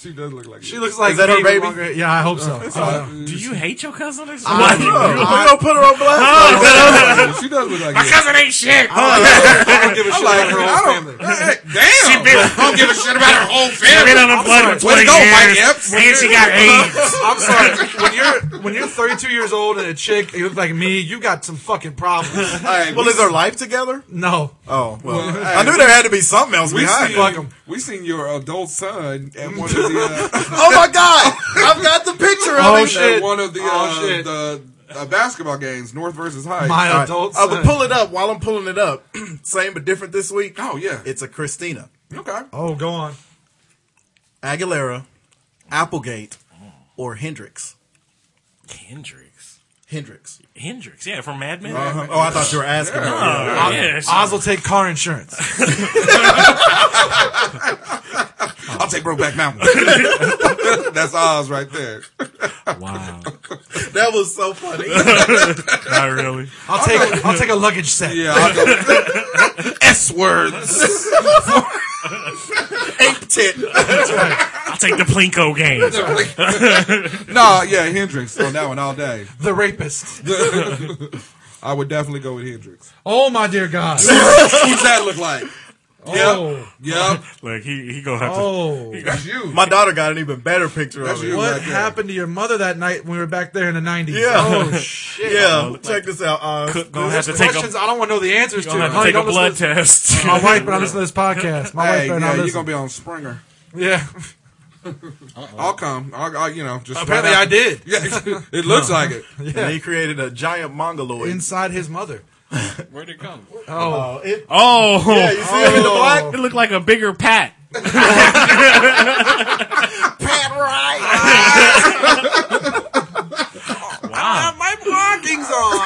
B: She does look like
C: She looks like
D: that
C: me
D: her
C: with
D: baby?
C: longer hair. Yeah, I hope so. Uh,
E: Do you hate your cousin? Or
D: Why
E: something?
D: you- Oh, we gonna put her on blast.
B: it. She does look like it.
E: cousin ain't shit.
C: I don't give a shit about her
B: I
C: whole
B: don't,
C: family.
B: hey, damn. I don't give a shit about her whole
E: She's been
B: family.
E: on the blood for
B: Way
E: 20
B: to go, Mike
E: years,
B: Epps.
E: and she got AIDS.
C: I'm sorry. When you're when you're 32 years old and a chick you look like me, you got some fucking problems.
B: All right,
D: well,
B: we-
D: is her life together?
C: No,
D: Oh, well.
B: Well,
D: I knew there had to be something else
B: we
D: behind
B: seen,
D: it.
C: Fuck 'em.
B: we seen your adult son at one of the uh,
D: Oh my God! I've got the picture of
C: Oh,
D: it.
C: shit.
B: at one of the, uh,
C: Oh, shit.
B: the uh, basketball games, North versus High.
C: my
D: All right.
C: adult
D: I
C: son.
D: would pull it up while I'm pulling it up. Same but different this week.
B: Oh, yeah.
D: It's a Christina
B: okay.
C: oh, go on.
D: Aguilera, Applegate, or Hendrix.
E: Hendrix.
D: Hendrix.
E: Hendrix, yeah, from Mad Men.
D: Oh, I thought you were asking.
E: Oh, yeah, she-
C: Oz will take car insurance.
B: I'll take Brokeback Mountain. That's Oz right there.
E: wow,
D: That was so funny.
E: not really.
C: I'll take I'll take a luggage set.
B: Yeah, I'll go. S words.
D: Ape tit.
E: I'll take the Plinko game.
B: no, yeah, Hendrix on that one all day.
C: The rapist.
B: I would definitely go with Hendrix.
C: Oh my dear God.
B: Who's that look like?
C: Oh,
B: Yep,
E: Look, he he gonna have to.
C: oh.
B: that's you.
D: My daughter got an even better picture
B: That's
D: of it.
B: you.
C: What
B: right there.
C: happened to your mother that night when we were back there in the 90s?
D: Yeah.
C: Oh shit.
D: Yeah, check this out. Uh,
E: Cook gonna have to take a
C: Questions I don't want to know the answers to.
E: gonna have to
C: Honey,
E: take a
C: don't listen
E: blood
C: to
E: test.
C: this- My wife, but I listen to this podcast. My wife,
B: Hey,
C: better
B: yeah,
C: not
B: you're
C: listen.
B: gonna be on Springer.
C: yeah.
B: I'll come. I'll, I'll you know just
C: Apparently, I did.
B: Yeah, it looks like it.
D: And he created a giant mongoloid.
C: Inside his mother.
E: Where'd it come?
C: Oh.
D: Oh, it,
E: Oh,
D: yeah, you see him in the black?
E: it looked like a bigger pat.
D: Pat Ryan.
E: Wow,
C: my parking's on.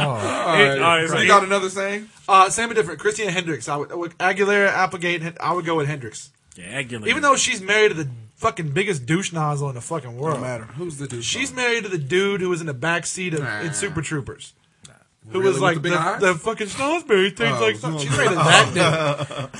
B: All right.
E: All right, so
B: you
E: he-
B: got another thing?
C: uh, same but different. Christina Hendricks. I would, I would- Aguilera, Applegate. Hen- I would go with Hendricks,
E: yeah, Aguilera.
C: even though she's married to the fucking biggest douche nozzle in the fucking world.
D: matter.
B: Who's the dude?
C: She's married to the dude who was in the back seat of in Super Troopers. who
B: Really?
C: was
B: With
C: like
B: the
C: the,
B: big eyes?
C: the fucking Salisbury thing's like something. She's rated that dude.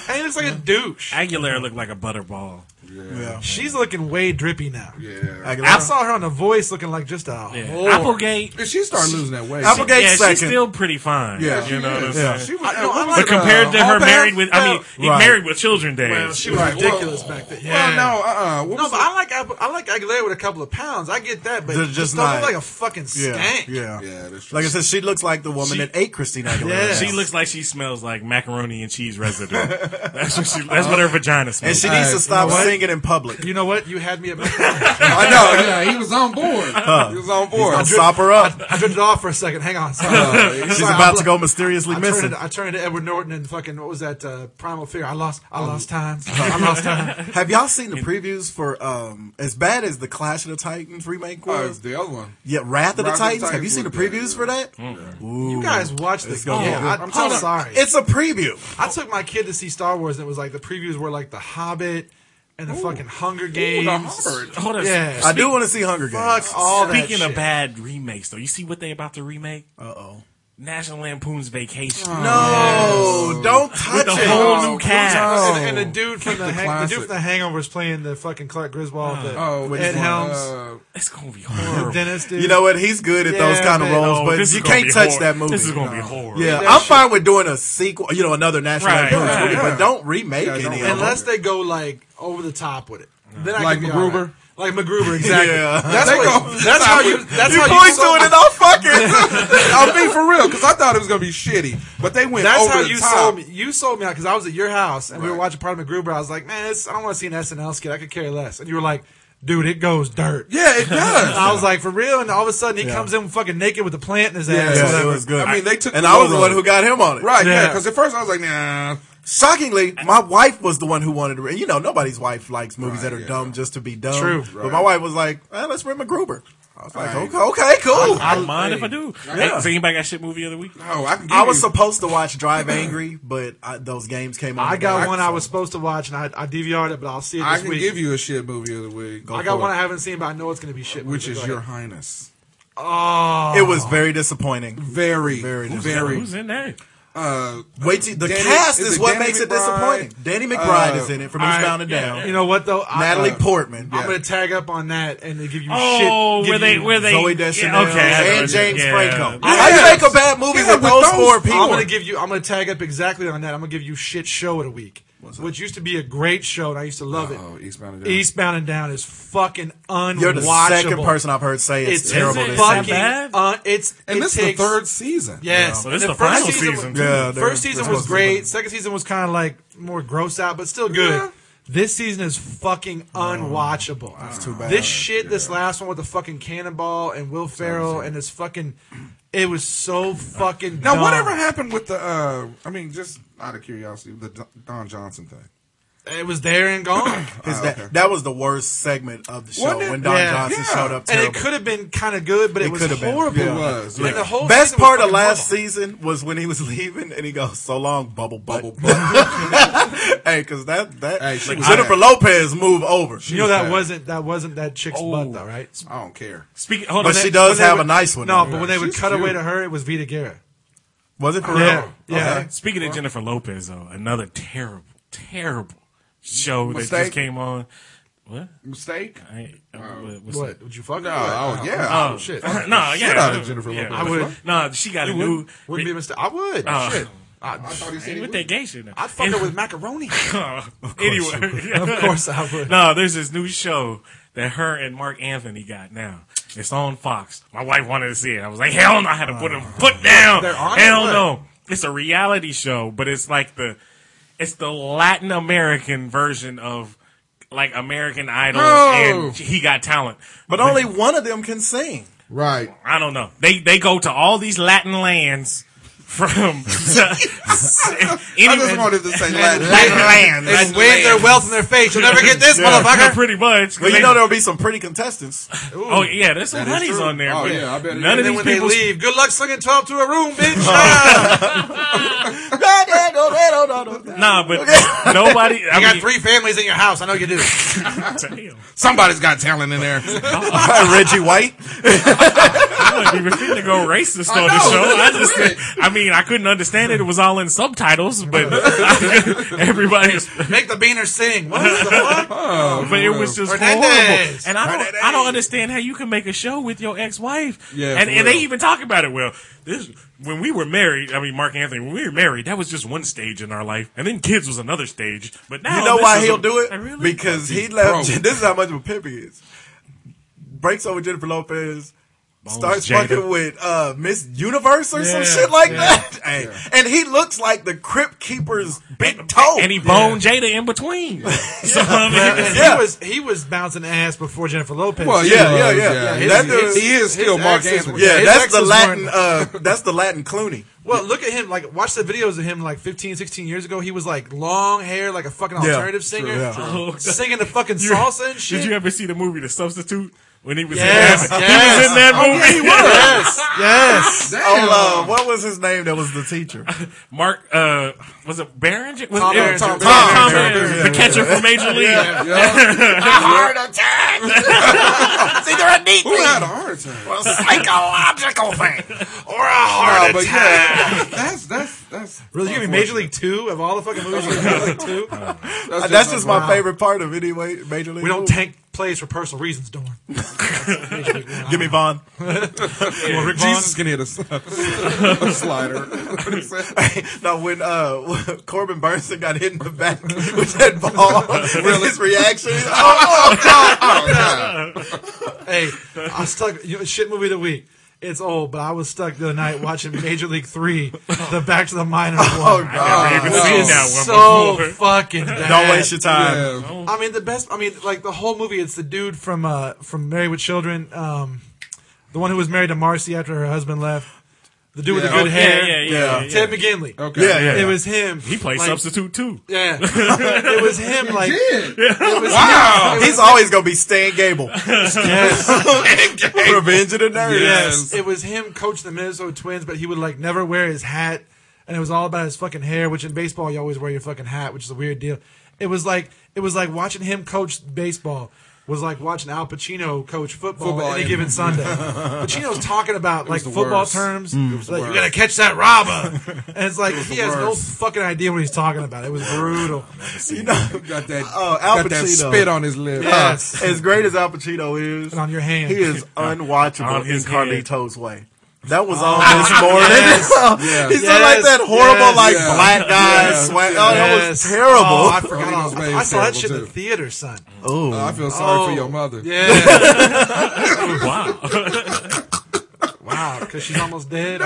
C: And he looks like a douche.
E: Aguilera looked like a butterball.
D: Yeah.
C: She's looking way drippy now.
B: Yeah.
D: Aguilera.
C: I saw her on The Voice looking like just a
E: Yeah. Oh.
C: whore.
E: Applegate.
B: And she started losing that weight.
D: Applegate- Applegate's
E: yeah,
D: second.
E: she's still pretty fine.
B: Yeah,
E: you know. What I'm
B: yeah.
E: saying?
B: She was,
C: I- no, I
B: what was
C: like
E: But compared to her
B: All Pass?
E: married with, I mean,
D: Right.
E: married with children days.
C: she was
B: Right, well-
C: ridiculous back then.
B: Well,
C: Yeah.
B: no, uh, uh What
C: No,
B: was
C: but I like Apple- I like Aguilera with a couple of pounds. I get that, but
D: They're
C: just,
D: just
C: don't
D: not-
C: look like a fucking
D: Yeah.
C: stank.
D: Yeah.
B: Yeah, that's true.
D: Like I said, she looks like the woman that ate Christina Aguilera.
C: Yeah.
E: She looks like she smells like macaroni and cheese residue. that's what she. That's what her vagina
D: And
E: smells.
D: she
E: like.
D: needs
B: you
D: to stop singing in public.
C: You know what? You had me at I
B: I know. Yeah, he was on board. He was on board.
D: I'll sop her up.
C: turned it off for a second. Hang on. Sorry.
B: Uh,
D: She's about to go mysteriously
C: I turned,
D: missing.
C: it, I turned it to Edward Norton and fucking what was that? Uh, Primal Fear. I lost. I lost time. I lost time.
D: Have y'all seen the previews for um as bad as the Clash of the Titans remake
B: uh,
D: was?
B: the other one.
D: yeah, Wrath of the
B: Wrath of the
D: Titans. Have you
B: Titans
D: seen the
B: looked good,
D: previews
B: yeah. Mm.
D: for that?
C: You guys watch this.
D: gonna be
C: Yeah, I,
D: good. I'm
C: I'm
D: telling you,
C: sorry.
D: It's a preview.
C: I took my kid to see Star Wars, and it was like the previews were like The Hobbit and the fucking Hunger Games.
B: The Hubbard.
E: Hold on.
C: Yeah.
D: I do want to see Hunger Games.
C: Fuck all that
E: Speaking of
C: shit.
E: bad remakes, though, you see what they about to remake?
D: Uh oh.
E: National Lampoon's Vacation.
D: No, don't touch
E: With a
D: it.
E: whole
B: Oh,
E: new cast.
D: Oh.
C: And, and the dude from the,
B: the
C: hang, the dude
B: classic.
C: from the Hangovers playing the fucking Clark Griswold, the
B: Oh, which
C: Ed
B: one?
C: Helms,
B: Uh,
E: It's gonna be horrible.
C: Dennis dude.
D: You know what? He's good at those
C: Yeah,
D: kind of
C: man.
D: roles,
E: No,
D: but
E: Oh, this is
D: you
E: gonna
D: can't
E: be
D: touch
E: hor-
D: that movie.
E: This is gonna be horrible.
D: yeah,
C: that
D: I'm
C: shit.
D: fine with doing a sequel, you know, another National
E: Right,
D: Lampoon's
E: right,
D: movie,
B: yeah.
D: but don't remake
B: Yeah,
D: any
B: don't
D: of
B: remake
D: them.
C: unless they go like over the top with it. Then I
B: Like
C: could be
B: MacGruber?
C: all right. like MacGruber, exactly.
D: Yeah.
C: That's,
B: They
C: what-
B: go-
C: that's how you. That's
D: you
C: how
D: boys
C: you.
D: doing it all fucking.
B: I mean, for real, because I thought it was gonna be shitty, but they went
C: That's
B: over
C: how
B: the
C: you
B: top.
C: sold me. You sold me out because I was at your house and we were
B: Right.
C: watching part of MacGruber. I was like, man, this, I don't want to see an SNL skit. I could care less. And you were like, dude, it goes dirt.
B: Yeah, it does.
C: And I was like, for real? And all of a sudden, he comes in fucking naked with a plant in his ass.
D: Yeah,
C: or whatever.
D: it was good.
B: I mean, they took
D: and
B: the
D: I was
B: low
D: the one
B: road.
D: who got him on it.
B: right, yeah.
C: Yeah.
B: Because at first I was like, nah.
D: Shockingly, my wife was the one who wanted to. Re- you know, nobody's wife likes movies
B: Right,
D: that are
B: yeah.
D: dumb just to be dumb.
C: True.
D: But my wife was like, eh, "Let's rent MacGruber." I was like,
B: Right.
D: "Okay, okay,
E: I
D: cool." I,
E: don't mind if I do. Hey, so anybody got shit movie of the week?
B: Oh, I can. Give
D: was
B: you.
D: supposed to watch Drive Angry, but I, those games came out.
C: I got one I was supposed to watch and I, I DVR'd it, but I'll see it
B: I
C: this
B: can
C: week.
B: give you a shit movie of the week.
C: I got one I haven't seen, but I know it's going to be shit.
B: which
C: Go
B: is
C: ahead.
B: Your Highness.
C: Oh.
D: It was very disappointing.
B: Very,
D: Very
B: very,
D: disappointing.
E: Who's in there?
B: Uh,
D: Wait, till, the
B: Danny-
D: cast
B: is
D: is
B: it
D: what
B: Danny
D: makes it
B: McBride?
D: disappointing. Danny McBride
B: Uh,
D: is in it from
C: all right,
D: Eastbound and
E: yeah,
D: Down.
C: You know what, though? I-
D: Natalie
C: uh,
D: Portman.
C: I'm going to tag up on that and give you
E: Oh,
C: shit.
E: where
C: give
E: they
C: you-
E: where they
D: Zoe Deschanel
E: yeah, okay, I know
D: and
E: it's-
D: James
E: yeah.
D: Franco.
E: I-
D: How you make a bad movie
B: Yeah,
D: with
B: with
D: those,
B: those-
D: four
B: I'm
D: people?
C: I'm gonna give you. I'm gonna tag up exactly on that. I'm gonna give you shit show of the week, which used to be a great show and I used to love
B: oh,
C: it.
B: Eastbound and Down.
C: Eastbound and Down is fucking unwatchable.
D: You're the second person I've heard say it's,
C: It's
D: terrible.
E: it?
D: this
E: Fuck
D: season.
C: fucking.
E: bad?
C: Uh, it's
B: and
C: it
B: this
C: takes,
B: is the third season.
C: Yes,
E: Well, this
C: And
E: is the final
C: was-
E: season, too.
D: Yeah, they're-
C: first season
D: they're
C: was
D: supposed to
C: great. Second season was kind of like more gross out, but still good.
B: Yeah.
C: This season is fucking unwatchable. That's
D: too bad.
C: This shit, this last one with the fucking cannonball and Will Ferrell and this fucking, it was so fucking.
B: Now,
C: dumb.
B: whatever happened with the? uh I mean, just out of curiosity, the Don- Don Johnson thing.
C: It was there and gone.
D: His
B: Ah,
D: dad-
B: okay.
D: That was the worst segment of the show
B: Wasn't it?
D: when Don
C: Yeah.
D: Johnson
B: Yeah.
D: showed up.
C: and
D: Terrible.
C: it could have been kind of good, but it,
D: It
C: was
D: could have been.
C: horrible.
D: Yeah.
B: It was,
C: And
B: yeah.
C: the whole
D: Best
C: season was
D: part of
C: fucking
D: last
C: horrible.
D: season was when he was leaving and he goes, "So long, bubble butt." hey, because that that
B: Hey, she was
D: Jennifer
B: bad.
D: Lopez move over,
C: You know that
B: Yeah.
C: wasn't that wasn't that chick's butt though, right?
B: I don't care.
E: Speaking, hold
D: but
E: on.
D: she
E: that-
D: does
C: when they
D: have
C: would-
D: a nice one.
C: No,
D: though.
C: but when they would
B: she's
C: cut away
B: cute.
C: to her, it was Vita Guerra.
D: was it for
C: Yeah,
D: real?
C: yeah.
D: Oh, Okay.
E: Speaking of Jennifer Lopez, though, another terrible, terrible show that
B: Mistake?
E: just came on. What?
B: Mistake.
E: I, what? what's
C: What would you fuck?
B: No,
C: her? What?
B: oh yeah.
C: Oh, shit.
E: that? no, yeah,
B: out of Jennifer
E: yeah,
B: Lopez.
E: I would. No, she got a new.
C: Wouldn't be a mistake. I would.
E: Uh,
C: Shit.
B: I
C: I,
B: thought he said he
E: Ain't with
B: would.
E: that gay shit. now.
C: I'd fuck her with macaroni.
E: anyway,
C: Of course I would.
E: No, there's this new show that her and Mark Anthony got now. It's on Fox. My wife wanted to see it. I was like, hell no, I had to put him foot down.
C: They're on it,
E: hell
C: what?
E: no. It's a reality show, but it's like the it's the Latin American version of like American Idol
B: No.
E: and he got talent.
D: But only one of them can sing.
B: Right.
E: I don't know. They they go to all these Latin lands from
B: I just wanted to say Latin.
E: land.
C: They waved their wealth in their face. You'll never get this, motherfucker.
E: Pretty much.
D: Well, you
E: They-
D: know there'll be some pretty contestants.
E: oh yeah, there's some
B: That is
E: honeys
B: true.
E: on there.
B: Oh,
E: but
B: yeah, I bet it
E: none of
C: And then
B: is.
E: these
C: when they
E: people.
C: leave, good luck slinging 12 to a room, bitch. Ah, Oh,
E: Nah, but nobody. I
C: you got
E: mean,
C: three families in your house. I know you do.
E: Damn.
B: Somebody's got talent in there.
D: Reggie White.
E: I wasn't even finna go racist on the
B: know,
E: show. I
B: that's
E: just,
B: weird.
E: I mean, I couldn't understand it. It was all in subtitles, but everybody's.
C: Make the beaner sing. What the fuck?
E: But it was just horrible.
C: Hernandez.
E: And I don't, I don't understand how you can make a show with your ex-wife.
B: Yeah,
E: and
B: for
E: and they
B: real.
E: even talk about it. Well, this when we were married. I mean, Mark Anthony. When we were married, that was just one stage in our life, and then kids was another stage. But now
C: Oh,
D: You know
E: this
D: why
E: is
D: he'll
E: a-
D: do it?
E: I really-
D: Because he left.
B: broke.
D: This is how much of a pimp he is. Breaks over Jennifer Lopez. starts
E: Jada.
D: fucking with uh, Miss Universe or some
C: Yeah,
D: shit like
C: yeah,
D: that. Hey, And he looks like the Crypt Keeper's big toe.
E: and he boned Jada in between. so, I mean,
C: And
D: Yeah.
C: He was he was bouncing ass before Jennifer Lopez.
B: Well,
D: Yeah,
B: he
D: yeah,
B: was,
D: yeah.
B: He-
D: That
B: he,
D: dude-
B: he is still
C: his
B: Mark
C: exes
B: Anthony.
C: were-
D: yeah,
C: his
D: that's
C: exes
D: the Latin.
C: weren't-
D: Uh, that's the Latin Clooney.
C: Well, look at him. Like, watch the videos of him like 15, 16 years ago. He was like long hair, like a fucking
D: Yeah,
C: alternative singer,
D: yeah.
E: Oh, God.
C: singing the fucking
E: You-
C: salsa and shit.
E: Did you ever see the movie The Substitute? When he was
C: Yes,
E: in that, he
C: yes.
E: was in that movie.
C: yes, yes.
B: Damn.
D: Oh, uh, what was his name? That was the teacher.
E: Mark, uh, was it Barringer? Was
C: Tom
E: it,
C: Berenger.
E: Tom,
C: Tom
E: Tom
D: Berenger.
E: Berenger,
D: Yeah,
E: the
D: yeah,
E: catcher from Major League.
B: Yeah.
D: Heart attack. it's either a neat
B: Who had a heart attack?
D: or a psychological thing, or a
B: No,
D: heart
B: but yeah, that's that's that's
C: Really, you gonna be Major League Two of all the fucking movies? You're gonna be Major League Two.
D: Uh, That's just my favorite part of any way, Major League.
C: We don't
D: Movie.
C: tank plays for personal reasons, Dorn.
D: Give me Vaughn.
C: Well, Rick Vaughn,
B: Jesus can hit a, s- a slider. What is that?
D: no, when uh, Corbin Burnson got hit in the back with that ball, really? his reaction. Oh,
B: Oh, God.
C: hey, I was stuck. You know, shit movie of the week. It's old, but I was stuck the other night watching Major League Three, the Back to the Minor one.
D: oh,
E: Never
D: God.
E: even
C: Which
E: seen
C: is
E: that one
C: so
E: before.
C: fucking bad.
D: Don't waste your time.
B: Yeah.
C: I mean, the best. I mean, like the whole movie. It's the dude from uh from Married with Children, um, the one who was married to Marcy after her husband left. The dude with the
B: Yeah.
C: good
B: Oh,
C: hair,
E: yeah, yeah, yeah,
C: Ted McGinley.
B: Okay.
D: Yeah, yeah.
C: It was him.
E: He played
C: like,
E: substitute too.
C: Yeah, it was him. Like
B: Shit.
C: it was
B: Wow.
C: Him. It was,
D: He's always going to be Stan Gable.
C: yes,
D: Revenge of the Nerds.
C: yes. It was him. Coach the Minnesota Twins, but he would like never wear his hat, and it was all about his fucking hair. Which in baseball, you always wear your fucking hat, which is a weird deal. It was like it was like watching him coach baseball. Was like watching Al Pacino coach football,
B: Football,
C: any
B: yeah.
C: given Sunday. Pacino's talking about like
B: the
C: football
B: worst. Mm.
C: terms.
B: the
C: Like, you
B: worst.
C: gotta catch that robber, and it's like he
B: the
C: has no
B: worst.
C: fucking idea what he's talking about. It was brutal.
D: You know,
B: Got that,
D: Oh, Al
B: got that
D: Pacino.
B: spit on his lip.
C: Yeah. Yes.
D: as great as Al Pacino is,
C: And on your hand.
D: he is
E: On
D: unwatchable in
E: his head.
D: Carlito's way. That was on this morning.
B: Yeah.
D: He's
C: Ah, Yes.
D: like that horrible,
C: Yes.
D: like
B: Yeah.
D: black guy
B: Yeah.
D: sweat. Oh, that was
C: Yes.
D: terrible.
C: Oh, I
B: Carlito's
C: forgot. all-
B: Way
C: I, I
B: is
C: saw that
B: terrible,
C: shit in the
B: too.
C: theater, son.
B: Oh, I feel sorry
C: Oh.
B: for your mother.
C: Yeah.
E: Wow.
C: wow, because she's almost dead.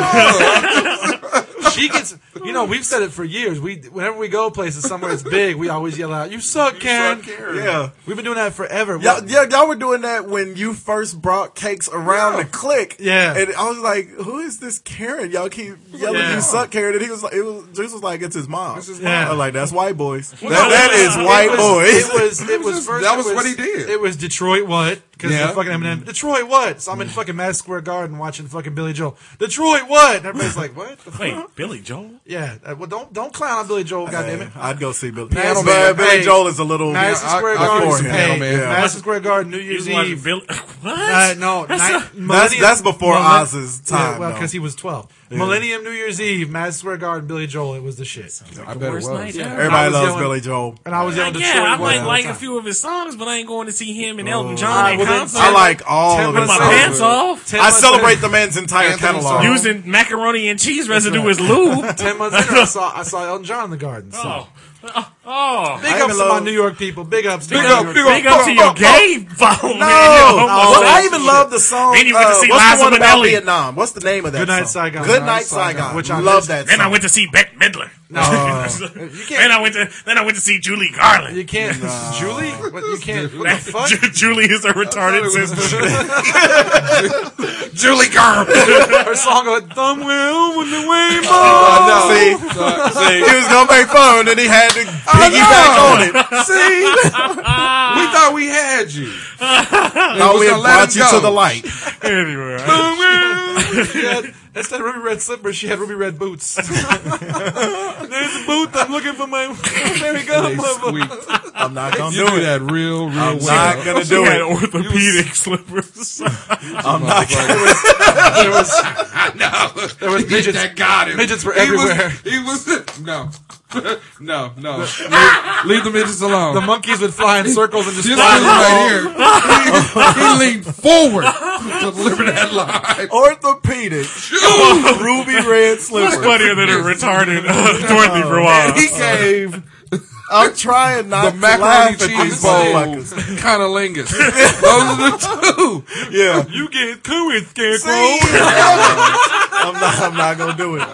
C: she gets. You know, we've said it for years. We whenever we go places somewhere that's big, we always yell out, "You suck, Karen."
D: yeah.
C: We've been doing that forever.
D: Y'all, yeah, y'all were doing that when you first brought cakes around the click.
C: Yeah.
D: and I was like, "Who is this Karen?" Y'all keep yelling,
C: Yeah.
D: "You suck, Karen!" And he was like, "It was." Juice was like, "It's his mom."
B: It's his
C: mom.
D: I was like, "That's white boys. That,
E: no,
D: that is
E: it
D: white
C: it was,
D: boys."
C: it was. It was
B: just-
C: first.
B: that
C: it
B: was what he did.
C: It was Detroit what? Because
B: Yeah.
C: fucking Eminem. Detroit what? So I'm in fucking Madison Square Garden watching fucking Billy Joel. Detroit what? And everybody's like, what? The fuck?
E: Wait, Billy Joel?
C: Yeah. uh, Well, don't don't clown on Billy Joel, goddamn it.
D: I'd go see Billy.
C: Piano
D: But
C: Man.
D: Billy
C: Hey.
D: Joel is a little.
C: Madison
B: I-
C: Square
B: I
C: Garden.
D: support him,
C: hey,
B: man.
C: Madison Square Garden, New
E: He was
C: Year's
E: watching
C: Eve.
E: Billy. What?
C: Uh, no,
E: That's
C: ni-
E: a-
C: Millennium-
D: that's before
C: Millen-
D: Oz's time,
C: Yeah, well,
D: though.
C: because he was twelve. Millennium, New Year's Eve, Madison Square Garden, Billy Joel. It was the shit.
B: I
E: the
B: bet it
E: worst
B: was.
E: night
C: Yeah.
E: ever.
C: I
D: Everybody
C: was
D: loves
C: yelling-
D: Billy Joel.
C: And I was yelling
E: yeah,
C: Detroit.
E: I
C: one
E: might
C: all
E: like
C: the
E: a
C: time.
E: few of his songs, but I ain't going to see him and Elton
C: I
E: John in
C: wouldn't-
E: concert.
D: I like all
C: Ten
D: of
E: my
D: his
C: months
D: songs.
E: pants
C: later-
E: off.
C: Ten
D: I
C: months
D: celebrate
C: later-
D: the man's entire
B: Anthony
D: catalog.
B: Song.
E: Using macaroni and cheese residue as lube.
C: Ten months later, I saw I saw Elton John in the garden. So.
E: Oh. Oh.
C: Big ups
D: I even
C: to my
D: love-
C: New York people. Big ups. to
E: Big
C: my
E: up,
C: New York-
E: big up to your gay phone. man.
D: Well, I even love the song.
E: Then you went to
D: uh,
E: see
D: what's
E: Liza
D: the one about
E: Minnelli.
D: Vietnam? What's the name of that?
C: Good Night,
D: song?
C: Saigon.
D: Good night, Saigon.
C: Which
D: Which
C: I
D: I love
C: missed.
D: that.
E: Then I
D: song.
E: went to see Bette Midler.
C: No, you
E: Then
C: can't.
E: I went to then I went to see Julie Garland.
C: You can't, Julie. What, you can't. What the fuck?
E: Ju- Julie is a retarded
B: thought it was-
E: sister.
B: Julie Garland.
C: Her song goes somewhere on the way, mom.
B: no. See,
D: Oh, he was gonna make fun, and then he had to piggyback on it.
B: See, we thought we had you.
D: Now we had
B: gonna let
D: brought
B: him
D: you
B: go.
D: to the light.
E: anyway,
C: Yeah, that's that ruby red slipper. She had ruby red boots. There's the boot. I'm looking for my. There we go.
B: They
C: motherfucker.
B: squeaked.
D: I'm not gonna
B: You
D: do
B: do
D: it.
B: that real, real
D: I'm
B: well.
D: not gonna
E: she
D: do
E: had
D: it.
E: orthopedic slippers.
D: I'm not gonna.
C: There was there was
B: Midgets,
C: midgets.
B: that got him.
C: midgets were
B: He was-
C: everywhere.
B: He was, no, no, no. leave, leave the midgets alone.
C: The monkeys would fly in circles and just.
B: this
C: fly
B: one right here, he, he leaned forward to deliver that line.
D: Orthopedic, ruby red
E: That's
D: slipper.
E: funnier than a retarded uh, Dorothy Brouwer.
B: He gave
D: I'm trying
B: the
D: not to
B: macaroni
D: laugh at these
B: cheese bowl
D: motherfuckers.
B: kind of lingus. Those are the two.
D: Yeah.
C: You get courage, scarecrow.
D: See? I'm not. I'm not gonna do it.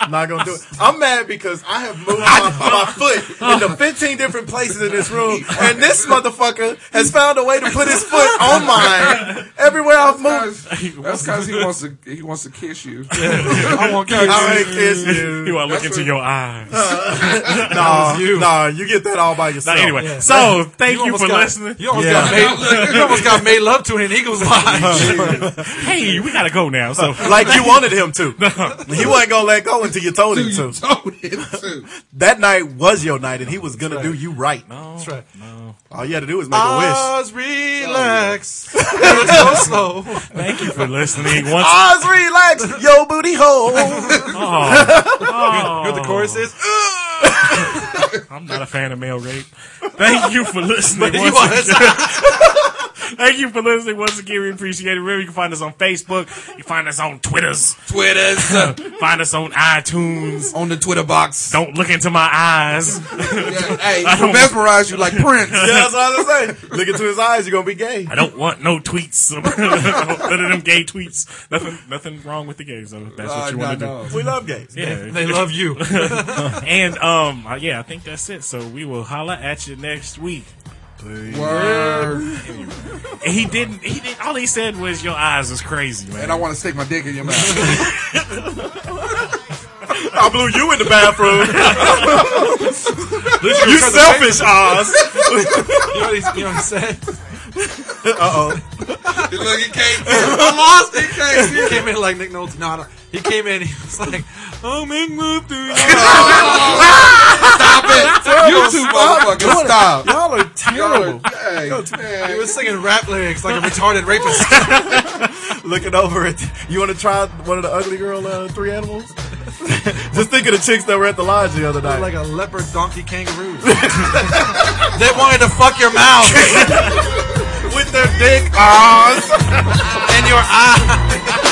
D: I'm not gonna do it. I'm mad because I have moved my, my foot into 15 different places in this room, and this motherfucker has found a way to put his foot on mine everywhere I've moved.
B: That's because he wants to. He wants to kiss you.
C: I won't get
D: I ain't kiss
E: You
D: you.
E: want to look
B: That's
E: into
B: what-
E: your eyes.
D: Nah, nah, you get that all by
E: Now,
D: yourself.
E: anyway, so thank you,
C: almost
E: for
C: got-
E: listening.
C: You almost,
D: Yeah.
C: got made, you almost got made love to in an Eagles live.
E: Hey, we gotta go now. So
D: Like you wanted him to. He wasn't gonna let go until you told him to.
B: You told him to.
D: That night was your night, and he was gonna do you right. Ah.
C: That's right.
D: All you had to do was make a wish.
C: Oz, relax. It was so slow.
E: thank you for listening. Once
D: Oz, relax, yo booty hole.
C: You know what the chorus is?
E: I'm not a fan of male rape. Thank you for listening.
C: You
E: once
C: want
E: again.
C: us-
E: Thank you for listening once again. We appreciate it. Remember, you can find us on Facebook. You can find us on Twitters.
B: Twitter's uh,
E: Find us on iTunes.
B: on the Twitter box.
E: Don't look into my eyes.
B: Yeah, hey, he'll mesmerize you like Prince.
D: Yeah, that's what I was gonna say. Look into his eyes, you're gonna be gay.
E: I don't want no tweets. None of them gay tweets. Nothing, nothing wrong with the gays. Though, if that's
B: Uh,
E: what you
B: no,
E: want to
B: no.
D: We love gays.
E: do. Yeah.
C: They love you.
E: And um, uh, yeah, I think that's it. So we will holla at you next week.
B: Word.
E: And he didn't. He did. All he said was, "Your eyes is crazy, man."
B: And I want to stick my dick in your mouth.
D: I blew you in the bathroom. you selfish, Oz.
C: You know what, he's, you know what I'm saying?
B: Look, he came through. I lost it. He came
C: He
B: through.
C: came in like Nick Nolte. No, no. He came in. He was like, "I'm in love with you."
B: Stop it. You two motherfuckers, stop.
C: Y'all are terrible.
B: Hey,
C: He
B: man.
C: was singing rap lyrics like a retarded rapist.
D: Looking over it. You wanna try one of the ugly girl uh, three animals? Just think of the chicks that were at the lodge the other night.
C: like a leopard, donkey, kangaroo. they wanted to fuck your mouth
D: with their dick, Oz.
C: and your eye.